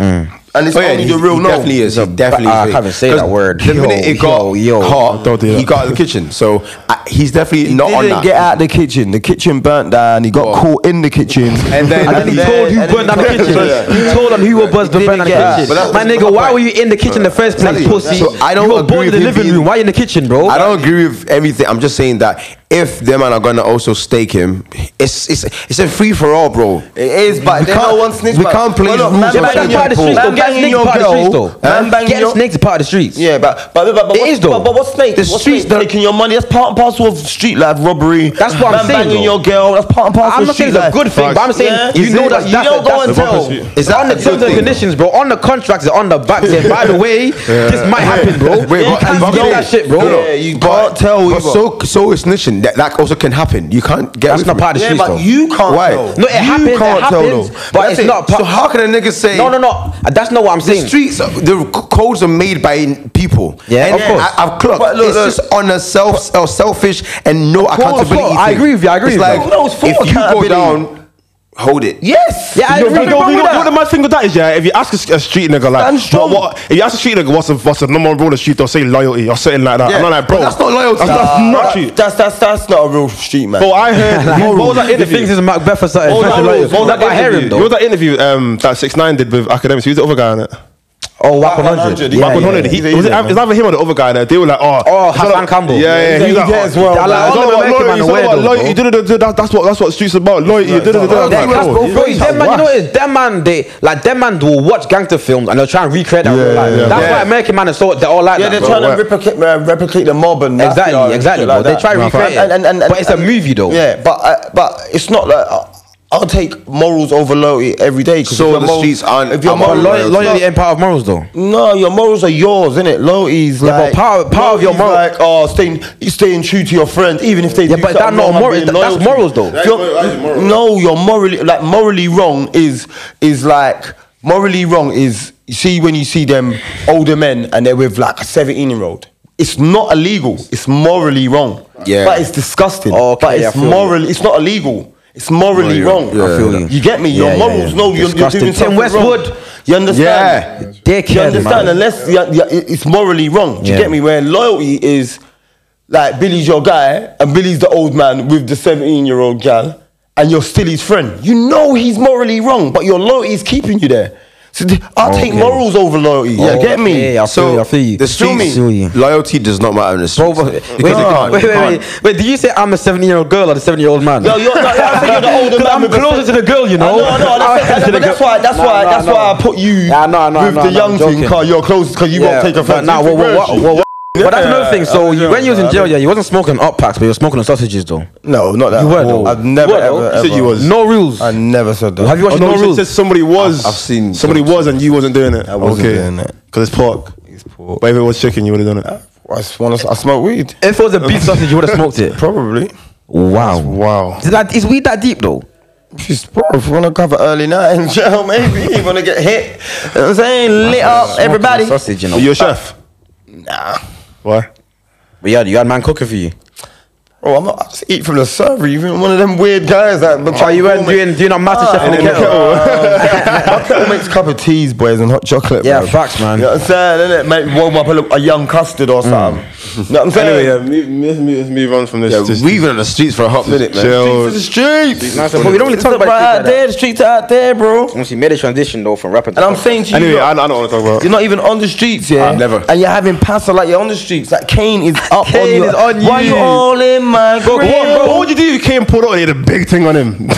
D: and it's
F: Oh, yeah,
D: only
F: he-
D: the real
F: he
D: no.
F: definitely is. He definitely
C: I
F: is.
C: can't even say that
F: 'Cause
C: word.
F: The
C: Yo,
F: minute it got
C: yo, yo.
F: hot,
E: Don't do
F: he
E: that.
F: got out of the kitchen. So uh, he's definitely not
D: didn't
F: on that.
D: get out of the kitchen. The kitchen burnt down. He got
F: Whoa.
D: caught in the kitchen,
F: And then-
D: and then he told you
C: who burnt down the kitchen. You told them who were burnt down
D: Didn't
C: the
D: get that.
C: kitchen.
D: But that's
C: My nigga, why were you in the kitchen in the first place,
F: Exactly.
C: pussy?
F: So I don't
C: you were
F: agree
C: born in
F: with
C: the
F: him
C: living
F: being-
C: room. Why you in the kitchen, bro?
F: I don't agree with everything. I'm just saying that if them man are gonna also stake him, it's it's it's a free for all, bro.
D: It is, but
F: We
D: then
F: can't-
D: no one snitch
F: we
D: back.
F: can't play
D: Well, look,
F: rules
D: man
F: on
C: Yeah, but
D: banging
C: that's part of the
D: your
C: streets, though.
D: man
C: Get
D: banging
C: snakes
D: your
C: part of the streets, though.
D: girl, man banging
C: Get
D: your-
C: snakes part of the streets.
D: Yeah, but but but, but
C: It
D: what's,
C: is, though.
D: But, but what's snake?
C: The
D: what's
C: streets
D: snake
C: don't-
D: taking your money. That's part and parcel of street life robbery.
C: That's what I'm
D: Man
C: saying,
D: Banging
C: though.
D: your girl. That's part and parcel.
C: I'm
D: of
C: not saying
D: street
C: it's a
D: life.
C: good thing, but I'm saying
D: Yeah.
C: you
D: Is
C: know
D: it?
C: that
D: You
C: that's
D: don't
C: that's
D: go and
C: the
D: tell.
C: purpose.
F: Is that
C: on the
F: a good
C: terms and
F: thing?
C: conditions, bro? On the contracts, they're on the back. Saying, by the way, this might happen, bro.
F: Wait,
C: you
F: but-
C: can't
F: but-
C: do that shit, bro.
F: No, no.
D: Yeah, you
F: But-
D: can't tell
F: But
D: either.
F: so so is snitching. That that also can happen. You can't get.
C: That's
F: away
C: not
F: from
C: part of
F: it.
C: the
D: Yeah,
C: streets,
D: but
C: though.
D: you can't
F: Why?
D: tell.
C: No, it happens.
D: You
C: It
D: can't tell,
C: happens,
D: though.
C: but
F: That's
C: it's
F: it.
C: not part-
F: So how can a nigga say?
C: No, no, no. That's not what I'm
F: The
C: saying.
F: streets, the c- codes are made by people.
C: Yeah,
F: and
C: of course.
F: I, have clocked.
D: But look,
F: it's
D: look.
F: just on a self, a selfish and no
C: course, of
F: accountability.
C: course. I
F: thing.
C: agree with you, I agree
F: It's
C: with you.
F: like
D: No, it's full
F: if you go
D: accountability.
F: down, hold it.
D: Yes.
C: Yeah, I
E: You
C: agree.
E: know, you know,
C: Wrong
E: you
C: with
E: know
C: that.
E: what the mad thing with that is, yeah. If you ask a, s- a street nigga like,
D: Stand
E: what,
D: strong.
E: what, if you ask a street nigga what's a, what's the number one rule of street, they'll say loyalty or something like that.
F: Yeah,
E: And I'm like, bro,
F: but that's not loyalty.
E: That's, that's
F: Nah,
E: not
D: That-
E: you.
D: That's that's that's not a real street man.
E: Bro, I heard what was that
C: The
E: interview?
C: things is Macbeth or something.
E: What was that,
C: Especially
E: what was
C: lawyers.
E: that
C: But I hear
E: interview?
C: him, though.
E: What was that interview um, that Six Nine did with academics? Who's the other guy on it?
C: Oh, WAP 100.
D: 100,
C: Yeah,
E: Mark
C: yeah,
E: 100.
C: yeah.
E: He, was it, it's either him or the other guy there. They were like, oh,
C: Oh,
E: he's not
C: Hassan
E: a-
C: Campbell.
E: Yeah, yeah.
D: He's
E: He's
D: a-
E: like,
D: he's there as
E: oh,
D: well,
E: I
D: man.
C: All
E: like, I don't
C: the
E: know what
C: American man are
E: loyalty. You know
C: weirdos,
E: what
C: bro.
E: loyalty? da- da- da- da- That's what that's what streets about. Loyalty. da- da- da- da- da-
C: Them
E: da-
C: cats, bro,
E: da-
C: bro, them man, you know what it is? Them man, they like them man will watch gangster films and they'll try and recreate that real life. That's
F: yeah.
C: why American man is so they're all like
D: yeah, they're
C: that. bro.
D: trying to replicate, uh, replicate the mob and mafia
C: Exactly,
D: and shit
C: exactly,
D: like
C: bro. They
D: that.
C: try to recreate it.
D: and, and, and, and,
C: But it's a
D: and-
C: movie, though.
D: Yeah, but uh, but it's not like uh, I'll take morals over loyalty every day. 'cause
F: So
D: if your
F: the
D: morals-
F: streets aren't
D: If your
F: about
D: morals,
C: Loyalty, loyalty
D: no,
C: and power of morals, though.
D: no, your morals are yours, innit? Loyalty's
C: Yeah, but
D: like
C: power- power of your
D: loyalty's
C: moral-
D: Like, oh, staying staying true to your friends, even if they
C: Yeah,
D: do
C: but
D: something
C: that not
D: wrong, I'm
C: moral-
D: being
C: that-
D: loyal
C: that's
D: to you.
C: morals, though. That is
D: You're- No, you're morally like morally wrong is is like morally wrong is you see when you see them older men and they're with like a 17 year old. It's not illegal. It's morally wrong.
F: Yeah.
D: But it's disgusting.
C: Oh, okay,
D: but
C: yeah, I
D: it's
C: feel you.
D: morally it's not illegal. It's morally
F: Yeah,
D: wrong.
F: yeah, I feel
C: you.
D: you. get me? Your
C: Yeah, yeah,
D: morals
C: yeah.
D: no, you're, you're
C: Disgusting.
D: doing
C: Tim
D: something
C: Westwood.
D: Wrong. You understand?
F: Yeah.
D: You
C: Dickhead,
D: understand?
C: man.
D: Unless yeah, yeah, it- it's morally wrong. Do you
C: Yeah.
D: get me? Where loyalty is like Billy's your guy and Billy's the old man with the 17 year old gal and you're still his friend. You know he's morally wrong, but your loyalty is keeping you there. So th- I'll take
C: Okay.
D: morals over loyalty. Oh, Yeah, get me?
C: Okay, I feel
F: So
C: you. I feel you.
F: the
C: Feel
F: streets,
C: you.
F: loyalty does not matter in the
C: Bro,
F: streets.
C: wait,
F: because
C: wait,
F: it can't,
C: wait,
F: it
C: wait,
F: can't.
C: wait, wait. Did you say I'm a 17 year old girl or the 17 year old man?
D: No, you're, no, I think you're the older
C: 'Cause
D: man.
C: I'm
D: with the
C: closer
D: se-
C: to the girl, you know.
D: I know, I know. I
C: I'm
D: said-
C: to
D: but
C: the
D: that's
C: girl.
D: why. That's
C: Nah,
D: why.
C: nah,
D: that's
C: nah.
D: why I put you
C: Nah, I know, I know, I
D: with
C: know, I
D: the
C: know, I'm
D: young thing,
C: joking.
D: cause you're close, cause you won't take
C: but
D: offense.
C: nah,
D: It's
C: what, what,
D: embarrassing.
C: what, what, But that's another thing. So you, when you was in jail, yeah, you wasn't smoking up packs, but you were smoking on sausages, though.
D: No, not that.
C: You were, though.
D: I've never
C: You were, though.
D: ever.
E: You said
D: ever-
E: you was.
C: No rules.
D: I never said that.
C: Have you
E: Oh,
C: watched No
E: no, it
C: Rules?
E: says somebody was.
F: I've- I've seen-
E: somebody was, and you wasn't doing it.
D: I wasn't
E: okay.
D: doing it.
E: because it's pork.
D: It's pork.
E: But if it was chicken, you would have done it.
D: I, s- wanna, I smoke weed.
C: If it was a beef sausage, you would have smoked it.
D: Probably.
C: Wow.
D: Wow.
C: Is, that, is weed that deep though?
D: She's bro, if you wanna cover early night in jail, maybe you wanna get hit. You know what I'm saying? Lit up, everybody.
C: Sausage, you know.
E: Are you a chef?
D: Nah.
E: Why?
C: But yeah, you had man cooking for you.
D: Bro, I'm not I just eat from the server, even one of them weird guys that but
C: Oh, you weren't doing, doing a
D: Ah,
C: master chef in the kettle.
D: My kettle makes cup of teas, boys, and hot chocolate.
C: Yeah,
D: bro.
C: facts, man. Hmm.
D: You know what I'm saying? Innit? Make warm up a, little, a young custard or something. You know what I'm saying?
E: Anyway, yeah, move, move, move, move on from this. this-
F: We've been on the streets for a hot minute, man.
E: Chill.
D: The streets.
C: Nice, but we don't really talk
D: Right
C: about
D: out
C: right there.
D: there, the streets are out there, bro.
C: Once you made a transition though from rapping to
D: And I'm saying to you,
E: Anyway,
D: look,
E: I, I don't want to talk about.
D: You're not even on the streets, yeah.
E: Ah,
F: I've never.
D: And you're having pasta like you're on the streets. Like Kane is up on
C: Kane
D: you.
C: is on
D: Why
C: you.
D: you all in my
E: Bro,
D: grill?
E: what, bro, what would you do if you came pulled out and you had a big thing on him?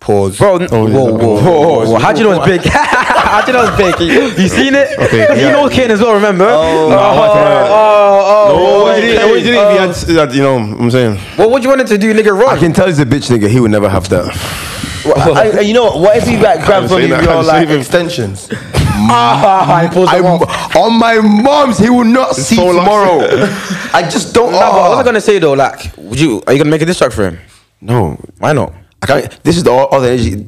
F: Pause.
C: Bro, n- whoa, whoa, whoa, whoa, whoa. How do you know it's big? How do you know it's big? You, you seen it?
E: Okay,
C: you
E: yeah.
C: know Kane as well, remember? Oh,
D: Ah,
C: oh, oh, oh,
E: what would
C: oh,
E: you do,
C: Kane.
E: what would you do if you had, that, you know, what I'm saying?
C: Well, what do you want it to do, nigga?
F: I
C: Run.
F: can tell he's a bitch nigga. He would never have that.
D: I, I- you know what? What if he like grabs
E: say
D: one of
E: that,
D: your
E: can't
D: like
E: say that.
D: extensions?
C: Ah, he pulls
F: I'm,
C: them off.
F: on my mom's, he will not see
E: so long.
F: tomorrow. I just don't.
C: Nah, but I
D: Oh.
F: Ah.
C: was gonna say though, like, would you? Are you gonna make a diss track for him?
F: No,
C: Why not?
F: I can't. This is the all, all the energy.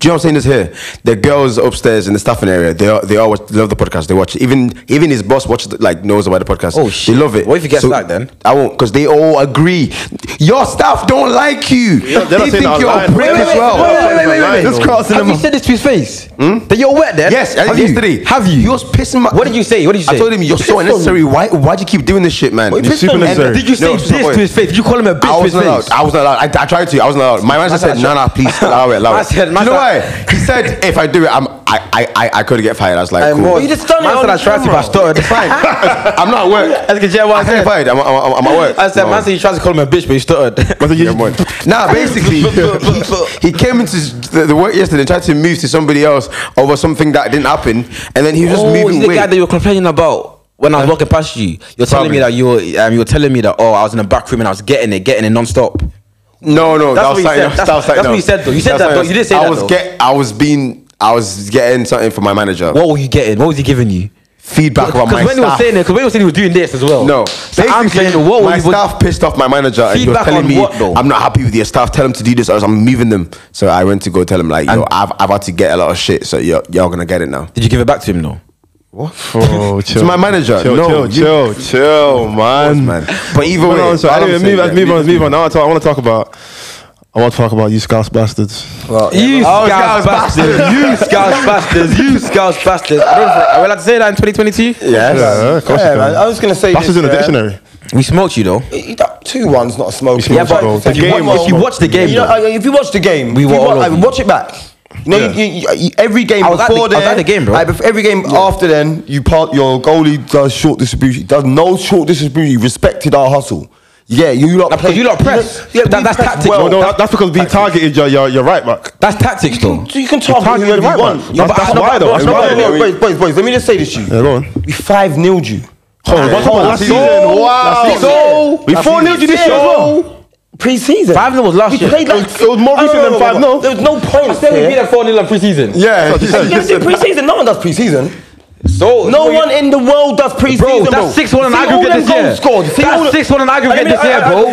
F: Do you know what I'm saying? This here, the girls upstairs in the staffing area, they are, they all watch, love the podcast. They watch it. Even even his boss watches like knows about the podcast.
C: Oh, shit.
F: They love it.
C: What if he gets sacked then?
F: I won't because they all agree. Your staff don't like you.
E: they're not
F: they
E: saying
F: think
E: that
F: you're a
E: online.
F: prick
E: Wait, wait,
F: as well.
E: wait, wait, wait, wait, wait.
F: This crossing
C: Have
F: them.
C: you said this to his face? That you're wet then?
F: Yes, I
C: Have
F: did
C: you?
F: yesterday.
C: Have you?
F: He was pissing my.
C: What did you say? What did you say?
F: I told him you're so
C: Pissed on
F: unnecessary. Why why do you keep doing this shit, man?
E: You're super
F: And
E: necessary.
C: Did you say
F: No,
C: this
F: stop
C: to
F: it.
C: his face? Did you call him a bitch
F: I
C: to his
F: wasn't
C: face?
F: allowed. I wasn't allowed. I, I tried to. I wasn't allowed. My manager said, "No, no, please allow it, allow
C: I
F: it."
C: said,
F: Do you know why?
C: "Master-
F: He said, "If I do it, I'm, I, I, I, I could get fired." I was like,
C: I'm
F: "Cool."
C: bored.
D: You just done it
C: Man
D: on
C: said
D: the
C: I tried to, but
D: camera.
C: I stuttered.
F: It's fine. I'm not at work.
C: Let's get Jay what I
F: I can't
C: said.
F: get fired. I'm, I'm, I'm at work.
C: I said,
F: No.
C: man said you tried to call him a bitch, but you stuttered.
E: What's
F: Yeah, boy. Nah, basically, he, he came into s- the, the work yesterday and tried to move to somebody else over something that didn't happen, and then he was just
C: oh,
F: moving
C: he's the
F: away.
C: guy that you were complaining about when I was walking past you. You're telling me that you were, um, you were telling me that oh, I was in the back room and I was getting it, getting it non-stop.
F: No, no,
C: That's
F: that
C: what
F: was
C: you
F: something
C: said.
F: else.
C: That's-
F: that was something
C: that's what
F: else.
C: you said, though. You said
F: That's
C: that,
F: something
C: but you didn't say
F: else.
C: that,
F: I was
C: though.
F: get, I was being, I was getting something from my manager.
C: What were you getting? What was he giving you?
F: Feedback about
C: Because
F: my
C: when he was
F: staff.
C: saying it, because when he was saying he was doing this as well.
F: No,
C: So I'm
F: Basically,
C: saying what were
F: my
C: you?
F: staff pissed off my manager and he was
C: Feedback
F: telling
C: on
F: me
C: what, though?
F: I'm not happy with your staff. Tell them to do this, or else I'm moving them. So I went to go tell him like, yo, I've, I've had to get a lot of shit. So you're, you're gonna get it now.
C: Did you give it back to him? No.
E: Oh, chill.
F: To my manager,
E: Chill,
F: no,
E: chill, chill,
F: you-
E: chill, man.
F: man. But either
E: Hold
F: way,
E: on, so
F: all I'm
E: anyway,
F: saying,
E: move,
F: yeah,
E: let's move
F: move
E: on, move on. Now I, talk, I want to talk about, I want to talk about you Scouse bastards.
C: You
F: Oh,
C: scouse
F: scouse
C: bastards! You scouse bastards! You scouse bastards! I don't know. Are we allowed to say that in 2022?
D: Yes.
E: Yeah, of course you
D: yeah,
E: can.
D: man. I was gonna say
E: Bastards
D: this,
E: in the
D: yeah.
E: dictionary.
C: We smoked you though.
D: You don't- Two ones, not a smoke.
E: Yeah, but
D: Like,
E: the
D: if you
E: game
D: watch-
E: was-
D: if you watch
C: the game,
D: You know,
C: though.
D: uh, if you watch the game,
C: We
D: if
C: were
D: you
C: all
D: wa-
C: over
D: uh,
C: you.
D: watch it back. No,
E: Yeah.
D: you, you, you, every game
C: I was at the-
D: before
C: I was
D: there,
C: at the game, bro.
D: Like, bef- every game after then, you part your goalie does short distribution, does no short distribution. You respected our hustle. Yeah, you lot
C: because
D: play.
C: you lot press.
D: Yeah,
C: That-
D: we
C: that's
D: press
C: tactics.
D: well.
E: No, no, that, that's because we targeted your, your, your right back.
C: That's tactics though.
D: So you can target
E: targeted
D: whoever
E: right
D: you
E: back.
D: want.
E: That's- that's why, though. That's
D: no,
E: why.
D: no, no, Boys, boys, boys, let me just say this to you.
E: Yeah, go on.
D: We 5 0'd you.
E: Hold on,
D: Oh,
E: last season. Wow.
D: Last season.
E: So, we 4 0 you this year as well.
D: Pre-season.
C: 5-0 was last
D: we
C: year.
D: Played like,
E: It was- it was more
D: No, no,
E: recent
D: no,
E: than
D: no, no,
E: 5-0.
D: no. There was no points.
C: Then we
D: here.
C: beat a 4 0 in preseason.
E: Yeah, he said.
D: You guys did pre-season. No one does pre-season.
C: So
D: No one in the world does pre-season.
C: Bro,
D: Bro,
C: that's 6-1 in
D: See
C: aggregate
D: all them
C: this year.
D: goals Scored. See
C: That's
D: all the-
C: 6-1 in aggregate
D: Let me-
C: this year,
D: I- I-
C: bro.
D: I-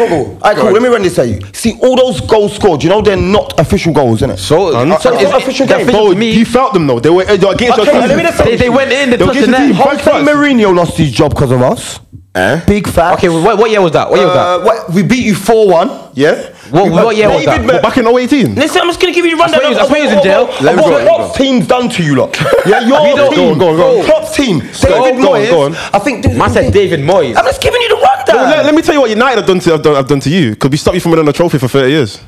D: I- cool, cool. Let me run this at you. See all those goals scored. You know they're not official goals, innit?
C: So,
E: And-
D: so it's not official
C: the
D: game.
C: official
E: Bro,
C: to me-
E: you felt them though. They were they were against
D: Okay,
E: your
D: let me
E: team.
D: just say-
C: they, they went in, they
E: They'll
C: touched
E: get
C: the
E: to
C: net.
E: team.
D: Jose
E: Big facts.
D: Mourinho lost his job because of us.
E: Eh?
D: Big fact.
C: Okay, what, what year was that? What year was that?
D: Uh, what, we beat you 4-1.
E: Yeah.
C: What, what year was that?
D: David
E: But back in 018.
D: Listen, I'm just gonna give you a rundown.
C: swear he was- I
D: of-
C: swear he was in
D: of-
C: jail.
D: of- of
C: Let him
D: What
C: go, let him
D: Klopp's team's done to you lot. Yeah,
C: We
D: your
C: don't-
D: team.
E: go on, go on, go on.
D: Klopp's team.
E: on,
D: David
E: go on,
D: Moyes.
E: go on.
D: I think.
C: Man said David Moyes.
D: I'm just giving you the
E: Well,
D: rundown.
E: let, let me tell you what United have done to I've done, I've done to you. Because we stopped you from winning a trophy for 30 years.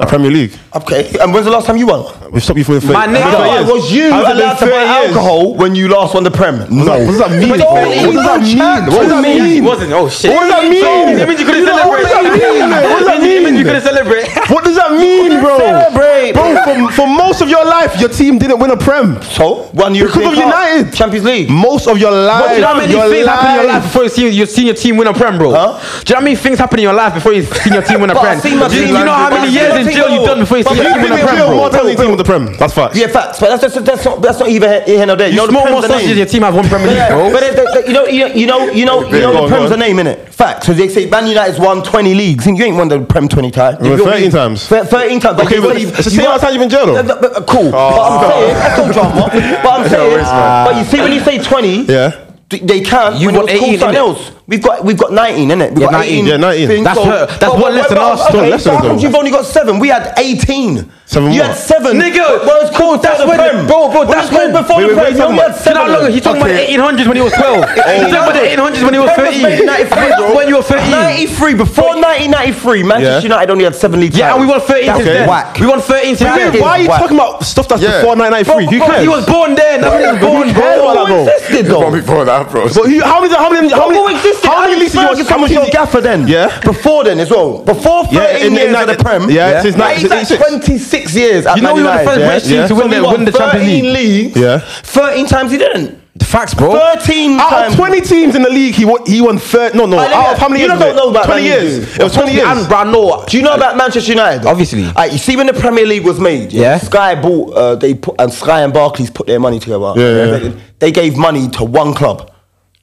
E: A Premier League.
D: okay, and when's the last time you won?
E: We've stopped you from winning 30
C: My nigga,
E: Has it been 30 years.
D: was you
E: Has it been
D: allowed to
E: 30
D: buy
E: years?
D: alcohol when you last won the Prem? No.
E: What does that mean?
D: But
E: bro?
D: don't
E: What does that
D: even
E: mean? What does that
D: chat to
C: He
E: mean?
C: wasn't. Oh shit.
E: What does that mean?
C: It means you couldn't
E: What
C: celebrate.
E: does that mean? What does that
C: It means you
E: mean?
C: couldn't celebrate.
E: What does that mean, bro?
D: Celebrate.
E: Bro, for, for most most of your life, your team didn't win a prem.
D: So one European
E: Because of
D: Cup,
E: United.
D: Champions League.
E: Most of your life,
C: Do you know how many
E: your
C: things happen in your life
E: life.
C: before you see your senior team win a prem, bro?
D: Huh?
C: Do you know how many things happen in your life before you see your team win a
D: But I
C: prem? Do
D: see
C: you,
D: my
C: do you
D: team
C: know how
D: landing, but I
C: many years
D: see
C: in
D: my
C: jail
D: team
C: you've done before you see
E: You
C: your team win a
E: didn't
C: prem,
E: feel
C: bro?
E: more than your team with the prem. That's facts.
D: Yeah, facts. But that's that's that's not that's not either here, here nor there.
C: You
D: know, the
C: smoke
D: Prem's
C: more
D: a
C: sausages
D: name.
C: than your team have one Premier League,
D: Yeah,
C: bro.
D: but if they- they- you know, you know, you know, you
E: Go
D: know,
E: on,
D: the Prem's
E: go
D: a
E: on.
D: name, innit? Facts. So they say Man United's won 20 leagues, and you ain't won the Prem 20 times.
E: You won
D: You've
E: 13
D: won-
E: times.
D: Thir- 13 times. but
E: Okay,
D: you
E: but
D: won-
E: it's the same
D: won-
E: amount of time you've been jailed, though.
D: Uh, but- but- Cool. But I'm
E: Ah.
D: saying, that's no drama. But I'm saying, but you see, when you say 20,
E: Yeah.
D: th- They can't.
C: You
D: when it
C: want
D: was called
C: 18,
D: something
C: innit?
D: else. We've got we've got 19, innit? We've
C: Yeah,
D: got
C: 19.
E: Yeah, 19.
D: things,
C: That's
D: so-
C: her- that's
D: but-
C: one
D: but-
C: less than
D: but-
C: us,
E: one
D: Okay,
E: less
D: so
E: than
D: how
E: us,
D: come
E: though.
D: you've only got seven? We had 18.
E: Seven
D: You
E: what?
D: had seven.
C: Nigga,
D: well, it's called
C: that's
D: that's the
C: when-
D: prem,
C: bro, bro, that's
D: when it was called
C: when-
D: before
E: wait,
D: the
E: wait,
D: prem.
E: wait,
D: You only
E: wait,
D: had seven.
E: wait,
C: You know how long- he's talking
E: Okay.
C: about the 1800s when he was 12. He's talking about the 1800s when he was 13.
D: 93,
C: When you were 13.
D: 93 before 1993, Manchester
E: Yeah.
D: United only had seven league
C: Yeah, and we won
D: titles.
C: 13 since
E: Okay.
C: then.
D: Whack.
C: We won 13 since
E: Wait,
C: then.
E: Why are you
D: Whack.
E: talking about stuff that's
F: Yeah.
E: before 1993? Who
C: Bro,
E: cares?
C: He was born then. That's when he was born,
E: cares about that,
C: bro.
E: bro?
D: existed
F: From
D: though.
F: before that, bro.
E: But who, how many? How many? How
D: Who
E: many?
D: existed?
E: How many
D: Alex
E: leagues? you was-
D: Ferguson
E: How
D: was
E: many?
D: your gaffer then?
E: Yeah.
D: Before then as well. Before 13
E: Yeah, in the-
D: years
E: in
D: of the
E: the-
D: prem.
E: yeah, since
D: Now he's at
E: 1986.
D: 26 years. At
C: You know we were the
D: 99,
C: first
D: yeah?
C: British team
E: yeah.
C: to
D: So
C: win
D: we
C: the
D: won
C: win the
D: 13
C: Champions League.
D: leagues.
E: Yeah.
D: 13 times he didn't.
C: Facts, bro.
D: 13
E: Out
D: times.
E: of 20 teams in the league, he won. He won third. No, no.
D: I know
E: Out
D: that.
E: of how many
D: You
E: years?
D: lot
E: was
D: don't know about
E: Twenty
D: that, you
E: years.
D: do.
E: It was 20 years.
C: And Branoa.
D: Do you know about Manchester United?
C: Obviously.
D: Alright, you see when the Premier League was made,
C: Yeah.
D: Sky bought, uh, they put, and Sky and Barclays put their money together.
E: Yeah, yeah.
D: They, they gave money to one club.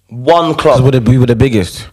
D: One club.
C: We were the biggest.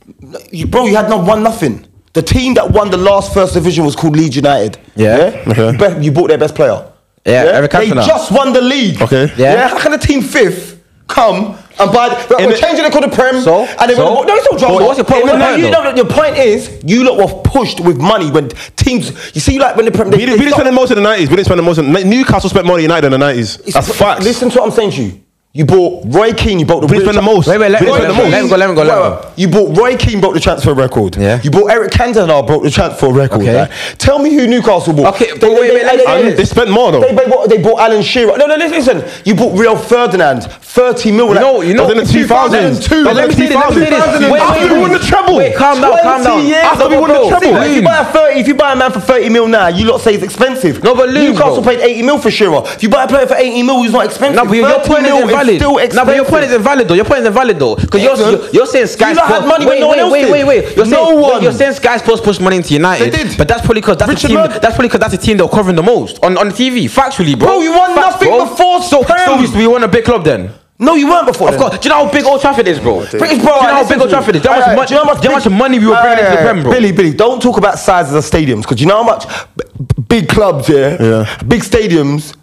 D: You, bro, you had not won nothing. The team that won the last first division was called Leeds United.
C: Yeah.
E: Okay.
D: You, bet- you bought their best player.
C: Yeah, Eric
D: They
C: Cantona.
D: just won the league.
E: Okay.
C: Yeah.
D: How can a team fifth come and buy? The, we're
E: the-
D: changing it called the Prem.
C: So?
D: And they
C: So?
D: win- no, it's no drama.
C: Well, what's your point?
D: No,
C: What's
D: no,
C: your point,
D: you
C: though?
D: know, your point is you lot were pushed with money when teams. You see, like when the Prem.
E: We didn't, we didn't
D: stop-
E: spend the most in the nineties. We didn't spend the most. In, Newcastle spent more than United in the nineties.
D: it's-
E: That's facts.
D: Listen to what I'm saying to you. You bought Roy Keane. You bought the.
E: we didn't spend the most.
C: Wait, wait, let
E: we
C: me
E: didn't
C: go,
E: spend
C: let
E: the most.
C: me go, let me go, let me go.
D: Well, You bought Roy Keane broke the transfer record.
C: Yeah.
D: You bought Eric Cantona broke the transfer record.
C: Okay.
D: right? Tell me who Newcastle bought.
C: Okay, but wait, wait, let me say
E: And they spent more though.
D: They, they, bought, they bought Alan Shearer. No, no, listen. You bought Rio Ferdinand, 30 mil.
C: You know, you know.
E: That was in the 2000s.
C: But let me say this. Let me say this. Wait, wait,
E: After we
C: wait.
E: won the treble.
C: Wait, calm down, calm down.
D: Years
E: After we
D: ago,
E: won the
D: bro.
E: treble.
D: See, look, If you,
C: Loon.
D: buy a 30, if you buy a man for 30 mil now, you lot say it's expensive.
C: No, but Loon,
D: Newcastle
C: bro.
D: paid 80 mil for Shearer. If you buy a player for 80 mil, he's not expensive.
C: No, but your- your
D: 30
C: point is
D: mil
C: invalid.
D: still
C: No,
D: expensive.
C: but your point is invalid though. Your point is invalid though, because you're,
D: Isn't?
C: you're you're saying Sky
D: You lot
C: Sports.
D: had money when
C: wait,
D: no one
C: wait,
D: else
C: wait,
D: did.
C: wait, wait. You're
D: No
C: saying,
D: one.
C: You're saying Sky Sports pushed money into United.
D: They did.
C: But that's probably because that's
D: Richard
C: the team.
D: Murd-
C: That's probably because that's the team that were covering the most on on TV. Factually, bro.
D: Bro, you won
C: Facts,
D: nothing
C: bro.
D: before
C: So, so
D: Prem.
C: we, we won a big club then.
D: No, you weren't before.
C: Of course. Do you know how big Old Trafford is, bro?
D: Bro,
C: do you know how big Old Trafford is? Do you know how much, mon- do you know how much money we were bringing into the Prem, bro?
D: Billy, Billy, don't talk about sizes of stadiums because you know how much b- b- big clubs, yeah,
E: Yeah.
D: big stadiums,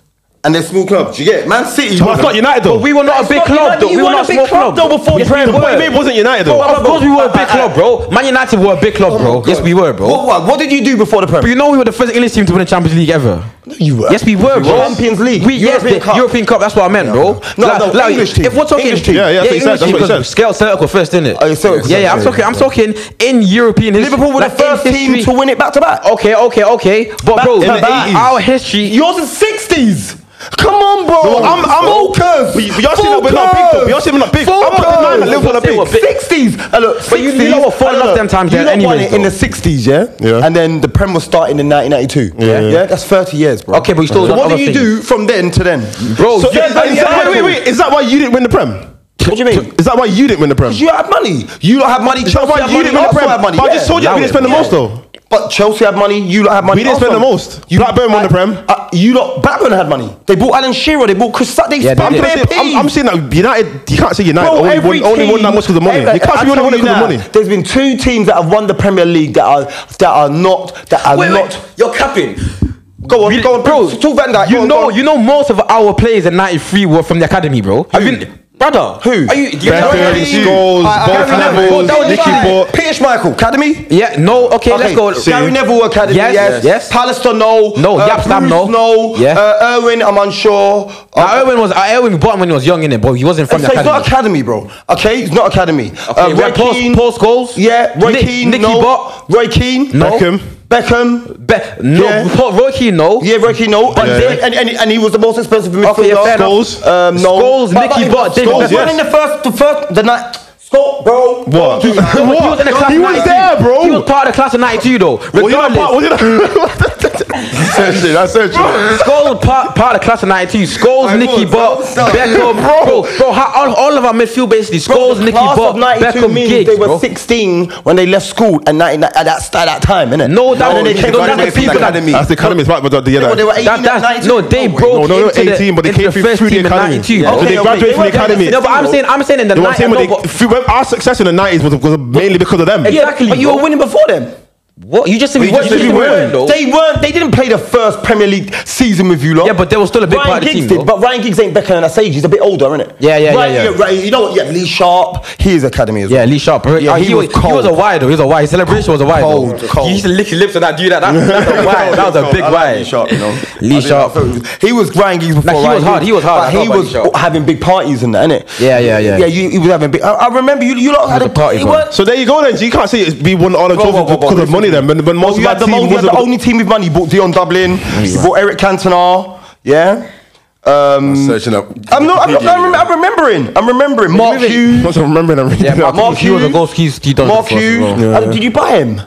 D: and they're small clubs. You get Man City.
E: But it's not United though.
C: But we were not
D: That's
C: a big
D: not
C: club,
D: United.
C: though.
D: You
C: We were
D: weren't
C: not
D: a big
C: small
D: club, though, before
C: Yes, we
D: Prem.
E: The
C: were.
E: point made wasn't United though.
C: Of course, we were a big club, bro. Man United were a big club, bro. Yes, we were, bro.
D: Oh What, what, what did you do before the Prem?
C: But you know we were the first English team to win the Champions League ever.
D: you were.
C: Yes, we were, bro.
D: Champions League,
C: We, yes,
D: European
C: the
D: Cup.
C: European Cup. That's what I meant, bro.
D: No, no, English team.
C: If we're talking
D: English team.
E: Yeah, yeah, that's what he said, that's what he
C: because
E: said.
C: Scale circle first, isn't it?
D: Oh, yeah, circle,
C: yeah, yeah. I'm
D: circle,
C: talking. I'm talking in European history.
D: Liverpool were the
C: like, in
D: first team
C: history.
D: to win it back to back.
C: Okay, okay, okay. But bro,
D: to
C: our-
D: back.
C: our history.
D: Yours is sixties. Come on, bro.
E: No, I'm- I'm-
D: focus.
E: But you- but y'all saying that we're not big, though. Y'all saying we're not big. I'm not denying that Liverpool are big.
D: Sixties. Uh, Look,
C: But you- you
D: 60s.
C: lot were falling
D: Uh,
C: off
D: look,
C: them times
D: you
C: then
D: lot won
C: anyways,
D: it in
C: though.
D: the sixties, yeah.
E: Yeah.
D: And then the Prem was starting in 1992.
E: Yeah.
D: Yeah. That's 30 years, bro.
C: Okay, but you still
D: So
C: done
D: what
C: other
D: do you
C: things.
D: do from then to then,
C: Bro,
E: So
C: you-
E: is that- is that- wait, wait, wait. Is that why you didn't win the Prem?
D: What do you mean?
E: Is that why you didn't win the Prem?
D: You had money. You don't have money.
E: Is that
D: Chelsea
E: why
D: had
E: you
D: money.
E: didn't win the
D: Arsenal
E: Prem?
D: had money.
E: But I
D: Yeah.
E: just told you that we didn't spend the
D: Yeah.
E: most though.
D: But Chelsea had money. You lot had money.
E: We didn't spend the
D: Arsenal-
E: most. Blackburn won the Prem.
D: Uh, you lot. Blackburn had money. They bought Alan Shearer. They bought Chris. Sut- They
C: Yeah,
D: spent
C: they
E: I'm,
C: did.
D: their
E: saying, I'm,
D: peas.
E: I'm saying that United, you can't say United
D: Bro,
E: only,
D: every
E: won, only won that
D: team-
E: much because of money.
D: every-
E: you can't
D: I
E: say we only
D: tell
E: won it
D: you
E: because of
D: now,
E: money.
D: There's been two teams that have won the Premier League that are that are not that are
C: Wait, wait,
D: not.
C: You're capping.
D: Go on,
C: We-
D: go on,
C: bro.
D: Talk Van Dijk. go
C: You
D: on, go
C: know,
D: on.
C: you know, most of our players in '93 were from the academy, bro. Have you, brother?
D: Who?
C: Are you? do you
E: Beckham,
C: know-
E: Bertrand, Scholes,
D: Uh,
E: both
D: Gary Neville,
E: levels,
D: that was
E: Nicky
D: right.
E: Butt.
D: Peter Schmeichel, Academy.
C: Yeah. No. Okay. Let's go.
D: Gary Neville Academy.
C: Yes,
D: Yes,
C: yes.
D: yes. Pallister, no.
C: No, Yap Stam, no.
D: Bruce, no.
C: Yeah.
D: Uh, Irwin, I'm unsure.
C: Now, Erwin was uh, Erwin bought him when he was young, innit? But he wasn't
D: So
C: from the
D: it's not
C: academy.
D: academy, bro. Okay, it's not academy.
C: Okay, we
D: Roy
C: had Paul-
D: Keane-
C: Paul Scholes.
D: Yeah, Roy
C: Nick-
D: Keane.
C: Nicky
D: no.
C: Butt.
D: Roy Keane.
C: No.
E: Beckham.
D: Beckham.
C: Be- no.
D: Yeah.
C: Paul Roy Keane, no.
D: Yeah, Roy Keane. No. And,
E: Yeah.
D: they- and, and, and he was the most expensive midfielder.
C: Okay, yeah, fair
E: Scholes.
C: enough.
D: Um, no.
C: Scholes, Nicky Butt, David
D: Scholes,
E: Beckham.
D: yes. in the first, the first, the night. Scholes, bro.
E: What?
D: He-
C: He was in the class
E: He
C: of
E: was
C: 92.
E: there, bro.
C: He was part of the class of '92, though.
E: Was he not
C: Regardless,
E: part- was he not- Essentially, that's essentially.
C: Scholes part, part of the class of 92. Scholes,
F: Alright,
C: Nicky
F: bro,
C: Butt,
F: stop, stop.
C: Beckham, bro, bro, how, all, all of our midfield basically. Scholes, Nicky
D: class
C: Butt,
D: of 92
C: Beckham,
D: means
C: Giggs,
D: they were
C: bro.
D: 16 when they left school and 99 at that at that time, innit?
C: No, that
D: and then
C: was-
D: they
C: you
D: came
C: got
D: from
C: that
D: the
C: from the
D: people
C: academy.
E: That's the academy, it's right, but the
D: They
E: other.
D: were 18
C: That,
D: at
C: that's,
D: 92.
C: no, they
D: way.
C: broke
E: no, no,
C: into
E: 18,
C: the,
E: but they
C: into
E: came
C: the
E: through-
C: first
E: through the
C: team in
E: academy.
C: 92.
E: Yeah.
C: bro.
E: They graduated from the
C: were-
E: academy.
C: No, but I'm saying, I'm saying in the
E: You know what
C: 90s.
E: I'm saying?
C: No,
E: When they,
C: but-
E: if we- when our success in the 90s was, was mainly because of them.
C: Exactly.
D: But you were
C: bro.
D: winning before them.
C: What? You just said we
E: you
C: weren't.
E: just said we
C: You
E: weren't.
C: though.
D: They weren't. They didn't play the first Premier League season with you, lot.
C: Yeah, but they were still a big
D: Ryan
C: part of the
D: Giggs
C: team,
D: Did,
C: though.
D: but Ryan Giggs ain't Beckham and Asage. He's a bit older, isn't it?
C: Yeah, yeah, yeah,
D: Ryan,
C: yeah.
D: Ryan- you know what? Yeah, Lee Sharp. His academy as well.
C: Yeah, Lee Sharp. Yeah, he, was, he was a wide though. He was a wide. His celebration was a wide.
D: Cold,
C: though.
D: cold.
C: He used to lick his lips and that do that. That, that's a wide. That was a big
D: I like
C: wide.
D: Lee Sharp, you know.
C: Lee
D: I did-
C: Sharp.
D: I thought he was- He was Ryan Giggs before.
C: Nah, he was
D: Ryan
C: hard,
D: Giggs.
C: he was hard. I
D: But
C: thought
D: he
C: about
D: was
C: Lee Sharp.
D: having big parties and that, innit?
C: Yeah, yeah, yeah.
D: Yeah, you, he was having big. I, I remember you. You lot had
C: was a party
D: you
C: boy.
D: weren't-
E: So there you go then. G. You can't say it's- we won all the
D: Whoa, whoa,
E: trophies
D: whoa, whoa,
E: because of
D: listen.
E: money then. When, when most
D: you
E: of our
D: had the,
E: team
D: most, you
E: was
D: had the only team with money. You bought Dion Dublin. You bought Eric Cantona. Yeah. Um,
E: Mm.
F: Searching up.
D: I'm not. I'm, not I'm, rem- I'm remembering. I'm remembering. Mark Hughes.
E: Not remembering them.
C: Yeah, Mark,
D: Mark
C: Hughes was a
D: Hughes.
C: ghost. He's he done
D: Mark
C: for us as
D: Hughes.
C: well.
D: Uh, did you buy him?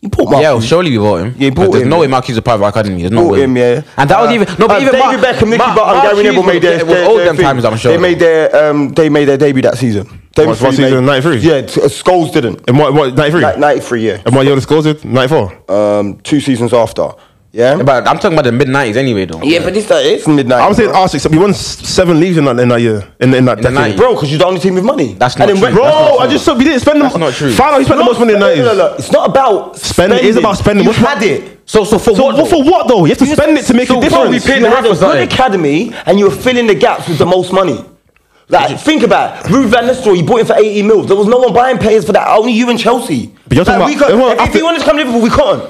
D: You bought Mark.
C: Yeah,
D: Hughes.
C: surely we bought him.
D: Yeah, he bought
C: There's
D: him,
C: no way
D: yeah.
C: Mark Hughes is a private academy. There's no
D: Bought
C: way.
D: him, yeah.
C: And that was
D: Uh,
C: even no, but
D: uh,
C: even
D: David
C: Mark,
D: Beckham, Nicky
C: Mark,
D: Butt, and
C: Mark
D: Gary
C: Hughes
D: Neville
C: was-
D: made their,
C: it was
D: their,
C: old
D: their
C: them
D: thing.
C: times. I'm sure
D: they made their um, they made their debut that season. They
E: What- what season, 93?
D: Yeah, t- uh, Scholes didn't.
E: And what, what, 93?
D: Like 93, yeah.
E: And what year the scores did? 94?
D: Um, two seasons after. Yeah.
C: Yeah, but I'm talking about the mid '90s anyway, though.
D: yeah, but this uh, it's midnight.
E: I'm saying our success. We won s- seven leagues in that, in that year. In, in that
C: the
E: decade.
C: 90s.
D: bro, because you're the only team with money.
C: That's
D: And
C: not
D: then
C: true.
D: when-
E: Bro,
C: That's not
E: I
C: true.
E: just said we didn't spend the
C: That's not true.
E: Final, he spent the most money in the
D: No, no, no,
E: 90s.
D: no. It's not about
E: Spending, it is about spending.
D: You
E: What's-
D: had it.
C: So so for
E: So
C: what?
E: what, for what though? You have to spend it to make
C: so
E: a
C: what
E: difference.
C: we paid
D: you
C: the
D: had a
C: ref or
D: good
C: something.
D: academy and you were filling the gaps with the most money. Like, think about it. Ruud van Nistelrooy, you bought him for 80 mil. There was no one buying players for that. Only you and Chelsea.
E: But you're
D: Like,
E: talking
D: we
E: about-
D: could-
E: everyone-
D: if,
E: after-
D: we wanted to come to Liverpool, we couldn't.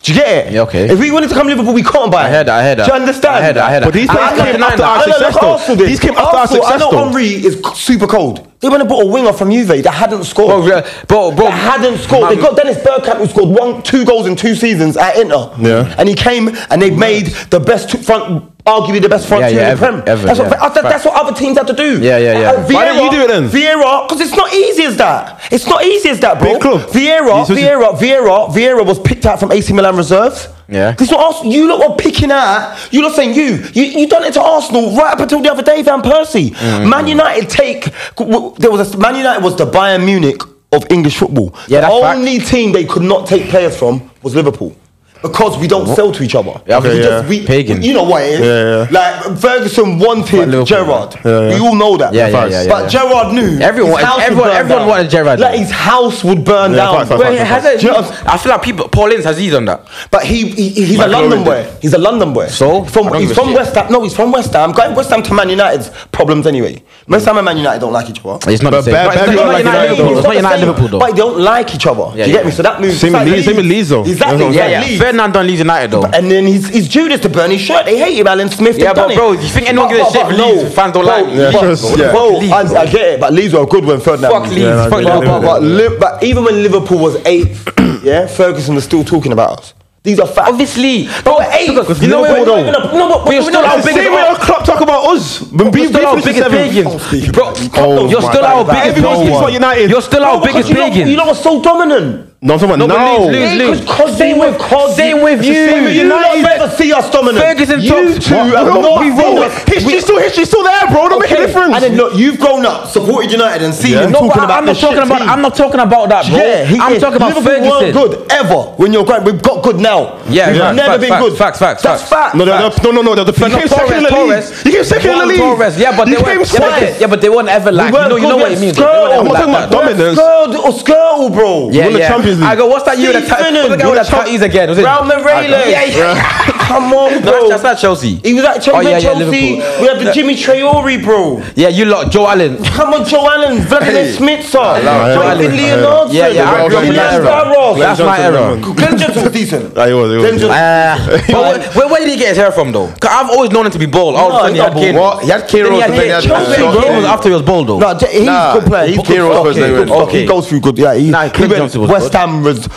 D: Do you get it?
C: Yeah, okay.
D: If we wanted to come to Liverpool, we couldn't buy
C: I heard that, I heard that.
D: Do you understand?
C: I heard that, I heard
E: But these
C: that.
E: players
C: I- I
E: came
C: deny
E: after
C: that.
E: our
D: I know,
E: success
D: look,
E: though.
D: Arsenal did.
E: These came after our
D: Arsenal,
E: success
D: I know
E: though.
D: Henri is c- super cold. They went and bought a winger from Juve that hadn't scored.
C: Bro, yeah, bro, bro.
D: That hadn't scored.
C: Man.
D: They got Dennis Bergkamp who scored one, two goals in two seasons at Inter.
E: Yeah.
D: And he came and they made the best two front, arguably the best front
C: Yeah,
D: two
C: yeah,
D: in the Prem.
C: ever- ever,
D: that's,
C: yeah.
D: what, that- that's what other teams have to do.
C: Yeah, yeah, yeah.
E: Why didn't you do it then?
D: Vieira, because it's not easy as that. It's not easy as that, bro.
E: Big club.
D: Vieira,
E: He's-
D: Vieira, Vieira, Vieira was picked out from AC Milan reserves.
C: Yeah.
D: It's not Arsenal. You lot were picking out. You lot saying you. You you done it to Arsenal right up until the other day, Van Persie. Man United take. There was a, Man United was the Bayern Munich of English football.
C: Yeah,
D: the
C: that's fact.
D: only team they could not take players from was Liverpool. Because we don't sell to each other.
C: Yeah, okay,
D: we
C: yeah. Pagan.
D: You know what it is.
E: Yeah,
D: Like Ferguson wanted
C: Liverpool,
D: Gerrard.
E: yeah. Yeah, yeah.
D: We all know that.
C: Yeah, yeah, yeah, yeah,
D: but
C: yeah.
D: Gerrard knew.
C: Everyone-
D: his house would
C: everyone-
D: burn
C: everyone
D: down.
C: wanted Gerrard.
D: Like his house would burn
E: Yeah,
D: down.
E: facts, facts,
D: Where
E: facts,
D: he has
E: facts.
D: a-
C: Has it, I feel like people. Paul Ince has he done that?
D: but he, he he's a
E: Michael
D: London
E: Owen
D: boy. He's a London boy.
C: So? I
D: from
C: don't
D: he's
C: give a
D: from
C: shit.
D: West Ham. No, he's from West Ham. Going West Ham to Man United's problems anyway. West Ham and Man United don't like each other.
C: It's not the
E: But
C: same.
E: Bad-
C: It's not-
E: Bad-
C: it's
E: Bad-
C: not
E: Bad-
C: United
E: Bad-
C: Liverpool. It's
D: It's
C: not
D: the
C: United
D: same,
C: Liverpool though.
D: But they don't like each other.
C: Yeah,
D: Do you get
C: yeah.
D: me? So that moves.
E: Same with
D: like
E: Leeds- same with Leeds, though. That's
D: Exactly.
E: what I'm
D: yeah,
C: Yeah, yeah.
D: Leeds.
C: Ferdinand done Leeds United though.
D: And then he's, he's Judas to burn his shirt. They hate him, Alan Smith.
C: Yeah,
D: they've
C: but
D: done
C: bro,
D: it.
C: you think anyone
D: But-
C: gives a
D: but-
C: shit
D: but
C: for Leeds? Fans don't
D: bro,
C: like
E: Yeah,
C: Leeds.
D: but-
E: trust- yeah.
D: Bro,
C: Leeds,
D: I,
C: bro.
D: I get it, but Leeds were good when Ferdinand.
C: Fuck
D: was
C: Leeds.
D: there.
E: Yeah,
C: Fuck
E: yeah,
D: But, but,
E: yeah.
C: Liverpool.
D: but, Li- but even when Liverpool was eighth, yeah, Ferguson was still talking about us. These are facts.
C: Obviously,
D: But we're eight.
C: Because you know what?
D: Liverpool don't.
C: No, but we're
D: We're
C: still
D: not
C: our
D: the
E: Same
C: biggest.
E: way our club talk about us. When
C: You're
E: we
C: still our
E: we finished
C: biggest
E: seventh.
C: pagans, bro.
E: Oh,
C: You're
E: my
C: still
E: bad,
C: our
E: bad.
C: biggest
E: Everyone speaks about
C: pagans.
E: United.
C: You're still our
D: No, because
C: biggest
D: you know, you
C: pagins.
D: know what's so dominant.
E: No, I'm talking about
C: No, but
E: now.
C: Leeds,
D: Because
C: Leeds, Leeds.
D: Cosby
C: Same
D: with
C: with-
D: Cosby.
C: same with
D: It's the
C: you.
D: Same with you lot
C: United.
D: never see us dominant.
C: Ferguson
D: you
C: talks-
D: two
C: What?
D: have
E: Bro,
D: not
E: we
D: seen
E: won.
D: us.
E: History's still history's still there, bro. Don't make a
D: Okay,
E: difference.
D: And then look, you've grown up, supported United, and seen
E: Yeah.
D: him
E: No,
D: talking
C: I-
D: about
C: I'm not
D: the
C: talking
D: shit
C: about.
D: team.
C: I'm not talking about that, bro.
D: Yeah, he
C: I'm
D: is.
C: talking about
D: Liverpool
C: Ferguson.
D: weren't good ever when you're great. We've got good now.
C: Yeah,
D: we've
C: yeah.
D: never
C: Facts,
D: been
C: facts,
D: good.
C: facts, facts,
D: That's
C: facts.
D: fact.
E: No, no, no, no, no, no, the- You
C: No,
E: came second in the
C: Torres,
E: league. You came second in the
C: Juan
E: league.
C: Torres, yeah, but
E: you
C: they
E: came
C: weren't. Yeah, but they,
E: second.
C: yeah, but they weren't ever like.
D: We weren't
C: You know, you know
D: good,
C: what
D: we
C: it means.
D: had
C: though. They weren't
D: Skirtle.
E: I'm
C: ever
E: not talking
C: like
E: about
C: that.
E: dominance.
D: Skirtle, oh, Skirtle, bro.
C: Yeah,
E: won the
C: yeah.
E: Champions League.
C: I go. What's that year? That
D: Steve
C: what's the guy
D: Finnan.
C: with the tattoos again? Was it?
D: Raul Morales.
C: Yeah, yeah.
D: Come on,
C: No,
D: bro.
C: that's- that's not Chelsea.
D: He was at Chelsea.
C: Oh, yeah, yeah,
D: Chelsea.
C: Liverpool.
D: We have the Jimmy Traore, bro.
C: Yeah, you lot, Joe Allen.
D: Come on, Joe Allen, Vladimir
F: Hey.
D: Smith, sir.
E: I love
D: Franklin
E: it.
D: Leonardson.
C: Yeah, yeah, I
E: Well
C: agree
E: done,
C: with that
E: Glenn
C: error.
D: Oh, Glenn
C: That's my
E: Johnson,
C: error.
E: man.
D: Glenn Johnson was decent.
E: Ah, he was, he was.
D: Glenn Johnson-
C: Uh, but where, where did he get his hair from though? Cause I've always known him to be bald.
D: No,
C: All of a sudden he
D: no,
C: had
D: but
C: cane.
F: What? He had
C: Then
F: Kiro
C: he had
F: and then he
C: cane.
F: had
C: Chelsea
D: Chelsea.
C: cane was
F: Shot.
C: after he was bald though.
D: No, J- he's
F: Nah,
D: good player.
F: he's
D: He's
F: Kieros
D: good,
F: was
D: okay,
F: doing
D: good
F: it.
D: stuff.
C: Okay.
D: He goes through good. Yeah, he,
C: Nah,
D: he
C: Clint
D: went
C: Johnson was
D: West
C: good.
D: Ham res-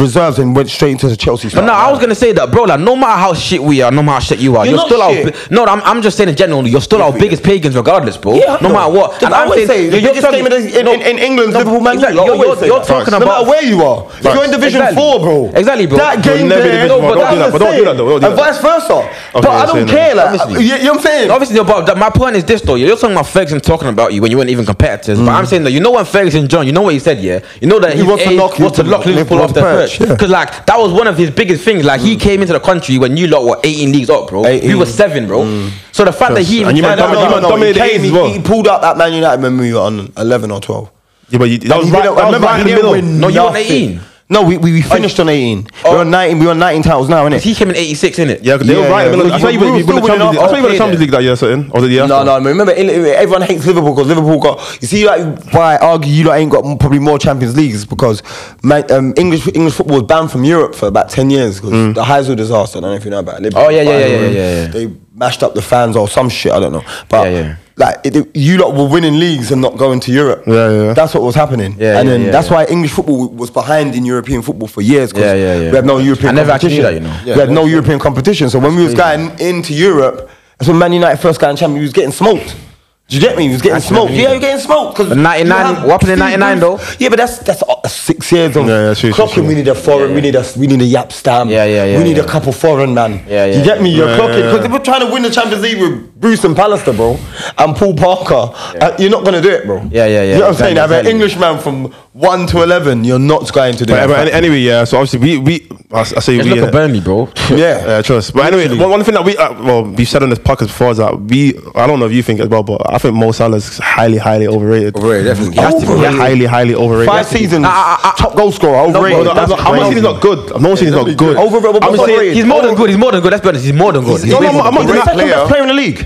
D: reserves and went straight into the Chelsea.
C: But no, I was gonna say that, bro. Like, no matter matter how shit we are, no matter how shit you are,
D: You're
C: you're,
D: not
C: still our.
D: shit.
C: bi- No, I'm, I'm just saying in general, you're still our biggest pagans, regardless, bro.
D: Yeah,
C: no
D: no.
C: matter what.
D: Then I
C: I'm
D: would
C: saying-
D: say the
C: you're- you're
D: biggest
C: talking-
D: payment is- in- in- in England, Liverpool, Man U,
C: exactly.
D: I
C: You're,
D: always
C: you're-
D: say
C: you're
D: that.
C: talking
D: no
C: about
D: matter where you are, if you're in Division
C: Exactly.
D: Four, bro.
C: Exactly, bro.
D: That
E: You're
D: game
E: never in
D: there,
E: Division
D: no,
E: One.
D: but
E: Don't do
D: that's
E: that, but don't do
D: the
E: that, though. Don't do
D: And
E: that.
D: vice versa. but
E: I
D: I
E: see,
D: don't
E: no.
D: care, like
C: Obviously.
D: you, you know what I'm saying.
C: Obviously, but th- my point is this though. You're talking about Ferguson talking about you when you weren't even competitors. But I'm saying that you know when Ferguson John, you know what he said, yeah. You know that he
D: wants to knock
C: wants to lock Liverpool off the perch
D: yeah.
C: because like that was one of his biggest things. Like he came into the country when you lot were 18 leagues up, bro. We were seven, bro. So the fact that he
E: And you
C: No,
E: might
C: no,
E: dominate-
C: no,
E: you might
C: no, no.
E: dominate-
D: he,
E: the
D: came,
E: A's as
D: he,
E: well.
D: he pulled out that Man United when we were on 11 or 12.
E: Yeah, but you, that was
D: He
E: right.
D: didn't-
E: That was
D: remember,
E: right in
D: he
E: the
D: didn't
E: middle.
D: win
C: No, you were on
D: nothing.
C: 18.
D: No, we, we, we finished on 18. We're on 19. We're on 19 titles now, innit?
C: He came in 86 in it.
E: Yeah, because they were
D: Yeah,
E: right in the middle.
D: yeah,
E: I thought you
D: we
E: were
D: were
E: you were
D: still
E: the
D: winning
E: Champions- I
D: our-
E: thought you were the
D: okay
E: Champions League that year, something. Or the year
D: No,
E: after.
D: no. Remember, in- everyone hates Liverpool because Liverpool got. You see, like, why I argue you lot ain't got m- probably more Champions Leagues because man, um, English English football was banned from Europe for about ten years because the Heysel disaster. I don't know if you know about it. Liverpool
C: Mm. Oh, yeah, yeah,
D: fired
C: yeah, yeah,
D: them.
C: yeah, yeah.
D: They mashed up the fans or some shit. I don't know, but
C: Yeah, yeah.
D: like it, it- you lot were winning leagues and not going to Europe.
E: Yeah, yeah, yeah.
D: That's what was happening.
C: Yeah,
D: and
C: yeah,
D: then
C: yeah,
D: that's
C: yeah.
D: why English football w- was behind in European football for years because
C: Yeah, yeah, yeah.
D: we had no European.
C: I never actually knew
D: competition.
C: that, you know.
D: we had no European competition. So when we was going into Europe, that's when Man United first got in champion, we was getting smoked. Do you get me? He was getting smoked. Yeah, you're getting smoked. Cause
C: But 99
D: you have
C: what happened in
D: Steve
C: 99
D: Bruce-
C: though?
D: Yeah, but that's that's uh, six years of
E: Yeah, yeah, true, true,
D: clocking.
E: true.
D: We need a foreign. We need a we need a yap stamp.
C: Yeah, yeah, yeah,
D: We need
C: yeah.
D: a couple foreign man.
C: Yeah, yeah,
D: You get me? You're
E: yeah.
D: clocking
E: Yeah,
D: because
E: yeah.
D: they were trying to win the Champions League with Bruce and Pallister, bro, and Paul Parker. Uh, you're not gonna do it, bro.
C: Yeah, yeah, yeah,
D: You know what I'm
C: exactly,
D: saying? Have an
C: exactly.
D: Englishman from one to eleven. You're not going to do
E: But,
D: it.
E: but any- anyway, yeah. So obviously we we I, s- I say
C: Just
E: we.
C: look
E: innit?
C: at Burnley, bro.
D: yeah.
E: Yeah, trust. But anyway, one, one thing that we uh, well we've said on this podcast before is that we I don't know if you think as well, but I think Mo Salah's highly highly overrated.
F: Overrated, definitely.
E: He has to be
D: Overrated.
E: highly highly overrated.
D: Five seasons, top goal scorer,
E: No,
D: overrated.
E: no,
D: That's
E: I'm not I'm not saying
D: crazy.
E: he's not good. I'm not saying he's not good.
D: Overrated, but
E: I'm
D: what's
E: saying
D: overrated?
C: He's more than good. He's more than good. Let's be honest. He's more than good. He's
E: No,
C: way
E: no,
C: more
E: I'm
C: than
E: not
C: good.
E: denying-
D: Second
E: player.
D: best player in the league.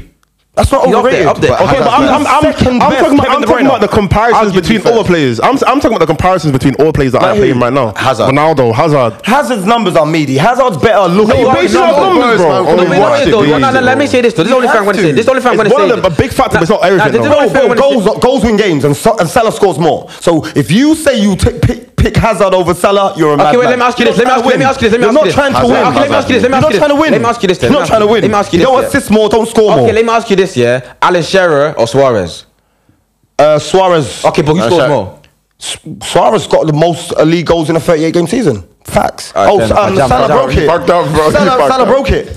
D: That's not
C: You're up
D: overrated.
C: there, up there.
E: Okay,
C: How
E: but I'm, I'm, I'm, I'm,
D: Second best
E: talking, about,
D: Kevin
E: I'm
D: De
E: talking
D: Bruyne.
E: about the comparisons
D: Arguably
E: between all
D: first.
E: players. I'm, I'm talking about the comparisons between all players that
D: Like
E: are
D: who?
E: playing right now.
F: Hazard.
E: Ronaldo, Hazard.
D: Hazard's numbers are meaty. Hazard's better looking.
E: Hey, based on
C: no,
E: our numbers,
F: Spurs,
E: bro. Oh,
F: man, come
C: No,
F: on,
C: wait, no,
E: watch
C: wait,
E: it,
C: though. No,
E: please,
C: no, no, let
E: bro.
C: me say this though. This is the only
D: You
C: thing I'm going
D: have
C: to say.
D: to.
C: This is the only thing I'm going
E: It's
C: to say.
E: one of the big factor, but it's not
C: Nah,
E: everything,
C: this is
E: though.
C: the only
D: No,
C: thing I'm
D: but
C: gonna say.
D: goals, goals win games, and, Sa- and Salah scores more. So if you say you t- pick, pick Hazard over Salah, you're a
C: Okay,
D: madman.
C: wait, let me ask you
D: You're
C: this.
D: not
C: Let me ask, let me ask you this. Let me ask you this.
D: trying to
C: Okay,
D: win. You're not trying to win.
C: Okay, let me ask you this. Let me ask you
D: You're
C: this.
D: not trying to win.
C: Let me ask you this.
D: You're not trying to win.
C: Let me ask you
D: You
C: this.
D: don't
C: yeah.
D: assist more, don't score more.
C: Okay, let me ask you this. Yeah, Alan Shearer or Suarez?
D: Uh, Suarez.
C: Okay, but who
D: Uh,
C: scores
D: Sha-
C: more?
D: S- Suarez got the most uh, league goals in a 38 game season. Facts.
C: Alright,
D: oh,
C: fair enough.
D: um,
C: Jam,
D: Salah
C: jam.
D: broke
E: You
D: it.
E: fucked up, bro. You
D: Salah,
E: fucked
D: Salah
E: up.
D: broke it.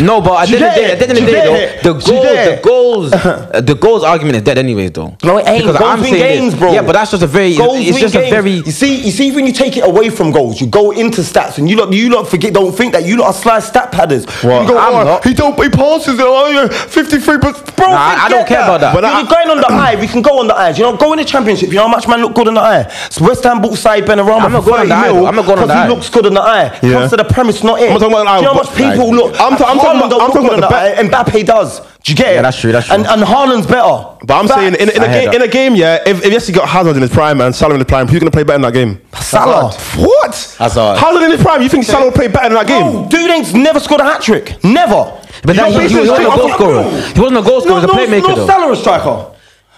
C: No, but at the end of the day, at the end of the
D: She did
C: day,
D: it.
C: though, the
D: She did it.
C: goals, the goals, uh, the goals argument is dead, anyways, though.
D: No, it ain't.
C: Because
D: goals
C: I'm
D: win
C: saying
D: games,
C: this.
D: bro.
C: Yeah, but that's just a very.
D: Goals
C: It's
D: win
C: just a
D: games.
C: very.
D: You see, you see, when you take it away from goals, you go into stats, and you lot, you lot forget. Don't think that you lot are slight stat padders.
E: Well,
D: you go,
E: I'm
D: "Oh,
E: not."
D: He don't. He passes. Oh, yeah, fifty-three percent. Bro,
C: Nah, I- I
D: forget
C: don't care about that.
D: But
C: But
D: You're
E: I-
D: going on the eye. We can go on the eye. You know, go in the championship. You know how much man look good on the eye. It's West Ham bought side Benarama.
C: I'm not
D: for
C: going on the
D: 30
C: eye,
D: mil
C: though. I'm not going on
D: because
C: the eye.
D: He looks good on the eye.
E: Yeah.
D: Comes to the premise, not it.
E: I'm not talking about an eye,
D: Do you know how
E: but-
D: much people look?
E: I'm ta- I'm talking
D: Haaland
E: about-
D: don't
E: I'm
D: loot
E: talking
D: good
E: about
D: on the eye. Mbappe does. Do you get it?
C: Yeah, that's true, that's true.
D: And and Haaland's better.
E: But I'm
D: Facts.
E: saying in, in, a
C: I hear
E: game,
C: that.
E: in a game, yeah, if, if yes, you got Hazard in his prime and Salah in his prime, who's gonna play better in that game?
D: Salah.
E: What?
F: Hazard.
E: Hazard in his prame. You think Salah will play better in that
D: Bro,
E: game?
D: dude ain't never scored a hat trick. Never.
C: But
E: You're
C: that, he, he,
E: basing
C: he
E: this
C: wasn't a
E: thing
C: goal
E: off-
C: scorer. He wasn't a goal scorer. He was a playmaker,
D: no
C: though.
D: Salah is striker.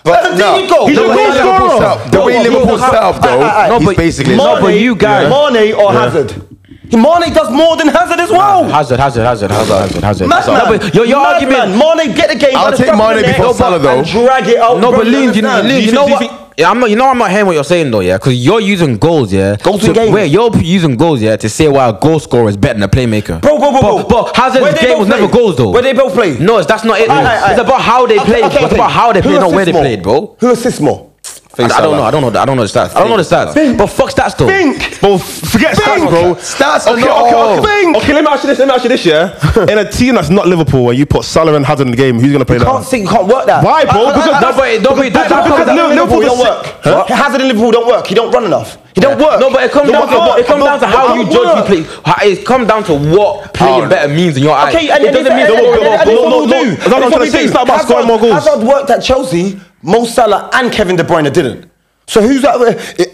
D: But
F: no,
D: did he go?
F: he's
E: a
D: No,
E: goal
D: no, no,
E: scorer.
D: no, no,
F: The
D: no,
F: way
D: no,
F: Liverpool
D: no,
F: set up, though,
D: aye, aye, aye.
F: he's basically-
D: Mane,
F: No,
C: but you guys-
D: Mane or Hazard. Mane does more than Hazard as well.
C: Hazard, Hazard, Hazard, Hazard, Hazard.
D: Madman.
C: No, but your, your
D: Madman.
C: argument.
D: Mane get the game.
F: I'll
D: by the
F: take
D: scruff of the neck,
F: Mane before
D: and
F: Salah, though.
D: Drag it out.
C: No,
D: bro,
C: but Lean, you know,
D: understand?
C: Lean, you know what? Yeah, I'm not. You know, I'm not hearing what you're saying though, yeah. Because you're using goals, yeah.
D: Goals
C: to
D: in games.
C: Where you're p- using goals, yeah, to say why a goal scorer is better than a playmaker.
D: Bro, bro, bro, bro.
C: But, but
D: Where
C: Hazard's
D: they
C: game was
D: both
C: never
D: play?
C: goals though.
D: Where they both play?
C: No, it's- that's not it.
D: Aye,
C: though.
D: aye, aye.
C: It's about how they
D: Okay,
C: played.
D: okay,
C: It's
D: okay.
C: about how they
D: Who
C: played, not where they
D: assists more?
C: played, bro.
D: Who assists more?
C: I, I don't know. I don't know. the- I don't know the stats. I don't know the stats. But fuck stats though.
D: Think.
E: Bro, forget stats,
D: Think.
E: bro.
F: Stats are
E: okay,
F: not
E: okay,
F: all.
E: okay. Okay, let me ask you this. Let me ask you this, yeah. in a team that's not Liverpool, where you put Salah and Hazard in the game, who's gonna play that?
D: Can't think, can't work that.
E: Why, bro?
D: I- I-
E: Because-
D: I-
C: No, but it- don't be-
D: because-
C: that- that-
D: because
C: that-
D: Liverpool,
E: Liverpool
D: don't
E: is
D: work.
E: sick.
D: Huh? Hazard in Liverpool don't work. He don't run enough. He don't work.
C: No, but it comes
D: Don't
C: down to
D: work.
C: what, it comes down to how you
D: Don't
C: judge
D: work.
C: you play. how- It comes down to what playing better means in your eyes.
D: Okay, and
C: it doesn't mean
D: and,
C: they're
D: and,
C: all
D: and,
C: good
D: and,
C: or
D: and,
C: bad.
E: no,
D: no,
E: no,
D: no,
E: no. That's what I'm trying to say. It's not about scoring more goals.
D: Hazard worked at Chelsea. Mo Salah and Kevin De Bruyne didn't. So who's that?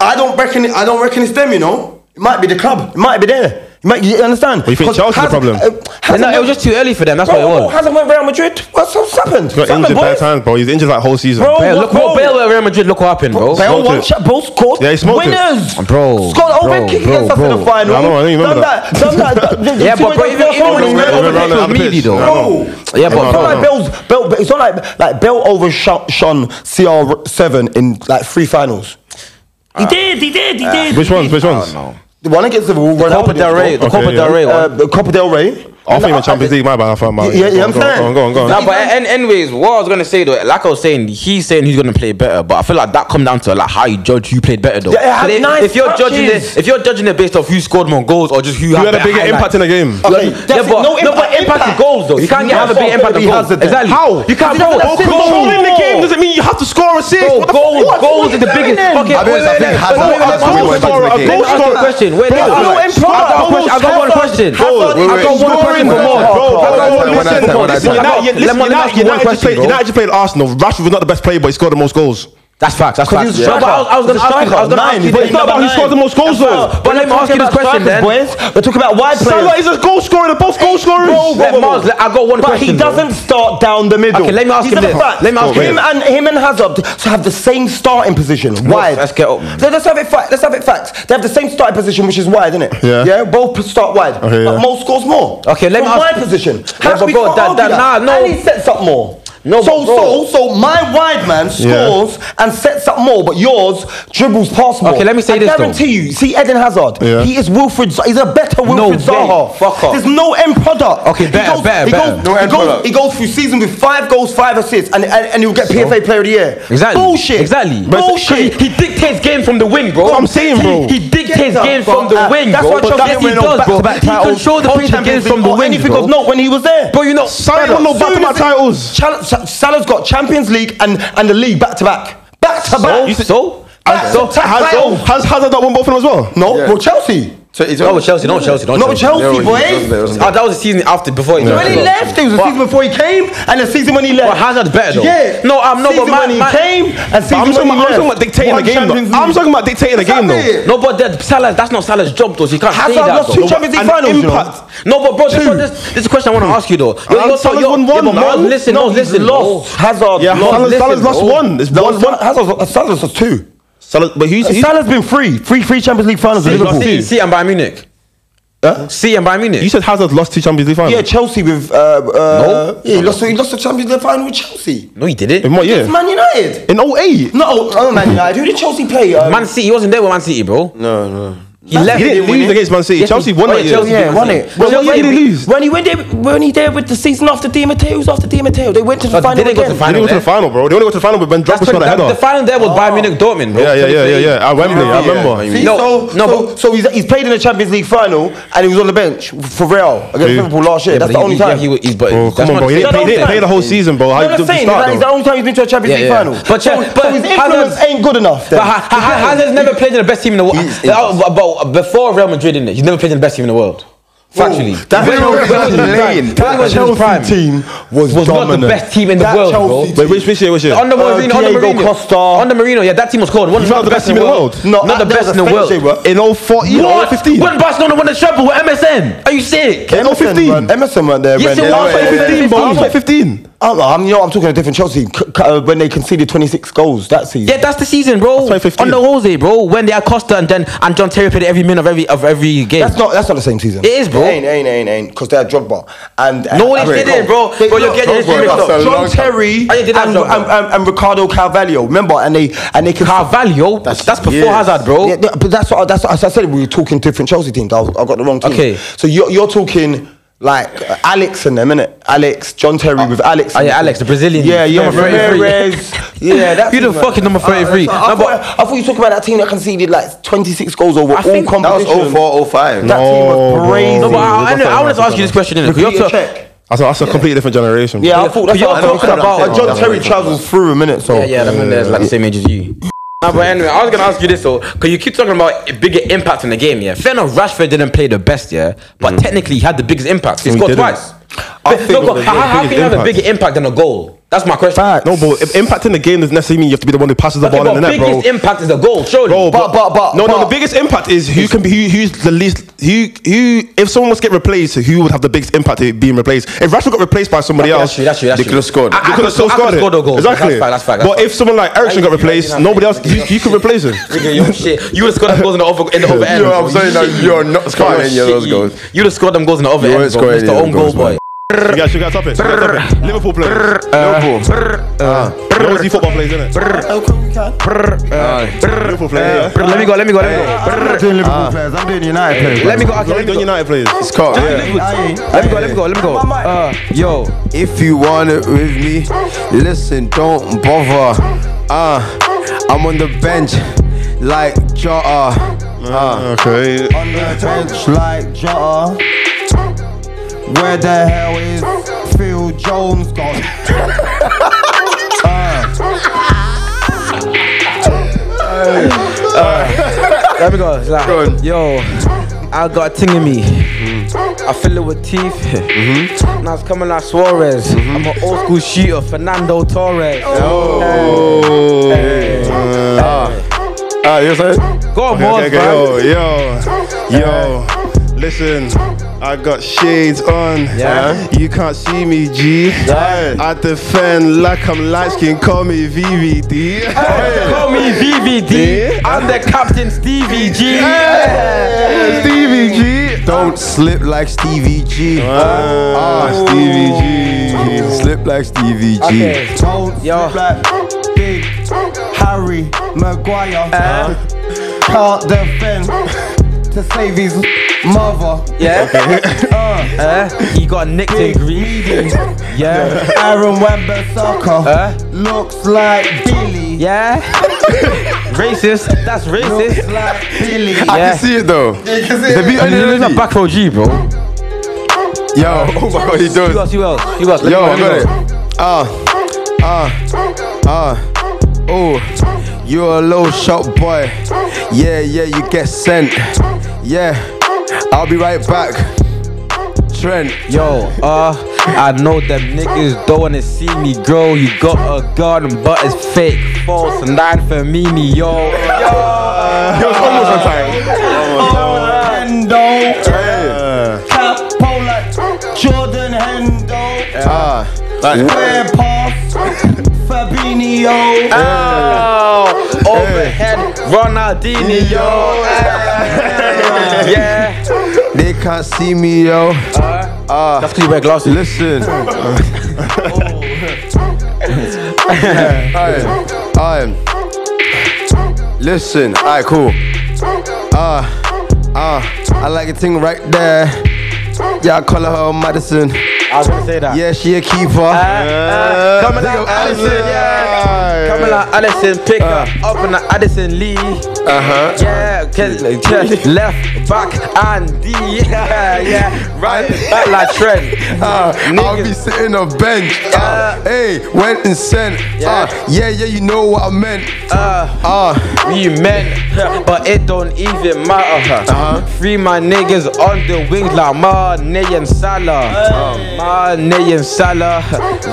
D: I don't reckon. I don't reckon it's them. You know, it might be the club. It might be there. You, might, you understand?
E: you think
D: 'Cause
E: Chelsea the
D: Hazard- uh,
E: problem?
D: Hazard
C: No, it
D: went-
C: was just too early for them. That's what it
D: Bro,
C: was.
D: Hazard went Real Madrid. What's, what's happened?
E: He got
D: Something,
E: injured
D: boy.
E: that time, bro. He's injured that whole season.
D: Bro,
C: Bale,
D: what-
C: look what
D: bro.
C: Bale wale at Real Madrid. Look what happened, bro.
D: Bale
E: Smoked
D: one
E: it.
D: shot, bro scored.
E: Yeah, he smoked it.
D: winners,
C: Bro,
D: Scored
C: bro,
D: open kick
C: bro,
D: against us in
C: bro.
D: the final.
E: Yeah, I know, I know, you remember
D: Done Done that. Done that.
C: Yeah,
D: See
C: but
D: when
C: bro,
D: they
C: even
D: first
C: even
D: scored,
C: when
D: they
C: he
D: went
C: went
D: over
E: Bro,
C: over
E: Bro,
D: the
E: around
C: the
E: the
C: top,
E: pitch.
C: meaty
E: No,
C: though.
D: Bro,
C: Yeah, but
D: it's not like
C: bro,
D: Bell's Bell. It's not like like Bell overshot Sean CR seven in like three finals. He did, he did, he did.
E: Which ones? Which ones?
D: The one against the
C: Copa del Rey, the
E: Copa del
C: Rey
D: uh, the Copa del Rey.
E: I think
D: No,
E: even Champions League, my bad. I found my.
D: Yeah, yeah, I'm
E: Go on,
D: saying.
E: Go on, go on, go on.
C: No, but an- anyways, what I was gonna say though, like I was saying, he's saying he's gonna play better, but I feel like that come down to like how you judge who played better though.
D: Yeah, it had
C: So they-
D: nice
C: if you're judging
D: touches.
C: it, if you're judging it based off who scored more goals or just who,
E: Who had a
C: better
E: bigger
C: highlights.
E: impact in the game?
D: Okay,
C: Yeah,
D: that's it.
C: but- no, but impact is goals, though. You can't get- have a big impact on goals. Exactly.
D: How?
C: You can't- bro,
D: That's it,
C: bro,
D: bro.
E: Controlling the game doesn't mean you have to score assists.
C: Bro,
E: What the
C: goals,
E: fuck?
C: goals is the biggest. Okay,
F: I mean, I think Hazard-
E: wait, wait,
F: Hazard
E: goal
F: went back to
E: scorer,
F: the game.
E: goal
C: Let me ask you a
E: score-
C: question. Wait,
E: Bro,
C: wait,
E: no
C: wait.
E: impact.
C: I got a question. I got one question.
E: Goal.
C: I got one
E: Scoring
C: question
E: goals.
C: for Maud.
E: Bro,
C: I got
E: bro,
C: one
E: listen,
C: question for Maud.
E: listen,
C: I got-
E: United-
C: Let me
E: United-
C: ask you one
E: United
C: question,
E: played-
C: bro.
E: United played Arsenal. Rashford was not the best player, but he scored the most goals.
C: That's facts. That's facts.
D: a
C: No, but I was, I was gonna
D: striker.
C: ask. I was gonna
D: Nine,
C: ask you
D: but
C: this.
D: he's not about who scored the
E: most goals, though.
C: But let me ask you this question then.
D: Boys. We're talking about wide
E: Salah
D: players.
E: is a goal scorer. They're both goal scorers.
D: Bro,
C: Let
D: whoa, whoa,
C: Mars-
D: whoa.
C: I got one
D: but
C: question,
D: he
C: bro.
D: doesn't start down the middle.
C: Okay, let me ask
D: He's
C: him
D: in the
C: this.
D: front.
C: Let me ask
D: him
C: him this.
D: and him and Hazard to have the same starting position. Wide.
C: let's get up.
D: So let's have it. Fa- let's have it facts. They have the same starting position, which is wide, isn't it?
E: Yeah.
D: Yeah. Both start wide.
E: Okay,
D: but
E: yeah.
D: Mo scores more.
C: Okay, let me
D: From
C: ask-
D: wide position.
C: Yeah,
D: How
C: but
D: can we
C: bro,
D: can't
C: that-
D: argue
C: that- nah, no.
D: And he sets up more.
C: No,
D: so
C: but
D: so
C: bro.
D: so my wide man
E: Yeah.
D: scores and sets up more, but yours dribbles past more.
C: Okay, let me say
D: I
C: this, though.
D: guarantee you. See Eden Hazard.
E: Yeah.
D: He is Wilfred. Z- He's a better Wilfred
C: way.
D: Zaha.
C: Fuck off.
D: There's no end product.
C: Okay,
D: He
C: better,
D: goes-
C: better,
D: he
C: better.
D: Goes,
F: No
D: he
F: end
D: goes,
F: product.
D: He goes through season with five goals, five assists, and and, and he'll get PFA Player of the Year.
C: Exactly.
D: Bullshit.
C: Exactly.
D: Bullshit.
C: He, he dictates game from the wing, bro.
E: I'm saying, bro.
C: He, he
D: Get
C: dictates
D: up,
C: game
D: bro.
C: from the
D: Uh,
C: wing,
D: that's
C: bro.
D: why Chelsea
C: yes, he
D: went on
C: does, bro.
D: back-to-back
C: He
D: titles,
C: controls the
D: or
C: pace of
D: Champions
C: game from
D: League,
C: the
D: or
C: wing,
D: anything
C: bro.
D: of note when he was there.
C: But you know,
E: Salah won no back-to-back titles.
D: Chal- Sa- Salah's got Champions League and, and the league back to back. Back to back.
C: So, so,
D: Back
C: so,
D: to back titles.
E: Has Hazard not won both of them as well?
D: No, well, Chelsea.
F: So it's
C: no, with Chelsea, not with Chelsea, not
D: Not with
C: with
D: Chelsea,
F: Yeah, well, he wasn't there,
D: boys.
F: wasn't
C: Oh, that was the season after before he
D: When he
C: left.
D: left, it was the season before he came, and the season when he left.
C: But Hazard's better, though.
D: Yeah.
C: No, I'm not, but
D: Season
C: my-
D: when he
C: my-
D: came, and season
E: But I'm
D: when
E: talking
D: he
E: about I'm
D: left.
E: talking about dictating
D: One
E: the game,
D: Champions
E: though. I'm
D: Leave.
E: talking about dictating the game, though.
C: No, but that Salah, that's not Salah's job, though. So you can't
D: Hazard
C: say that.
D: lost two
C: though.
D: Champions League
E: An
D: finals. you know.
E: impact.
C: No, but bro, this, one- this, this is a question I want to ask you though. You're,
E: And
C: you're,
E: Salah's
C: you're,
E: won
C: yeah,
E: one,
C: but
E: man.
C: Mo, listen, no,
D: No,
C: listen,
D: he's
C: bro.
D: lost. Hazard.
E: Yeah,
D: lost.
E: Salah's- Salah's lost
D: bro.
E: one. It's one- one-
D: Hazard's, Salah's lost two.
E: Salah, but he's, he's
D: Salah's been free. Three, three Champions League finals. at Liverpool.
C: See, see, and by Munich.
D: Huh?
C: See, and by Munich.
E: you said Hazard lost two Champions League finals.
D: Yeah, Chelsea with. Uh, uh,
C: No.
D: Yeah, he lost, he lost the Champions League final with Chelsea.
C: no, he didn't.
E: in what year?
D: It's Man United.
E: In 08.
D: No, oh, Man United. Who did Chelsea play? Um,
C: Man City, he wasn't there with Man City, bro. No, no. He left.
E: He didn't
C: win
E: lose
C: it.
E: against Man City.
C: he-
E: Chelsea won
C: oh,
E: that year.
C: Chelsea
E: Yeah,
C: beat Man
D: won
C: City.
D: it.
E: But
D: Well,
E: Chelsea
D: when,
E: didn't
D: he-
E: lose.
D: when he went there, when he there with the season after Di Matteo's after Di Matteo, they went to the
C: Oh, they
D: final
C: didn't go to
D: again.
C: the final.
E: They didn't go to the
C: then.
E: final, bro. They only go to the final, but Ben
C: That's
E: Drogba scored a
C: when- that-
E: header.
C: the final there was by Munich Dortmund, bro.
E: Yeah, yeah, yeah, yeah, yeah. At Wembley, I
F: Yeah.
E: remember.
F: Yeah.
D: See,
C: No,
D: so,
C: no,
D: so,
C: but-
D: so he's, he's played in the Champions League final and he was on the bench for Real against
E: Yeah.
D: Liverpool last year.
C: Yeah, but
D: That's the
C: he-
D: only
C: he-
D: time.
C: Yeah, he, was- he's, but
E: Bro,
C: that's
E: Oh, come on,
C: what
E: bro. He
C: I'm
E: didn't play,
C: saying.
E: he didn't play the whole season, bro. How
D: No, I'm
E: you did the
D: saying that
E: start,
D: he's the
E: though?
D: only time he's been to a Champions
C: Yeah,
D: League
C: yeah.
D: final.
C: But
D: so,
C: Chel- but-
D: so his influence
C: Hazard-
D: ain't good enough. Then.
C: But Ha- Ha- Ha- Hazard's never played in the best team in the world.
F: He's-
C: Uh, but before Real Madrid, in it, he's never played in the best team in the world. Factually,
F: that's
C: When he was- when he was in his
F: playing.
C: prime- when he was in his prime,
D: team was,
C: was not the best team in the
D: That
C: world,
D: Chelsea
C: bro.
D: team-
E: Wait, which, which year, which year?
C: Under
D: Uh,
C: Mourinho, under
D: Diego
C: Mourinho,
D: Costa.
C: under Mourinho, yeah, that team was called. One
E: You
C: not
E: thought the best team in the world?
D: No,
C: not the
D: that-
C: best
D: that
C: in the
D: was
C: world.
D: offensive, bro.
E: In 014 or
C: What?
E: 015?
C: When Barcelona won the treble with MSN, are you sick?
D: Emerson
E: 15.
D: went- Emerson went there.
C: Yes,
D: when-
C: it
D: Yeah,
C: was.
D: yeah, yeah.
E: 15, bro.
C: 15.
E: 15.
D: I'm, I'm, you know, I'm talking a different Chelsea c- c- uh, when they conceded 26 goals that season.
C: Yeah, that's the season, bro.
E: That's 2015.
C: Under Jose, bro, when they had Costa and then and John Terry played every minute of every of every game.
D: That's not that's not the same season.
C: It is, bro.
D: It ain't, it ain't, it ain't, ain't. Because they had Drogba and
C: No,
D: and-
C: they didn't, bro.
D: They-
C: Bro, you're
D: no,
C: getting this
D: Drogba,
C: mixed up.
D: Drogba.
F: Long
D: John
F: time.
D: Terry
C: Oh, yeah, they did have
D: and,
C: Drogba.
D: and, and, and Ricardo Carvalho. Remember, and they and they could.
C: Carvalho, that's, before Hazard, bro.
D: Yeah, no, but that's what, I- that's what I said. We were talking different Chelsea teams. I, was- I got the wrong team.
C: Okay.
D: So you're, you're talking like uh, Alex and them, innit? Alex, John Terry with Alex.
C: Oh,
D: and-
C: yeah, Alex, the Brazilian.
D: Yeah, yeah.
C: Number 33.
D: Ramirez. yeah, that's Uh,
C: You the fucking number 33.
D: I,
C: No,
D: thought,
C: but-
D: I thought you were talking about that team that conceded like 26 goals over
C: I
D: all
C: think-
D: competitions.
F: That was 04, 05.
D: That team
E: No,
D: was
E: bro.
D: crazy.
C: No, but I, I,
E: That's
C: know- I
E: not
C: wanted to
E: enough,
C: ask you this question. innit? 'Cause
D: Repeat
C: You're
D: your
C: ta-
D: check.
E: That's a, that's a completely different generation. bro. Oh,
D: Yeah, I thought that's
C: you're
D: what I was
C: talking about-
D: Uh, John Terry travels through a minute, so
C: yeah, yeah, that man there's like the same age as you. Nah, but anyway, I was gonna ask you this though, because you keep talking about a bigger impact in the game, yeah. Fair enough, Rashford didn't play the best, yeah, but technically he had the biggest impact. He
E: Mm. he
C: scored
E: didn't.
C: twice.
E: I
C: But
E: think
C: no,
E: it was
C: but
E: the
C: how, how can
E: biggest
C: you have a
E: impact.
C: bigger impact than a goal? That's my question.
E: No, bro. If impact in the game doesn't necessarily mean you have to be the one who passes the
C: Okay,
E: ball in
C: but
E: the net, bro.
C: biggest impact is the goal, surely.
E: Bro,
D: But- but- but-
E: Oh, no, no.
D: but-
E: The biggest impact is who can be who, who's the least who who. If someone was to get replaced, who would have the biggest impact of being replaced? If Rashford got replaced by somebody
C: Okay,
E: else,
C: that's true, that's true, that's
E: they
C: true.
E: could have scored.
C: I- I
E: they could
C: could've
E: have still
C: scored- I could've
E: scored it.
C: scored a goal.
E: Exactly.
C: That's fact, that's fact, that's
E: But if
C: fact.
E: someone like Ericsson got
C: you- you
E: replaced,
C: know,
E: nobody
C: you-
E: else.
C: you-
E: You, you could replace him.
C: Nigga, your shit. You would have scored them goals in the other in the other end.
F: You know what I'm
C: bro.
F: saying?
C: You-
F: Like, you're not scoring
C: shit,
F: any of those
C: you-
F: goals.
C: You'd have scored them goals in the other
F: You
C: end,
F: weren't
C: bro.
F: scoring
C: Mr.
F: any of
C: own goal
F: those goals,
C: boy.
E: You guys, you guys, stop it. Stop it. Liverpool players. Liverpool. You always see football players, innit? Liverpool players. yeah.
C: Let me go. Let me go. Let me go.
F: I'm not doing Liverpool players. I'm doing United players.
C: Let me go. Okay,
E: You're
C: let me
E: doing
C: go.
E: United players.
F: It's caught.
C: Let me go. Let me go. Let me go. Uh, yo,
F: If you want it with me, listen, don't bother. Uh, I'm on the bench like Jota. Uh,
E: Okay.
B: On the bench like Jota. Where the hell is Phil Jones gone?
C: let me go. It's like, yo, I got a thing in me. I fill it with teeth.
F: Mm-hmm.
C: Now it's coming like Suarez. I'm an old school shooter, Fernando Torres.
E: Oh. Ah, you saying?
C: Go on, boys,
E: Okay, okay, yo, yo, yo. Listen, I got shades on.
C: Yeah.
E: You can't see me, G. I defend like I'm light skin. Call me VVD.
C: Call me VVD. I'm the captain, Stevie G.
E: Hey, Stevie G.
F: don't slip like Stevie G. Oh.
E: Ah, Stevie G.
F: Slip like Stevie G.
C: Okay.
B: Don't
C: Yo.
B: Yo. like Big Harry Maguire. Can't defend to save his mother.
C: Yeah. Uh, he got nicked in
B: Big
C: green.
B: meaty
C: Yeah.
B: Aaron Wan-Bissaka
C: Uh,
B: looks like Billy.
C: yeah. racist. That's
B: Looks
C: racist.
B: like Billy.
F: I
C: Yeah.
F: can see it though. The beat on
C: You're
F: the
C: losing
F: beat.
C: back row G, bro.
F: Yo, oh my god, he does.
C: Who else? Who else? Who else? Let
F: Yo,
C: me
F: I
C: go, let me go.
F: got it. Ah, ah, ah. Oh, you're a low shot boy. Yeah, yeah, you get sent. Yeah, I'll be right back. Trent,
C: Yo, uh, I know them niggas don't wanna see me grow. You got a garden, but it's fake, false, nine for me, yo.
E: It was almost on time.
B: Hendo.
E: Yeah.
B: Capo like Jordan Hendo.
F: ah,
B: Square pass. Fabinho.
C: Oh, overhead, Ronaldinho, yo. Yeah.
F: they can't see me, yo.
C: That's cause you wear glasses.
F: Uh,
C: Oh.
F: Listen. Alright, alright. Listen, alright, cool. Ah, ah, I like a thing right there. Yeah, I call her Madison.
C: I was gonna say that.
F: Yeah, she a keeper.
C: Uh, coming
F: Big
C: out
F: up
C: Allison,
F: Allison.
C: yeah. Coming out Allison, pick up, up in the Addison Lee.
F: Uh-huh.
C: Yeah, okay, like, just left back and D. Yeah, yeah. Right back like Trent.
F: Ah, I'll
C: Niggas.
F: be sitting on bench. Ah, hey, went and sent. Ah, yeah, yeah, you know what I meant.
C: Uh,
F: Ah,
C: you meant, but it don't even matter.
F: Uh-huh.
C: Free my niggas on the wings like Mane and Salah. Mane and Salah,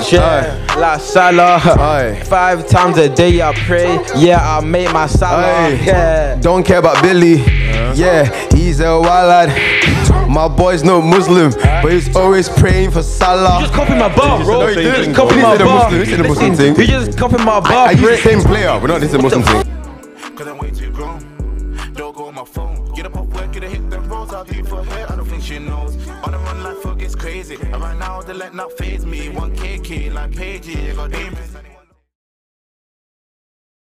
C: yeah, like Salah.
F: Aye.
C: Five times a day I pray, yeah, I make my Salah.
F: Aye.
C: Yeah.
F: Don't care about Billy.
C: Uh.
F: Yeah, he's a wild lad. My boy's no Muslim,
C: Uh.
F: but he's always praying for Salah.
C: You just copy my bar, bro.
E: no, he
C: you
E: didn't,
C: just
E: bro.
C: copy
E: He
C: my
F: said a
C: bar.
F: Muslim, he said a Muslim
C: Listen,
F: thing.
C: you just copy my bar,
F: I use the
C: prick.
F: same player, but not this is a Muslim
C: the
F: thing.
A: Cause I'm way too grown. Don't go on my phone. Get up off work, get a hit them rolls. I'll do for her. I don't think she knows. On the run like fuck, it's crazy. And right now, the let not phase me. One KK like Paige. yeah, Got demons.